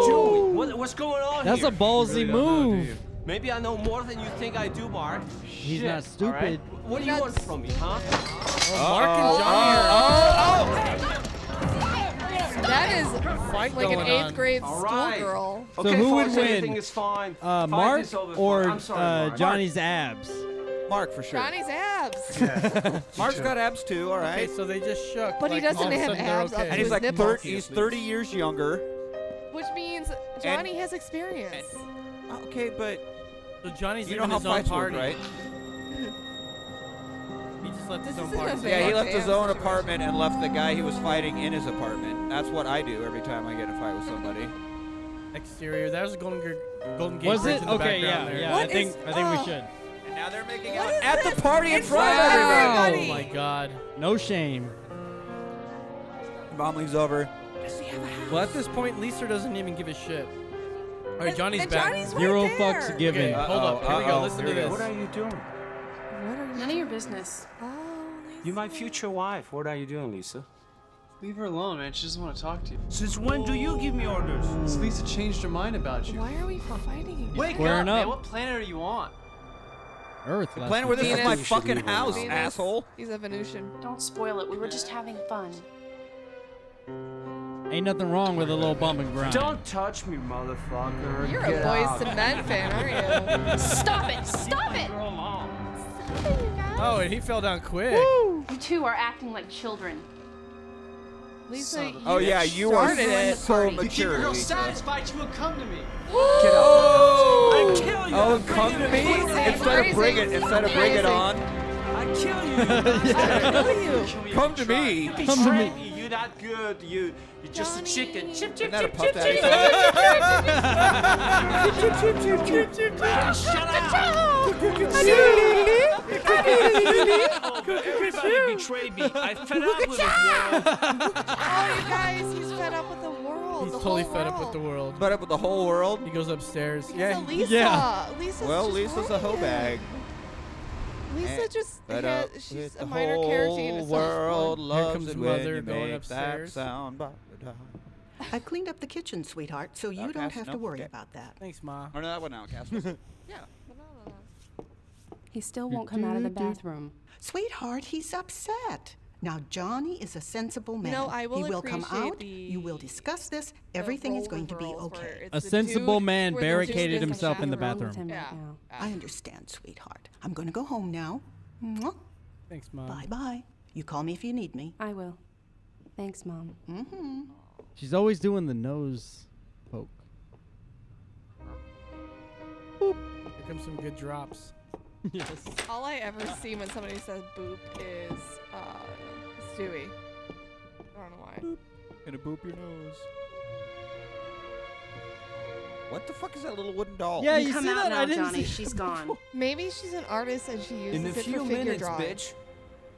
are you doing? What, what's going on Oh. That's here? a ballsy move. Maybe I know more than you think I do, Mark. He's not All right? stupid. What do you want from me, huh? Mark and oh. Johnny are Oh! That is fight like an going eighth on. grade All right. schoolgirl. So okay, who folks, would Everything win? is fine. Uh, Fight Mark is over for- or I'm sorry, uh, Mark. Johnny's abs? Mark for sure. Johnny's abs. Mark's got abs too. All Okay, right. so they just shook. But he like, all doesn't of a have sudden they're abs up okay. to and he's his like nipples. thir- he's 30 years younger. Which means Johnny has experience. Okay, but So Johnny's you know leaving how his own fights work, party. right? He just left his own isn't a party. Yeah, he left his own apartment and left the guy he was fighting in his apartment. That's what I do every time I get in a fight with somebody. Exterior. That was a Golden Gate. Golden Gate Was Bridge it? in the Okay, background yeah, there. yeah, I What think- is- I think we oh. should. And now they're making What is out at the this? party in In front of front of everybody. Oh my god. No shame. Mom leaves over. Well, at this point, Lisa doesn't even give a shit. All right, Johnny's and back. Johnny's Zero right there. fucks given. Okay, hold up. Here we go. Listen to this. What are you doing? None of your business. You my future wife. What are you doing, Lisa? Leave her alone, man. She doesn't want to talk to you. Since when do you give me orders? Has Lisa changed her mind about you? Why are we fighting? Wake Squaring up, man. up. What planet are you on? Earth. The last planet where this week. is my fucking house, Venus. asshole. He's a Venusian. Don't spoil it. We were just having fun. Ain't nothing wrong with a little bump and grind. Don't touch me, motherfucker. You're Get a out. Boys to Men fan, aren't you? Stop it! Stop it! Oh, and he fell down quick. You two are acting like children. Lisa, you Oh yeah, you are started it. so You keep your mature. girl Lisa. satisfied, she won't come to me. Get Oh! out. Oh, come to me instead of bring it instead of bring it on. I kill you. Come to me. Come to me. You're not good. You, you're just a chicken. Chip, Isn't chip, that a chip, puff chip, chip, daddy? chip, chip, chip, chip, chip. Ah, Shut up. Everybody betrayed me. I fed up with it. yo. Oh, you guys, he's fed up with the world. He's the totally whole fed up with world. the world. Fed up with the whole world. He goes upstairs. Yeah, Lisa. Lisa's Well, just Lisa's a hoe ruined it. bag. Lisa And just fed has, up she's with a the minor whole character in a world Here loves comes it when mother you going make that upstairs. sound. Ba- da- I cleaned up the kitchen, sweetheart, so you Okay, don't have no, to worry okay. about that. Thanks, Ma. Or no, that one now, Casper. He still won't come out of the bathroom. Sweetheart, he's upset. Now Johnny is a sensible man. know, I will he will come appreciate out. You will discuss this. Everything is going to be okay. it's the A sensible dude man where there's just barricaded this himself in the chaperone. bathroom. Yeah. I understand, sweetheart. I'm going to go home now. Thanks, Mom. Bye bye. You call me if you need me. I will. Thanks, Mom. Mm-hmm. She's always doing the nose poke. Here comes some good drops. Yes. All I ever see when somebody says boop is uh, Stewie. I don't know why. Gonna boop your nose. What the fuck is that little wooden doll? Yeah, you Oh. come see out that? now, I didn't Johnny. see She's that gone. Maybe she's an artist and she uses In a it few for figure minutes, drawing. bitch.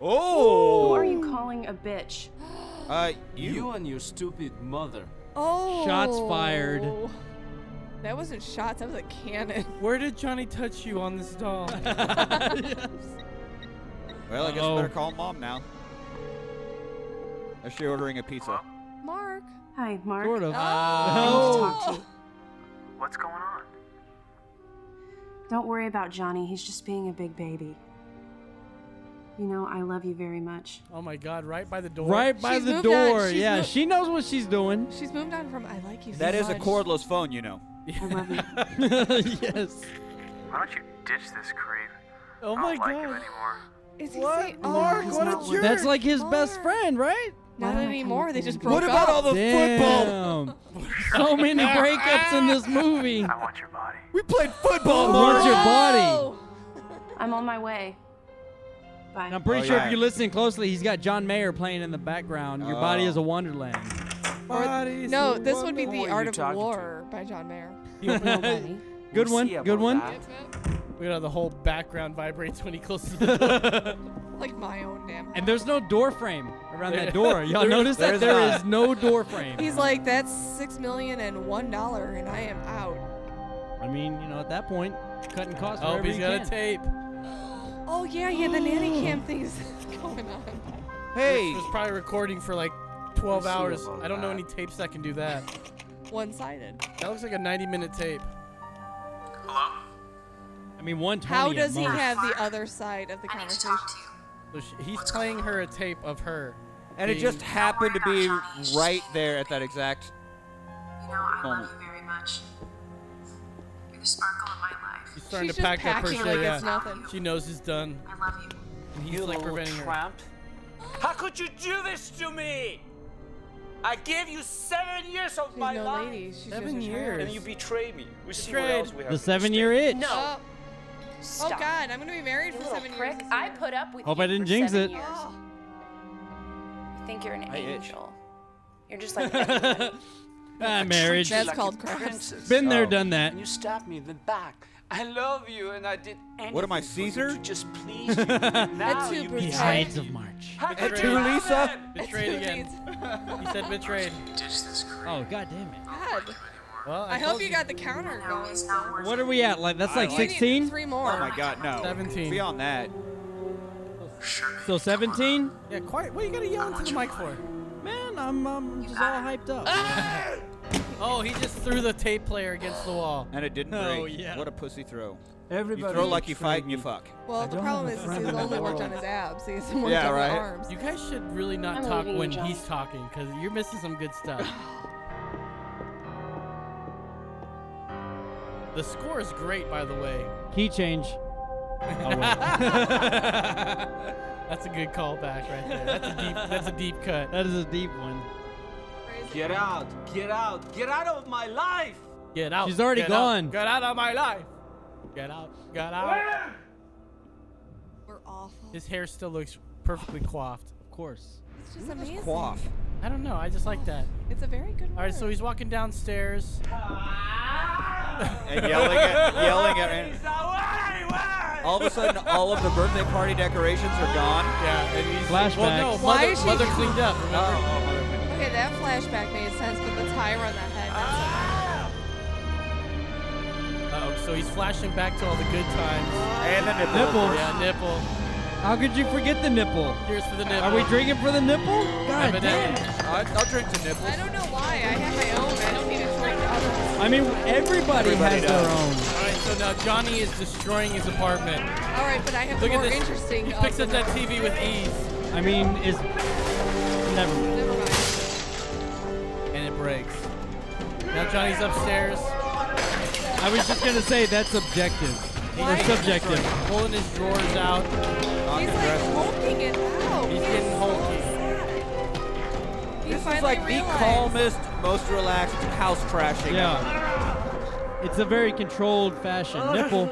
Oh. Who are you calling a bitch? Uh, You. you. and your stupid mother. Oh. Shots fired. That wasn't shots. That was a cannon. Where did Johnny touch you on this doll? Well, I guess I Uh-oh. better call mom now. Is she ordering a pizza? Mark. Hi, Mark. Sort of. uh, Oh. I need to talk to you. What's going on? Don't worry about Johnny. He's just being a big baby. You know, I love you very much. oh my god, right by the door. Right by She's the moved on. door. She's Yeah, moved- she knows what she's doing. She's moved on from I like you. so That is a much." cordless phone, you know. I love you. yes. Why don't you ditch this creep? Oh I my don't like him god. anymore. Is he What? saying, oh, Mark, he's what a not jerk. That's like his best Mark. friend, right? Not Wow. anymore. They just broke What about up. all the football? Damn. so many breakups in this movie. I want your body. We played football, want your Mark. body. I'm on my way. Bye. And I'm pretty Oh, sure yeah. if you're listening closely, he's got John Mayer playing in the background. Your body Oh. is a wonderland. Bodies No, in this would be Wonder- the Who are Art you of talking to? War by John Mayer. Nobody. Good We'll one. see Good about one. that. We got how the whole background vibrates when he closes the door. Like my own damn. And there's no door frame around that Yeah. door. Y'all There's- notice that there's there not. is no door frame. He's like, that's six million and one dollar, and I am out. I mean, you know, at that point, cutting costs. Oh, wherever he's you got can. a tape. Oh yeah, yeah, the nanny cam thing's going on. Hey, It was probably recording for like 12 We'll see hours. about I don't know that. any tapes that can do that. One-sided. That looks like a 90 minute tape. I mean, 120. How at does he most. have the other side of the conversation? So she, he's playing her a tape of her. and it being- just happened to be right there at that exact. You know, I Moment. you very much. You're the sparkle of my life. She's starting She's to just pack that packing person. like yeah. it's nothing. She knows he's done. I love you. And he's You like little preventing her. tramp. How could you do this to me? I gave you seven years of my no life. lady. She's Seven just a child. And years. you betray me. We see what Betrayed. else we have. The to seven year itch. Oh. Stop. Oh God, I'm gonna be married for little seven prick. years. Oh. I put up with Hope you I didn't for jinx it. seven years. You think you're an I itch. angel. You're just like everyone. Ah, treat marriage. you That's like called princess. Been there, Oh. done that. And you stabbed me in the back. I love you, and I did anything. What am I, for you Caesar? To just please you. now you The betray Ides me. of March. How could Betrayed. you Two, have Lisa? it? Betrayed again. He said betrayed. Oh god damn it. God. Well, Oh, I hope you got the counter going. sir. What are we at? Like that's like You need sixteen? Three more. Oh my god, no. 17. Beyond that. So seventeen? Yeah, quiet. What are you gonna yell into the mic for? Man, I'm um, just all hyped up. Oh, he just threw the tape player against the wall. And it didn't Oh, break. yeah. What a pussy throw. Everybody you throw like you betrayed fight and you fuck. Well, the don't problem have is a he's friend in the only worked on world. his abs. He hasn't worked Yeah, on right. the arms. You guys should really not I'm talk leaving you, when John. he's talking, because you're missing some good stuff. the score is great, by the way. Key change. Oh, wait. That's a good callback right there. That's a deep. That's a deep cut. That is a deep one. Get out! Get out! Get out of my life! Get out. She's already get gone. Out, get out of my life. Get out. Get out. We're awful. His hair still looks perfectly coiffed. Of course. It's just amazing. Quaff. I don't know. I just like that. It's a very good. All right, so word. he's walking downstairs. And yelling at yelling at All of a sudden all of the birthday party decorations are gone. Yeah, and he's Flashbacks. Well, no, Why mother, is she- mother cleaned up. Remember? Okay, that flashback made sense, but the tire on that head. Ah! Uh-oh, so he's flashing back to all the good times. And the nipple. Nipples. Yeah, nipple. How could you forget the nipple? Here's for the nipple. Are we drinking for the nipple? God damn. Evidently. I, I'll drink to nipples. I don't know why. I have my own. I don't need to drink others. I mean, everybody, has their own. All right, so now Johnny is destroying his apartment. All right, but I have Look the at more this. interesting. He picks uh, up that TV with ease, I mean, is never. mind. Never mind. and it breaks. Now Johnny's upstairs. I was just gonna say that's objective. Or subjective. Pulling his drawers out. He's like hulking it out. He's He is getting so hulky. sad. He This finally is like the realized. calmest, most relaxed house crashing. Yeah. It's a very controlled fashion. Oh. Nipple.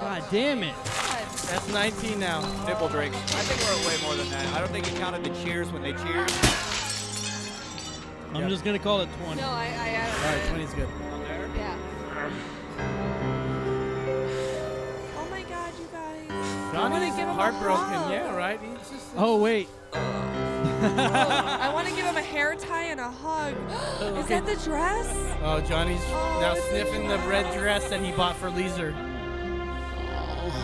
God damn it. That's 19 now. Nipple drinks. I think we're at way more than that. I don't think you counted the cheers when they cheered. I'm just gonna call it 20. No, I, I, All I right, 20's good. yeah. Oh my God, you guys. Johnny's give him a heartbroken. hug. Yeah, right. He's just. Oh wait. I want to give him a hair tie and a hug. Is that the dress? Oh, Johnny's now sniffing the red dress that he bought for Leeser.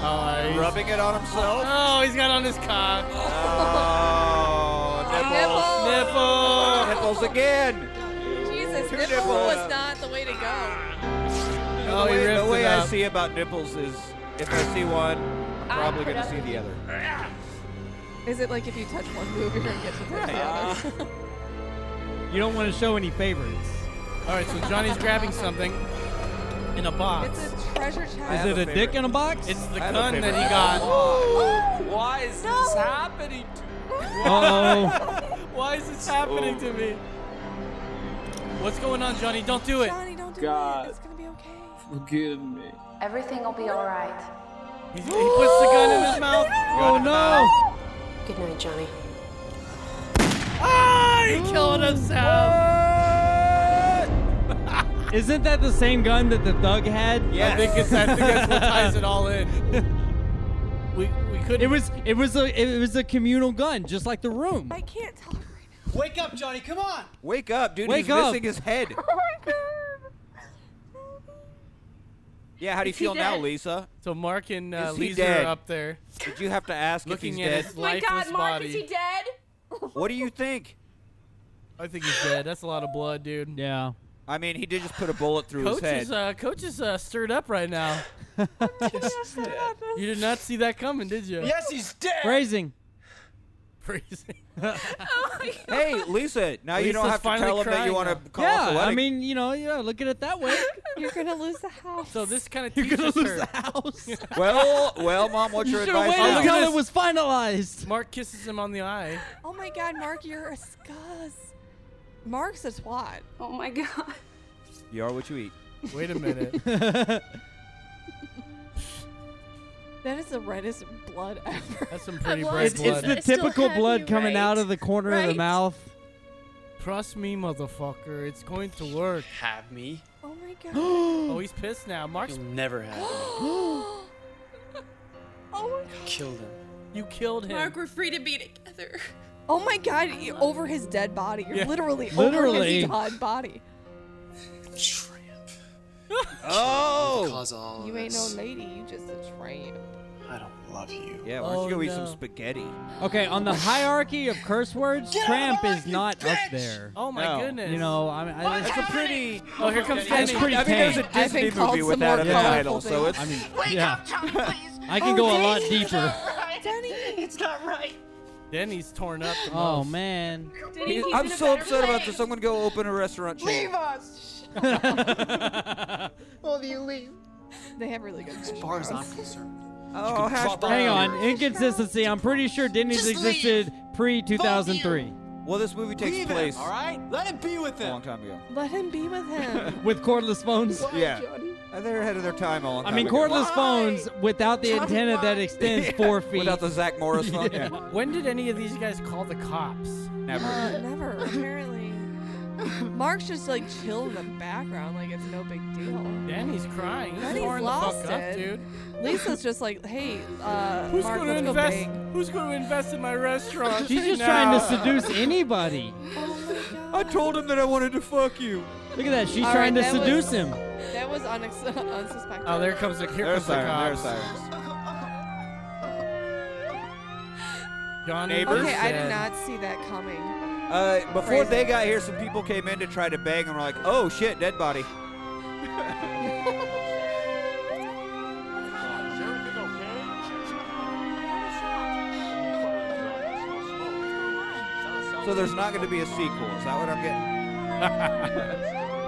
Oh, he's- Rubbing it on himself. Oh, he's got on his cock. Oh, nipples. Nipple. Nipples again. Jesus, Two nipple nipples. was not the way to go. Oh, the he way, ripped the way it I up. see about nipples is if I see one, I'm probably going to see the other. Is it like if you touch one boob, you're gonna get to the other? You don't want to show any favorites. All right, so Johnny's grabbing something in a box. It's a treasure I chest. have Is it a, a dick favorite. in a box? It's the I have a gun that favorite. he got. Why is this happening to oh. Why is this happening to me? What's going on, Johnny? Don't do it. Johnny, don't do God. it. It's gonna be okay. Forgive me. Everything will be all right. He's, he puts the gun in his mouth. Oh no. Good night, Johnny. Ah, he killed himself. Isn't that the same gun that the thug had? I think it's. I think that's what ties it all in. We we couldn't. It was it was a it was a communal gun, just like the room. I can't tell her right now. Wake up, Johnny. Come on. Wake up, dude. Wake He's up. missing his head. Oh Yeah, how do you Is he feel now, dead? Lisa? So Mark and uh, Is he Lisa dead? are up there Did you have to ask if looking he's at dead? his My lifeless God, Mark, body. is he dead? What do you think? I think he's dead. That's a lot of blood, dude. Yeah. I mean, he did just put a bullet through Coach his head. is uh, coach is uh, stirred up right now. you did not see that coming, did you? Yes, he's dead. Phrasing. Freezing. hey, Lisa, now you don't Lisa's have to finally tell him that crying you want now. to call yeah, a I mean, you know, yeah, look at it that way. You're gonna lose the house. So this kind of You're teaches gonna lose her. the house. well, well, mom, what's you your should have advice? waited now? look at until this. it was finalized. Mark kisses him on the eye. Oh my God, Mark, you're a scuss. Mark's a twat. Oh my god. You are what you eat. Wait a minute. That is the reddest blood ever. That's some pretty It's, it's the typical blood coming out of the corner of the Right. mouth. Trust me, motherfucker. It's going to work. Have me. Oh my god. oh, he's pissed now. Mark's. You'll never have me. oh Killed him. You killed him. Mark, we're free to be together. Oh my god, you're over his dead body. You're Yeah. literally, Literally. over his dead body. Oh! Cause all You ain't no lady, you just a tramp. I don't love you. Yeah, why don't you Oh, go eat some no. spaghetti? Okay, on the hierarchy of curse words, tramp is not up there. Oh my No. goodness. You know, I mean, I, it's a pretty. Oh, here comes That's Demi. pretty I mean, tame. there's a I've been Disney called movie with some that in the title, so it's. Oh, I mean, Wake yeah. up, John, please. I can go a lot Oh, deeper. Denny, it's not right. Denny's torn up. the Oh most. man. He's- I'm so upset about this. I'm gonna go open a restaurant chain. Leave us. Will you leave? They have really good As far as I'm concerned. Oh, hash Hang brown. on, inconsistency. I'm pretty sure Denny's existed pre 2003 Well, this movie takes Leave him, place. all right, let it be with them. A long time ago. Let him be with him. with cordless phones. yeah, Uh, they're ahead of their time. A long I time mean, ago. cordless phones without the antenna that extends Yeah, four feet. Without the Zach Morris phone. Yeah. When did any of these guys call the cops? Never. Uh, never, apparently. Mark's just like chill in the background, like it's no big deal. Denny's crying. He's Denny's torn the fuck lost up, it. dude. Lisa's just like, hey, uh, Who's Mark, gonna let's go invest? bang. Who's gonna invest in my restaurant? She's just now? trying to seduce anybody. Oh I told him that I wanted to fuck you. Look at that. She's All trying right, to that seduce was- him. That was unex- unsuspected. Oh, there comes the here There's comes the siren. cops. There's sirens. John Neighbors. Okay, I said- did not see that coming. Uh, before Crazy. they got here, some people came in to try to bang and were like, "Oh shit, dead body." So there's not going to be a sequel. Is that what I'm getting?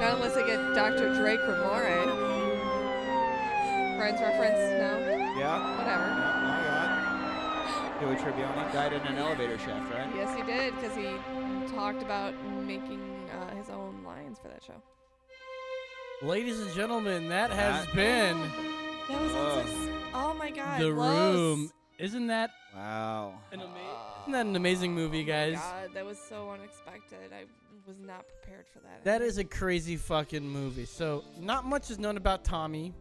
Not unless I get Dr. Drake Ramore. Friends reference? No? yeah. Whatever. Joey Tribbiani died in an elevator shaft, right? Yes, he did, because he talked about making uh, his own lines for that show. Ladies and gentlemen, that has That- been That was Whoa. unsus- Oh my god. the Los. room. Isn't that Wow. an amazing? Isn't that an amazing movie, guys? Oh God, that was so unexpected. I was not prepared for that. That is a crazy fucking movie. So not much is known about Tommy.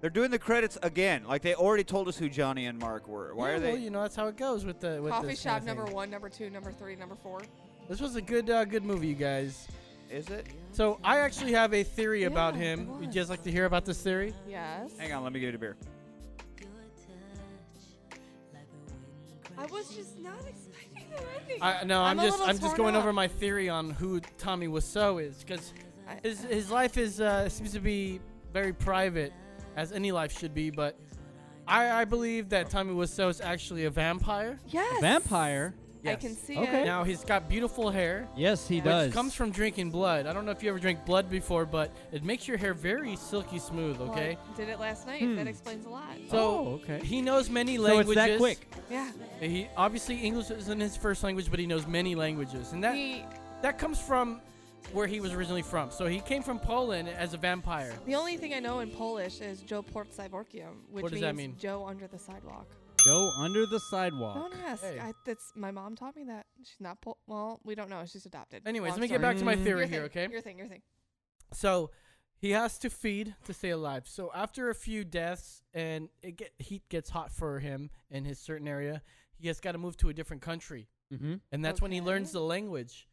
They're doing the credits again. Like they already told us who Johnny and Mark were. Why Yeah, are they? Well, you know that's how it goes with the with Coffee this shop kinda number thing. one, number two, number three, number four. This was a good uh, good movie, you guys. Is it? So I actually have a theory about him. You guys like to hear about this theory? Yes. Hang on, let me get it a beer. I was just not expecting that. I think. I, no, I'm, a just little I'm just torn going up. over my theory on who Tommy Wiseau is because his his life is uh, seems to be very private, as any life should be. But I, I believe that Tommy Wiseau is actually a vampire. Yes. Vampire. I can see Okay. it. Now he's got beautiful hair. Yes, he which does. comes from drinking blood. I don't know if you ever drank blood before, but it makes your hair very silky smooth. Well, Okay. I did it last night. That Hmm. explains a lot. So Oh, okay. he knows many So languages. it's that quick. Yeah. He obviously English isn't his first language, but he knows many languages, and that He- that comes from where he was originally from. So he came from Poland as a vampire. The only thing I know in Polish is Joe Port Cyborgium, which What means does that mean? Joe under the sidewalk. Go under the sidewalk. Don't ask. I, that's my mom taught me that. She's not Pol- well. We don't know. She's adopted. Anyways, Long let me get story. back to my Your theory thing, here, okay? Your thing. Your thing. So he has to feed to stay alive. So after a few deaths and it get, heat gets hot for him in his certain area, he has got to move to a different country, Mhm. and that's when he learns the language.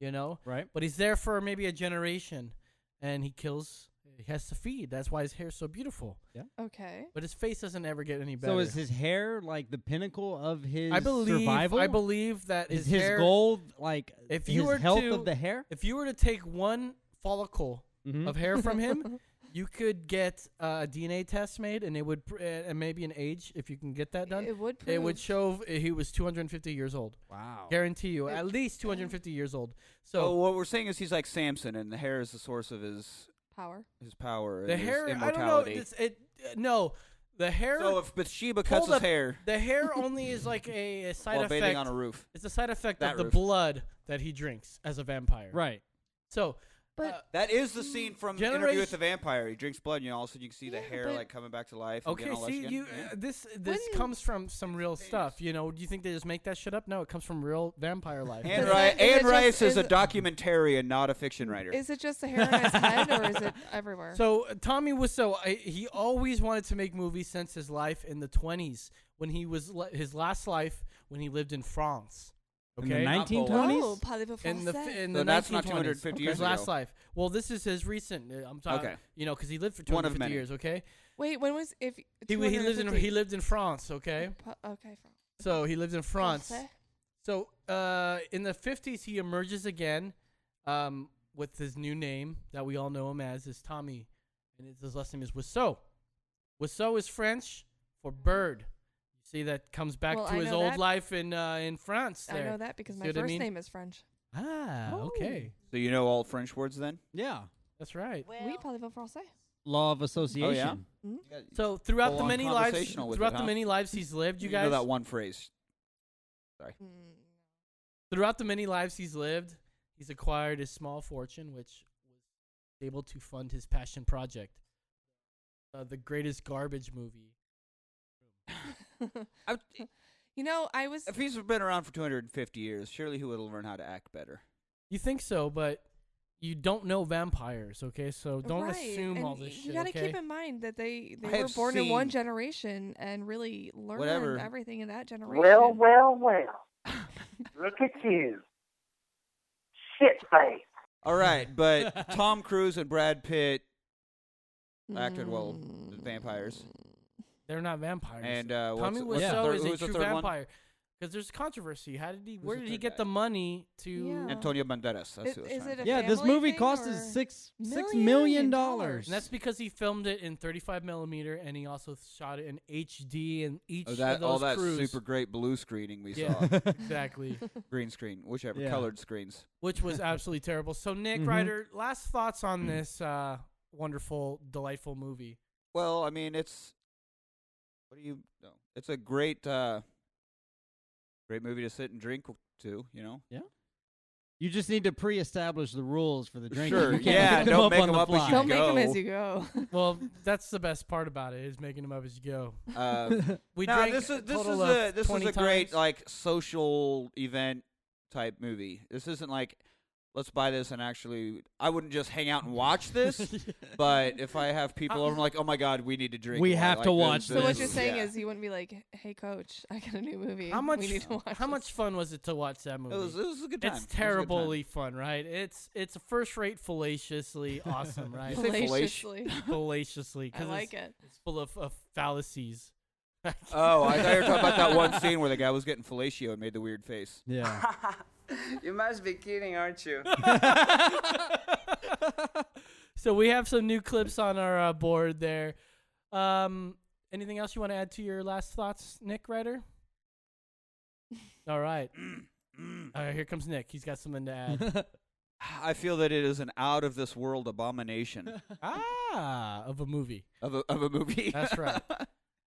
You know, Right. But he's there for maybe a generation, and he kills. He has to feed. That's why his hair's so beautiful. Yeah. Okay. But his face doesn't ever get any better. So is his hair like the pinnacle of his I believe survival? I believe that is his, his hair, goal like if you his were health to- of the hair? If you were to take one follicle Mhm. of hair from him, you could get uh, a DNA test made, and it would pr- uh, and maybe an age if you can get that done. It would It would prove. show if he was 250 years old. Wow. Guarantee you, at least 250 years old. So, So what we're saying is he's like Samson, and the hair is the source of his Power. His power. and the his hair, I don't know. Immortality. It's, it uh, no, the hair. so if Bathsheba Hold cuts his up. hair, The hair only is like a, a side While effect bathing on a roof. It's a side effect That of the roof. blood that he drinks as a vampire. Right. So uh, But that is the scene from Interview with the Vampire. He drinks blood, and you all of a sudden you can see the Yeah, hair but- like coming back to life. and Okay, getting all see, lushy you again. uh, this this Wouldn't- comes from some real stuff. You know, do you think they just make that shit up? No, it comes from real vampire life. Anne, Ri- Anne Rice is, a documentarian, not a fiction writer. Is it just the hair on his head, or is it everywhere? So uh, Tommy was so I, he always wanted to make movies since his life in the twenties when he was li- his last life when he lived in France. In the Okay, 1920s? Oh, parlez vous In the f- français? in So the that's not 1920s, 250 his years last ago. life. Well, this is his recent. uh, I'm talking, Okay. you know, because he lived for One of 250 many. years. Okay, Wait, when was if he w- he lives in 250? he lived in France. Okay, Pa- Okay, fine. so he lives in France. Français? So uh, in the 50s, he emerges again um, with his new name that we all know him as is Tommy, and it's- his last name is Wiseau. Wiseau is French for bird. You see that comes back Well, to I his know old that. life in uh, in France. I there. know that because See my what first I mean? name is French. Ah, okay, So you know all French words then? Yeah. that's right. Oui, parlez vous français? Law of Oh, association. Hmm? So throughout the Full-on many lives, conversational with it, throughout the huh? many lives he's lived, you know guys that one phrase. Sorry. Mm, Throughout the many lives he's lived, he's acquired his small fortune, which was able to fund his passion project, uh, the greatest garbage movie. You know, I was. If he's been around for 250 years, surely he would have learned how to act better. You think so, but you don't know vampires, okay? So don't Right, assume and all this y- shit. You gotta okay? keep in mind that they I they were have born in one seen- generation and really learned Whatever. everything in that generation. Well, well, well. Look at you. Shit face. All right, but Tom Cruise and Brad Pitt acted well Mm. as vampires. They're not vampires. And uh, what's, Tommy what's the Wiseau third- is who a was the true third one? vampire. Because there's controversy. How did he? Who's Where the did he third get the money to? Yeah. Antonio Banderas. That's Is- who it's is trying it to a be. Yeah, this family movie thing cost or- us six six Million million dollars. dollars. And that's because he filmed it in 35 millimeter, and he also shot it in HD and each Oh, that of all those that crews. super great blue screening we Yeah, saw. exactly. Green screen, whichever Yeah. colored screens. which was absolutely terrible. So Nick Mhm. Ryder, last thoughts Mm. on this uh, wonderful, delightful movie? Well, I mean, it's what do you know? It's a great, uh great movie to sit and drink to. You know. Yeah. You just need to pre-establish the rules for the drinking. Sure, You can't yeah, make don't up make on them the up as fly. you Don't make 'em as go. you go. well, that's the best part about it is making them up as you go. Um, we no, drank this is this total is of a this is 20 a great times. like social event type movie. This isn't like let's buy this and actually I wouldn't just hang out and watch this. but if I have people over, I'm like, oh my god, we need to drink. We a lot," have like, to this- watch So what you're is- saying yeah. is you wouldn't be like, "Hey, coach, I got a new movie. How much? We need to watch How much fun was it to watch that movie? was- it was a good time. It was a It's good time. terribly fun, right? It's it's first rate, fallaciously awesome, right? Did you say fallacious? Fallaciously. fallaciously. 'cause I like it's, it. It's full of, of fallacies. Oh, I thought you were talking about that one scene where the guy was getting fellatio and made the weird face. Yeah. You must be kidding, aren't you? So we have some new clips on our uh, board there. Um, anything else you want to add to your last thoughts, Nick Ryder? All right. All right, here comes Nick. He's got something to add. I feel that it is an out of this world abomination ah, of a movie. of a of a movie. That's right.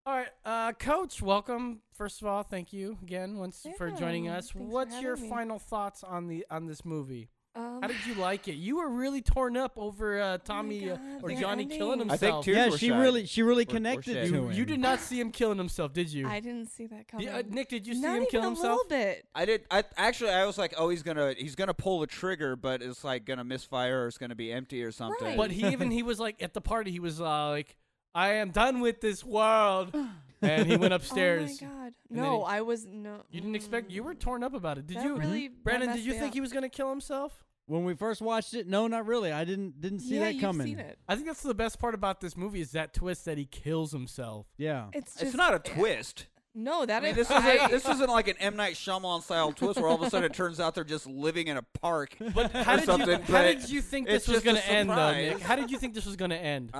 All right, uh, Coach, welcome. First of all, thank you again once for joining Yeah, thanks us. for What's your having me. final thoughts on the on this movie? Um, Oh How did you like it? You were really torn up over uh, Tommy uh, or their Johnny killing ending. I himself. think tears yeah, were she shed. really she Were- were really connected shed. to You, him. you did not see him killing himself, did you? I didn't see that coming. Yeah, uh, Nick, did you see Not him even kill a himself? little bit. I did. I actually, I was like, oh, he's gonna, he's gonna pull the trigger, but it's like gonna misfire or it's gonna be empty or something. But he even he was like at the party. He was uh, like, "I am done with this world," and he went upstairs. Oh my god! And then No, he- I was no. mm. You didn't expect. You were torn up about it. Did That you, really- that Brandon? Did messed you me think up. he was gonna kill himself? Hmm? When we first watched it, no, not really. I didn't didn't see yeah, that you've coming. seen it. I think that's the best part about this movie is that twist that he kills himself. Yeah. It's just eh. it's not a twist. no. I Oh, That mean, is- this is I- a, this isn't like an M Night Shyamalan style twist where all of a sudden it turns out they're just living in a park But how or did something. you how but did you think this it's was just gonna a end though, surprise. Nick? How did you think this was gonna end? Uh,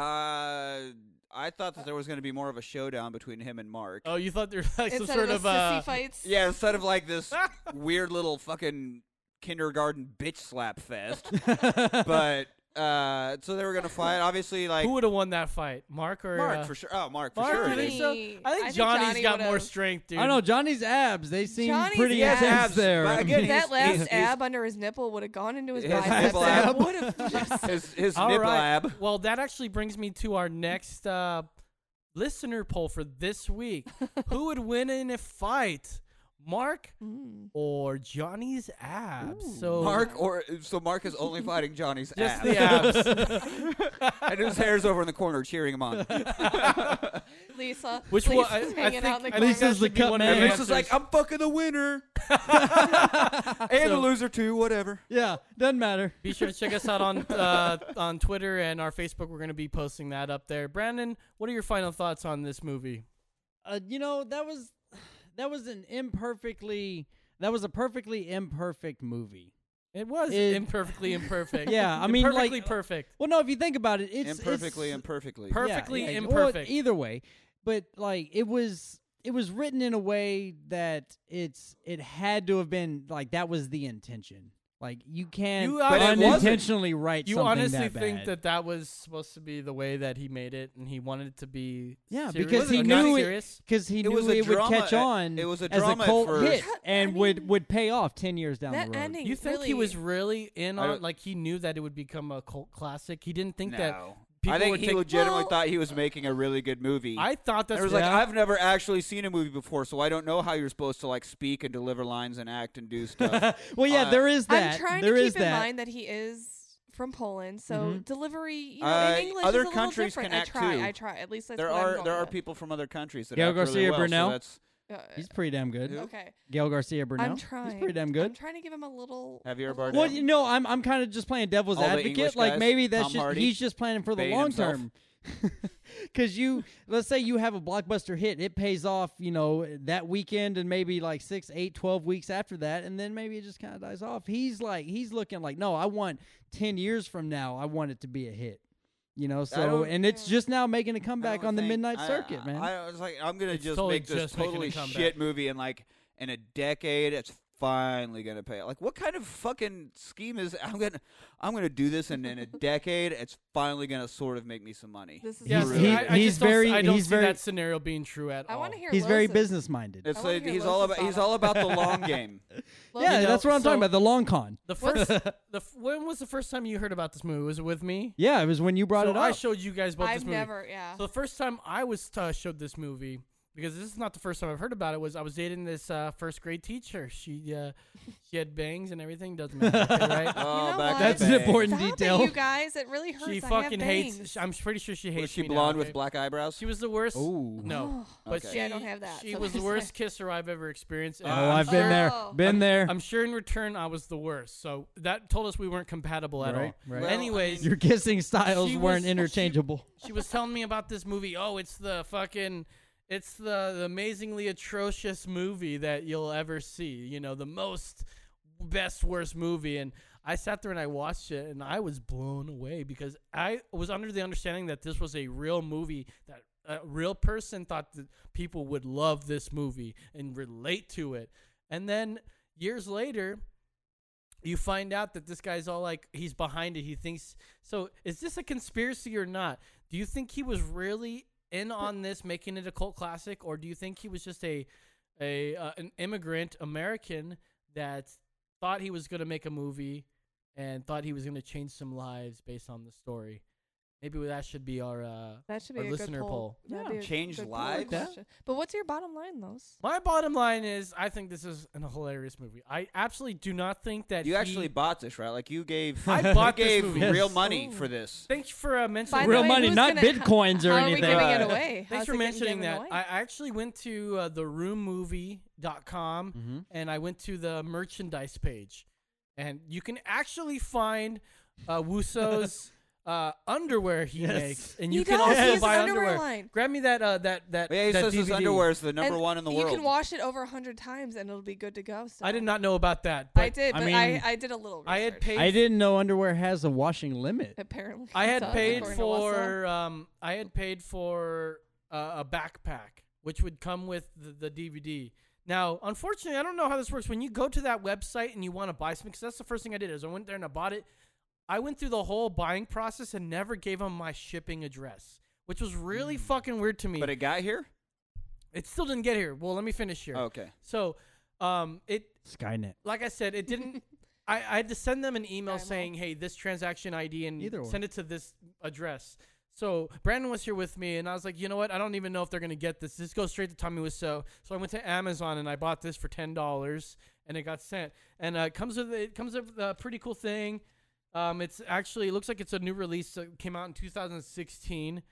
I thought that there was going to be more of a showdown between him and Mark. Oh, you thought there was like some Instead sort of of a uh, sissy fights. Yeah, instead of like this weird little fucking kindergarten bitch slap fest, but Uh, so they were gonna fight. Obviously, like Who would have won that fight, Mark or Mark uh, for sure. Oh, Mark for Mark, sure. I think so. I Johnny. think, I think Johnny's Johnny got more would've- strength, dude. I know Johnny's abs. They seem Johnny's pretty abs- intense abs, there. but I again, mean- he's- that last he's- ab under his nipple would have gone into his, His biceps. nipple and ab. Would have just his his All nipple right. ab. Well, that actually brings me to our next uh, listener poll for this week. Who would win in a fight, Mark or Johnny's abs? So Mm. Mark or uh, so Mark is only fighting Johnny's Just abs. the abs. and his hair's over in the corner cheering him on. Lisa. Which Lisa's one- I- I hanging out in the think- I think corner. Lisa's the cut man. And the this is answers. like I'm fucking the winner. and a So- loser too, whatever. Yeah, doesn't matter. Be sure to check us out on uh, on Twitter and our Facebook. We're going to be posting that up there. Brandon, what are your final thoughts on this movie? uh, you know that was that was an imperfectly that was a perfectly imperfect movie. It was It- imperfectly imperfect. Yeah, I mean, like- perfectly perfect. Well, no, if you think about it, it's Imperfectly it's, imperfectly. yeah, Perfectly yeah, well, imperfect. either way, but like it was it was written in a way that it's it had to have been like that was the intention. Like you can't You hon- But it unintentionally write You something honestly that think bad. that that was supposed to be the way that he made it, and he wanted it to be Yeah, serious? because he Or not knew it. serious? Because he It knew was a it would drama catch at- on. it was a as drama a at cult first. hit and would would pay off ten years down That the road. ending You think he was really in I on don't- like he knew that it would become a cult classic. He didn't think that "Oh, No. people I think would he take- legitimately Well- thought he was making a really good movie. I thought that's And it was what- like Yeah. I've never actually seen a movie before, so I don't know how you're supposed to like speak and deliver lines and act and do stuff. well, yeah, Uh, there is that. I'm trying There to is keep in that. mind that he is from Poland, so Mm-hmm. Mhm. delivery you know, Mm-hmm. Uh, in English other is a countries little different. can act I try. too. I try. At least that's there what I'm are going there are with. people from other countries that Gail act really Garcia well, so Bernal. that's- He's pretty damn good. Okay. Gail Garcia Bernal. Uh, I'm trying. He's pretty damn I'm good. trying to give him a little. Javier a little- Bardem. Well, you know, I'm I'm kind of just playing devil's All the advocate. English Like guys, maybe that's Tom just Hardy, he's just planning for the Bane long himself. term. Because you, let's say you have a blockbuster hit, it pays off, you know, that weekend and maybe like six, eight, twelve weeks after that, and then maybe it just kind of dies off. He's like, he's looking like, no, I want ten years from now, I want it to be a hit, you know. So, don't- and it's just now making a comeback on the think- midnight I- circuit, man. I, was like, I'm gonna It's just totally make this just making a totally comeback. shit movie, and like in a decade, it's finally gonna pay. Like, what kind of fucking scheme is? I'm gonna, I'm gonna do this, and in a decade, it's finally gonna sort of make me some money. This is Yeah, For see, real. he- I- I, he's just don't s- very- I don't he's see very- that scenario being true at I all. want to hear. he's very Lois's- business minded. It's I wanna like hear he's all Lois's about he's thought all on about it. the long game. Yeah, You that's know, what I'm so- talking about. The long con. The first, the f- when was the first time you heard about this movie? Was it with me? Yeah, it was when you brought so it up. I showed you guys both I've this movie. never- yeah. So the first time I was uh, showed this movie because this is not the first time I've heard about it was I was dating this uh, first grade teacher. She uh, she had bangs and everything. Doesn't matter, okay, right? Oh, know back what? to That's the an bangs. important Stop detail. It, you guys, it really hurts. She I have fucking hates. bangs. sh- I'm pretty sure she hates. Was she me now, blonde okay? with black eyebrows? She was the worst. Ooh. No, but Okay. she, Yeah, Oh, I don't have that, She so was the that's worst kisser I've ever experienced. and Oh, I'm I've been there, Oh. been I'm- there. I'm sure in return I was the worst. So that told us we weren't compatible at Right, all. right. Well, I Anyways, Your kissing styles She weren't was- interchangeable. she was telling me about this movie. Oh, it's the fucking, it's the, the amazingly atrocious movie that you'll ever see. You know, the most best worst movie. And I sat there and I watched it, and I was blown away because I was under the understanding that this was a real movie that a real person thought that people would love this movie and relate to it. And then years later, you find out that this guy's all like he's behind it. He thinks so. Is this a conspiracy or not? Do you think he was really in on this, making it a cult classic, or do you think he was just a a uh, an immigrant American that thought he was going to make a movie and thought he was going to change some lives based on the story? Maybe that should be our uh, That should be our a listener good poll. poll. That'd be a Change good poll lives? question. But what's your bottom line, Los? My bottom line is, I think this is an hilarious movie. I absolutely do not think that You he- actually bought this, right? Like you gave I you bought this gave movie. real Yes. money Ooh. for this. Thanks for uh, By mentioning the Real way, money, who's not gonna- bitcoins or how anything. Are we giving it Right. away? Thanks How's for it getting mentioning given that. away? I actually went to uh, the roommovie.com Mm-hmm. and I went to the merchandise page. And you can actually find uh, Wuso's uh, underwear he Yes. makes. And He you can does. He also has buy an underwear underwear. line. Grab me that uh, that that, yeah, he that says his DVD. underwear is the number And one in the you world. can wash it over a hundred times and it'll be good to go. So. I did not know about that. But I did, I but I, mean- I, did a little. Research. I had paid I didn't know underwear has a washing limit. Apparently, I had So, paid according to Wassel. for um, I had paid for uh, a backpack, which would come with the, the DVD. Now, unfortunately, I don't know how this works. When you go to that website and you want to buy something, because that's the first thing I did is I went there and I bought it. I went through the whole buying process and never gave him my shipping address, which was really fucking weird to me. But it got here? It still didn't get here. Well, let me finish here. Okay. So, um, it Skynet. like I said, it didn't. I, I had to send them an email saying, "Hey, this transaction ID and Either or. send it to this address." So Brandon was here with me, and I was like, "You know what? I don't even know if they're gonna get this. This goes straight to Tommy Wiseau." So I went to Amazon and I bought this for ten dollars, and it got sent. And uh, it comes with it comes with a pretty cool thing. Um, it's actually it looks like it's a new release that came out in 2016.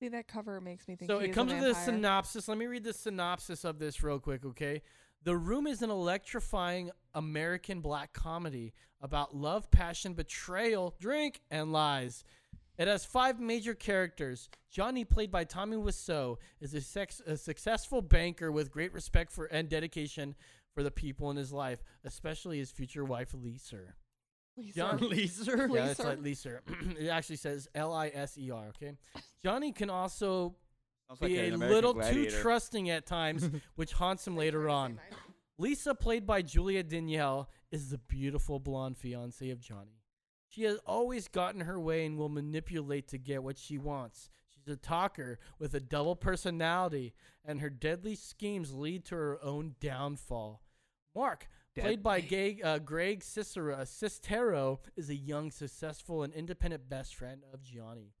See that cover makes me think. So he it is comes a with a vampire. synopsis. Let me read the synopsis of this real quick, okay? The Room is an electrifying American black comedy about love, passion, betrayal, drink, and lies. It has five major characters. Johnny, played by Tommy Wiseau, is a, sex- a successful banker with great respect for and dedication for the people in his life, especially his future wife, Lisa. Leeser. John Leeser? Yeah, it's like Leeser. Leeser. it actually says L I S E R. Okay. Johnny can also Sounds like be an a American little Gladiator. too trusting at times, which haunts him later on. Lisa, played by Julia Danielle, is the beautiful blonde fiance of Johnny. She has always gotten her way and will manipulate to get what she wants. She's a talker with a double personality, and her deadly schemes lead to her own downfall. Mark, played by Gay, uh, Greg Cicero, Cistero, is a young, successful, and independent best friend of Johnny.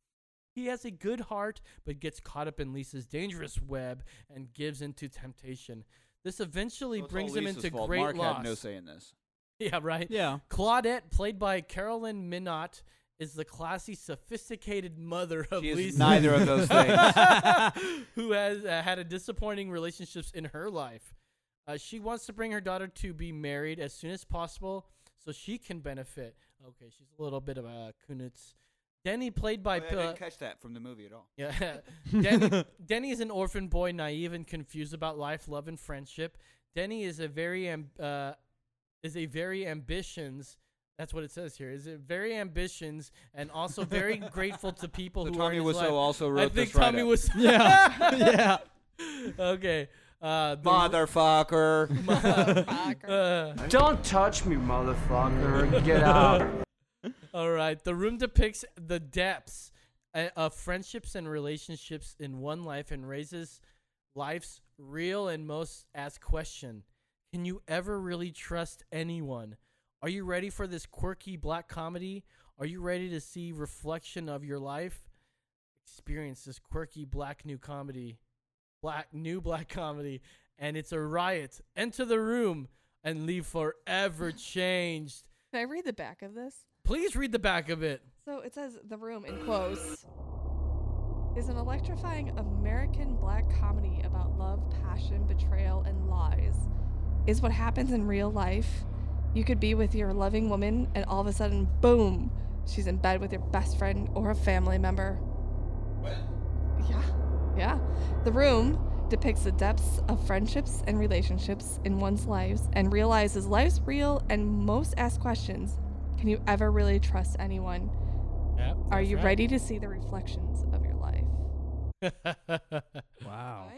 He has a good heart, but gets caught up in Lisa's dangerous web and gives into temptation. This eventually It's all brings him Lisa's into fault. great Mark loss. had no say in this. Yeah, right? Yeah. Claudette, played by Carolyn Minot, is the classy, sophisticated mother of She is Lisa. neither of those things. who has uh, had a disappointing relationships in her life. Uh, she wants to bring her daughter to be married as soon as possible so she can benefit. Okay, she's a little bit of a kunitz. Denny, played by Oh, I Pill- didn't catch that from the movie at all. yeah. Denny, Denny is an orphan boy, naive and confused about life, love, and friendship. Denny is a very am- uh, is a very ambitions. That's what it says here. Is it very ambitions and also very grateful to people So who are Tommy in his Wiseau life. also I wrote think this write-up. Tommy was Yeah. okay. Uh, the- Motherfucker. Uh, Don't touch me, motherfucker. Get out. All right. The room depicts the depths uh, of friendships and relationships in one life and raises life's real and most asked question Can you ever really trust anyone? Are you ready for this quirky black comedy? Are you ready to see reflection of your life? Experience this quirky black new comedy, black new black comedy, and it's a riot. Enter the room and leave forever changed. Can I read the back of this? Please read the back of it. So it says the room in quotes is an electrifying American black comedy about love, passion, betrayal, and lies. Is what happens in real life. You could be with your loving woman, and all of a sudden, boom, she's in bed with your best friend or a family member. Yeah. The room depicts the depths of friendships and relationships in one's lives and realizes life's real and most asked questions. Can you ever really trust anyone? Yep, Are that's you right. ready to see the reflections of your life? wow.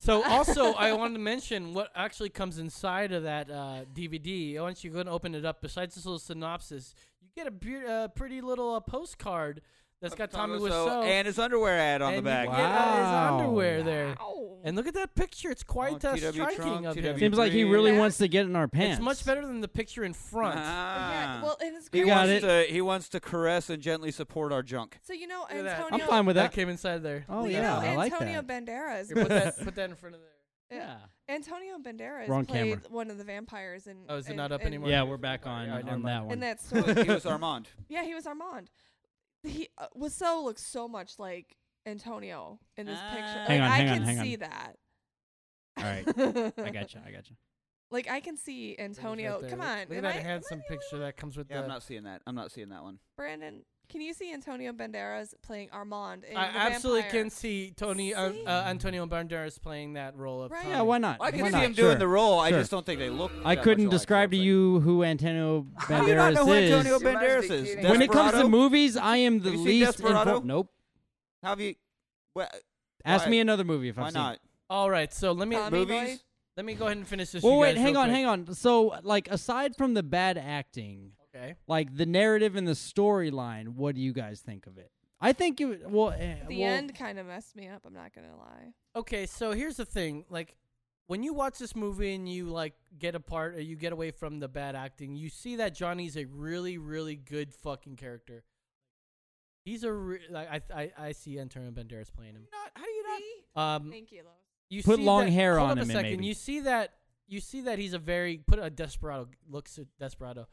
So also, I wanted to mention what actually comes inside of that uh, DVD. Once you go and open it up, besides this little synopsis, you get a beau- uh, pretty little uh, postcard that's got Tommy Wiseau and his underwear ad on the and you back. get, uh, his underwear there. And look at that picture; it's quite uh, TW striking Oh, Trump, of him. TW Seems like he really wants to get in our pants. It's much better than the picture in front. Ah. well, it is he great. wants Got to he wants to caress and gently support our junk. So you know, Look at that. Antonio. That came inside there. Oh, you yeah, know, I like Antonio that. Banderas. Here, put that- put that in front of there. Yeah. Antonio Banderas Wrong played camera. one of the vampires in. Oh, is it in- not up in- anymore? Yeah, we're back on, Alright, never on mind. that one. in that Well, story. he was Armand. Yeah, he was Armand. He uh, Wasso looks so much like Antonio in this picture. Like, Hang on, hang I on, can hang on. see that. All right. I gotcha. I gotcha. Like I can see Antonio. there. Come Look- on, Look at am that I- handsome picture that comes with Yeah, I'm the not seeing that. I'm not seeing that one. Brandon. Can you see Antonio Banderas playing Armand? In I The absolutely Vampire? can see Tony uh, uh, Antonio Banderas playing that role of Right. Tommy. Yeah, why not? I can Why see not? him doing Sure, the role. I sure. just don't think they look. I that couldn't much alike. describe to you who Antonio How do you not Banderas know who is. Antonio Banderas is? When it comes to Desperado? movies, I am the Have you seen least. Desperado? Invo- nope. How have you? Well, Ask why- me another movie if Why I've seen. not? All right, so let me Tommy Movies? boy? Let me go ahead and finish this. Well, wait, hang on, hang on. So, like, aside from the bad acting, Okay. Like the narrative and the storyline, what do you guys think of it? I think it well eh, The well, end kind of messed me up. I'm not gonna lie. Okay, so here's the thing. Like, when you watch this movie and you like get apart or you get away from the bad acting, you see that Johnny's a really, really good fucking character. He's a re- like I I I see Antonio Banderas playing him. How do you not- Um, Thank you, Lois. You Put see long that- hair hold up on him A and second, maybe. you see that you see that he's a very put a desperado looks a desperado.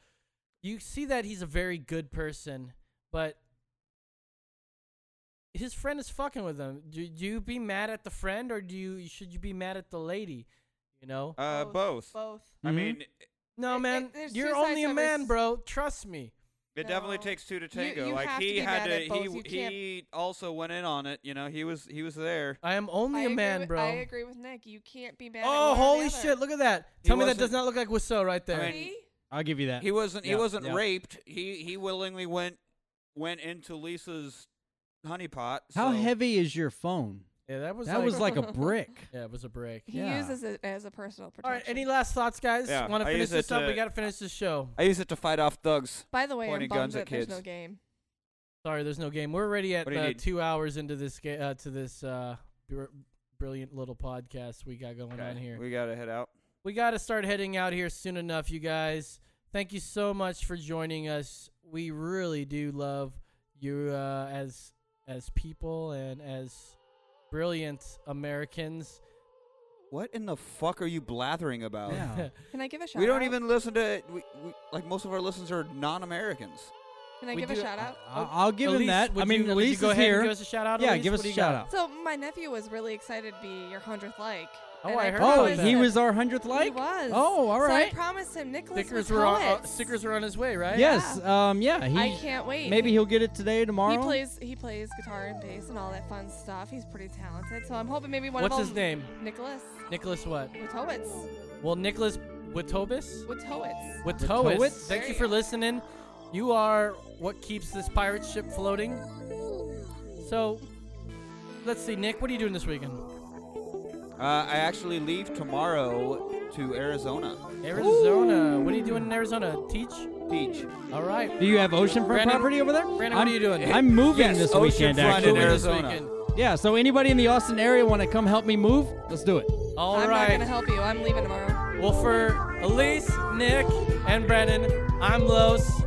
You see that he's a very good person, but his friend is fucking with him. Do, do you be mad at the friend or do you should you be mad at the lady? You know? Uh, both. Both. Hmm? I mean, No, man. there's two you're sides only a to every man, s- bro. Trust me. It definitely takes two to tango. you like have to he be had mad to, at both. he You can't- he also went in on it. You know, he was he was there. I am only I a agree man, with- bro. I agree with Nick. You can't be mad. at Oh, one or the holy other. shit! Look at that. He Tell me that does wasn't- not look like Wiseau right there. I mean, I'll give you that. He wasn't he Yeah, wasn't yeah. raped. He he willingly went went into Lisa's honeypot. How so- heavy is your phone? Yeah, that was that like- was like a brick. Yeah, it was a break. He Yeah. uses it as a personal protection. All right. Any last thoughts, guys? Yeah, Want I to finish use this it up? We to- gotta finish this show. I use it to fight off thugs. By the way, pointing I'm bummed guns that at kids. there's no game. Sorry, there's no game. We're already at What do you uh, need? two hours into this ga- uh, to this uh, br- brilliant little podcast we got going on Okay, here. We gotta head out. We got to start heading out here soon enough, you guys. Thank you so much for joining us. We really do love you uh, as as people and as brilliant Americans. What in the fuck are you blathering about? Yeah. Can I give a shout? we don't out? even listen to we, we, like most of our listeners are non-Americans. Can I We give a do- shout out? I- I'll give him Elise, that. I would mean, you- would you Elise go is ahead and here. give us a shout out, Yeah, Elise? give us What do a you shout got? out. So my nephew was really excited to be your hundredth like. Oh, and I heard Oh, about he that. was our hundredth like. He was. Oh, all So I right. promised him Nicholas Stickers would were on, call uh, it. stickers are on his way, right? yes. Um. Yeah. He, I can't wait. Maybe he'll get it today, tomorrow. He plays he plays guitar and bass and all that fun stuff. He's pretty talented. So I'm hoping maybe one What's of them. his name? Nicholas Nicholas what? Witowitz. Well, Nicholas Witobis? Witowitz. Witowitz. Witowitz? Thank you for listening. You are what keeps this pirate ship floating. So, let's see, Nick, what are you doing this weekend? Uh, I actually leave tomorrow to Arizona. Arizona. What are you doing in Arizona? Teach? Teach. All right. Do you have oceanfront Brandon- property over there? Brandon, I'm, what are you doing? Oh, I'm moving Yes, this weekend. oceanfront Actually, in Arizona. Yeah. So anybody in the Austin area want to come help me move? Let's do it. All I'm not right. gonna help you. I'm leaving tomorrow. Well, for Elise, Nick, and Brennan, I'm Los.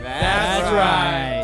That's, right.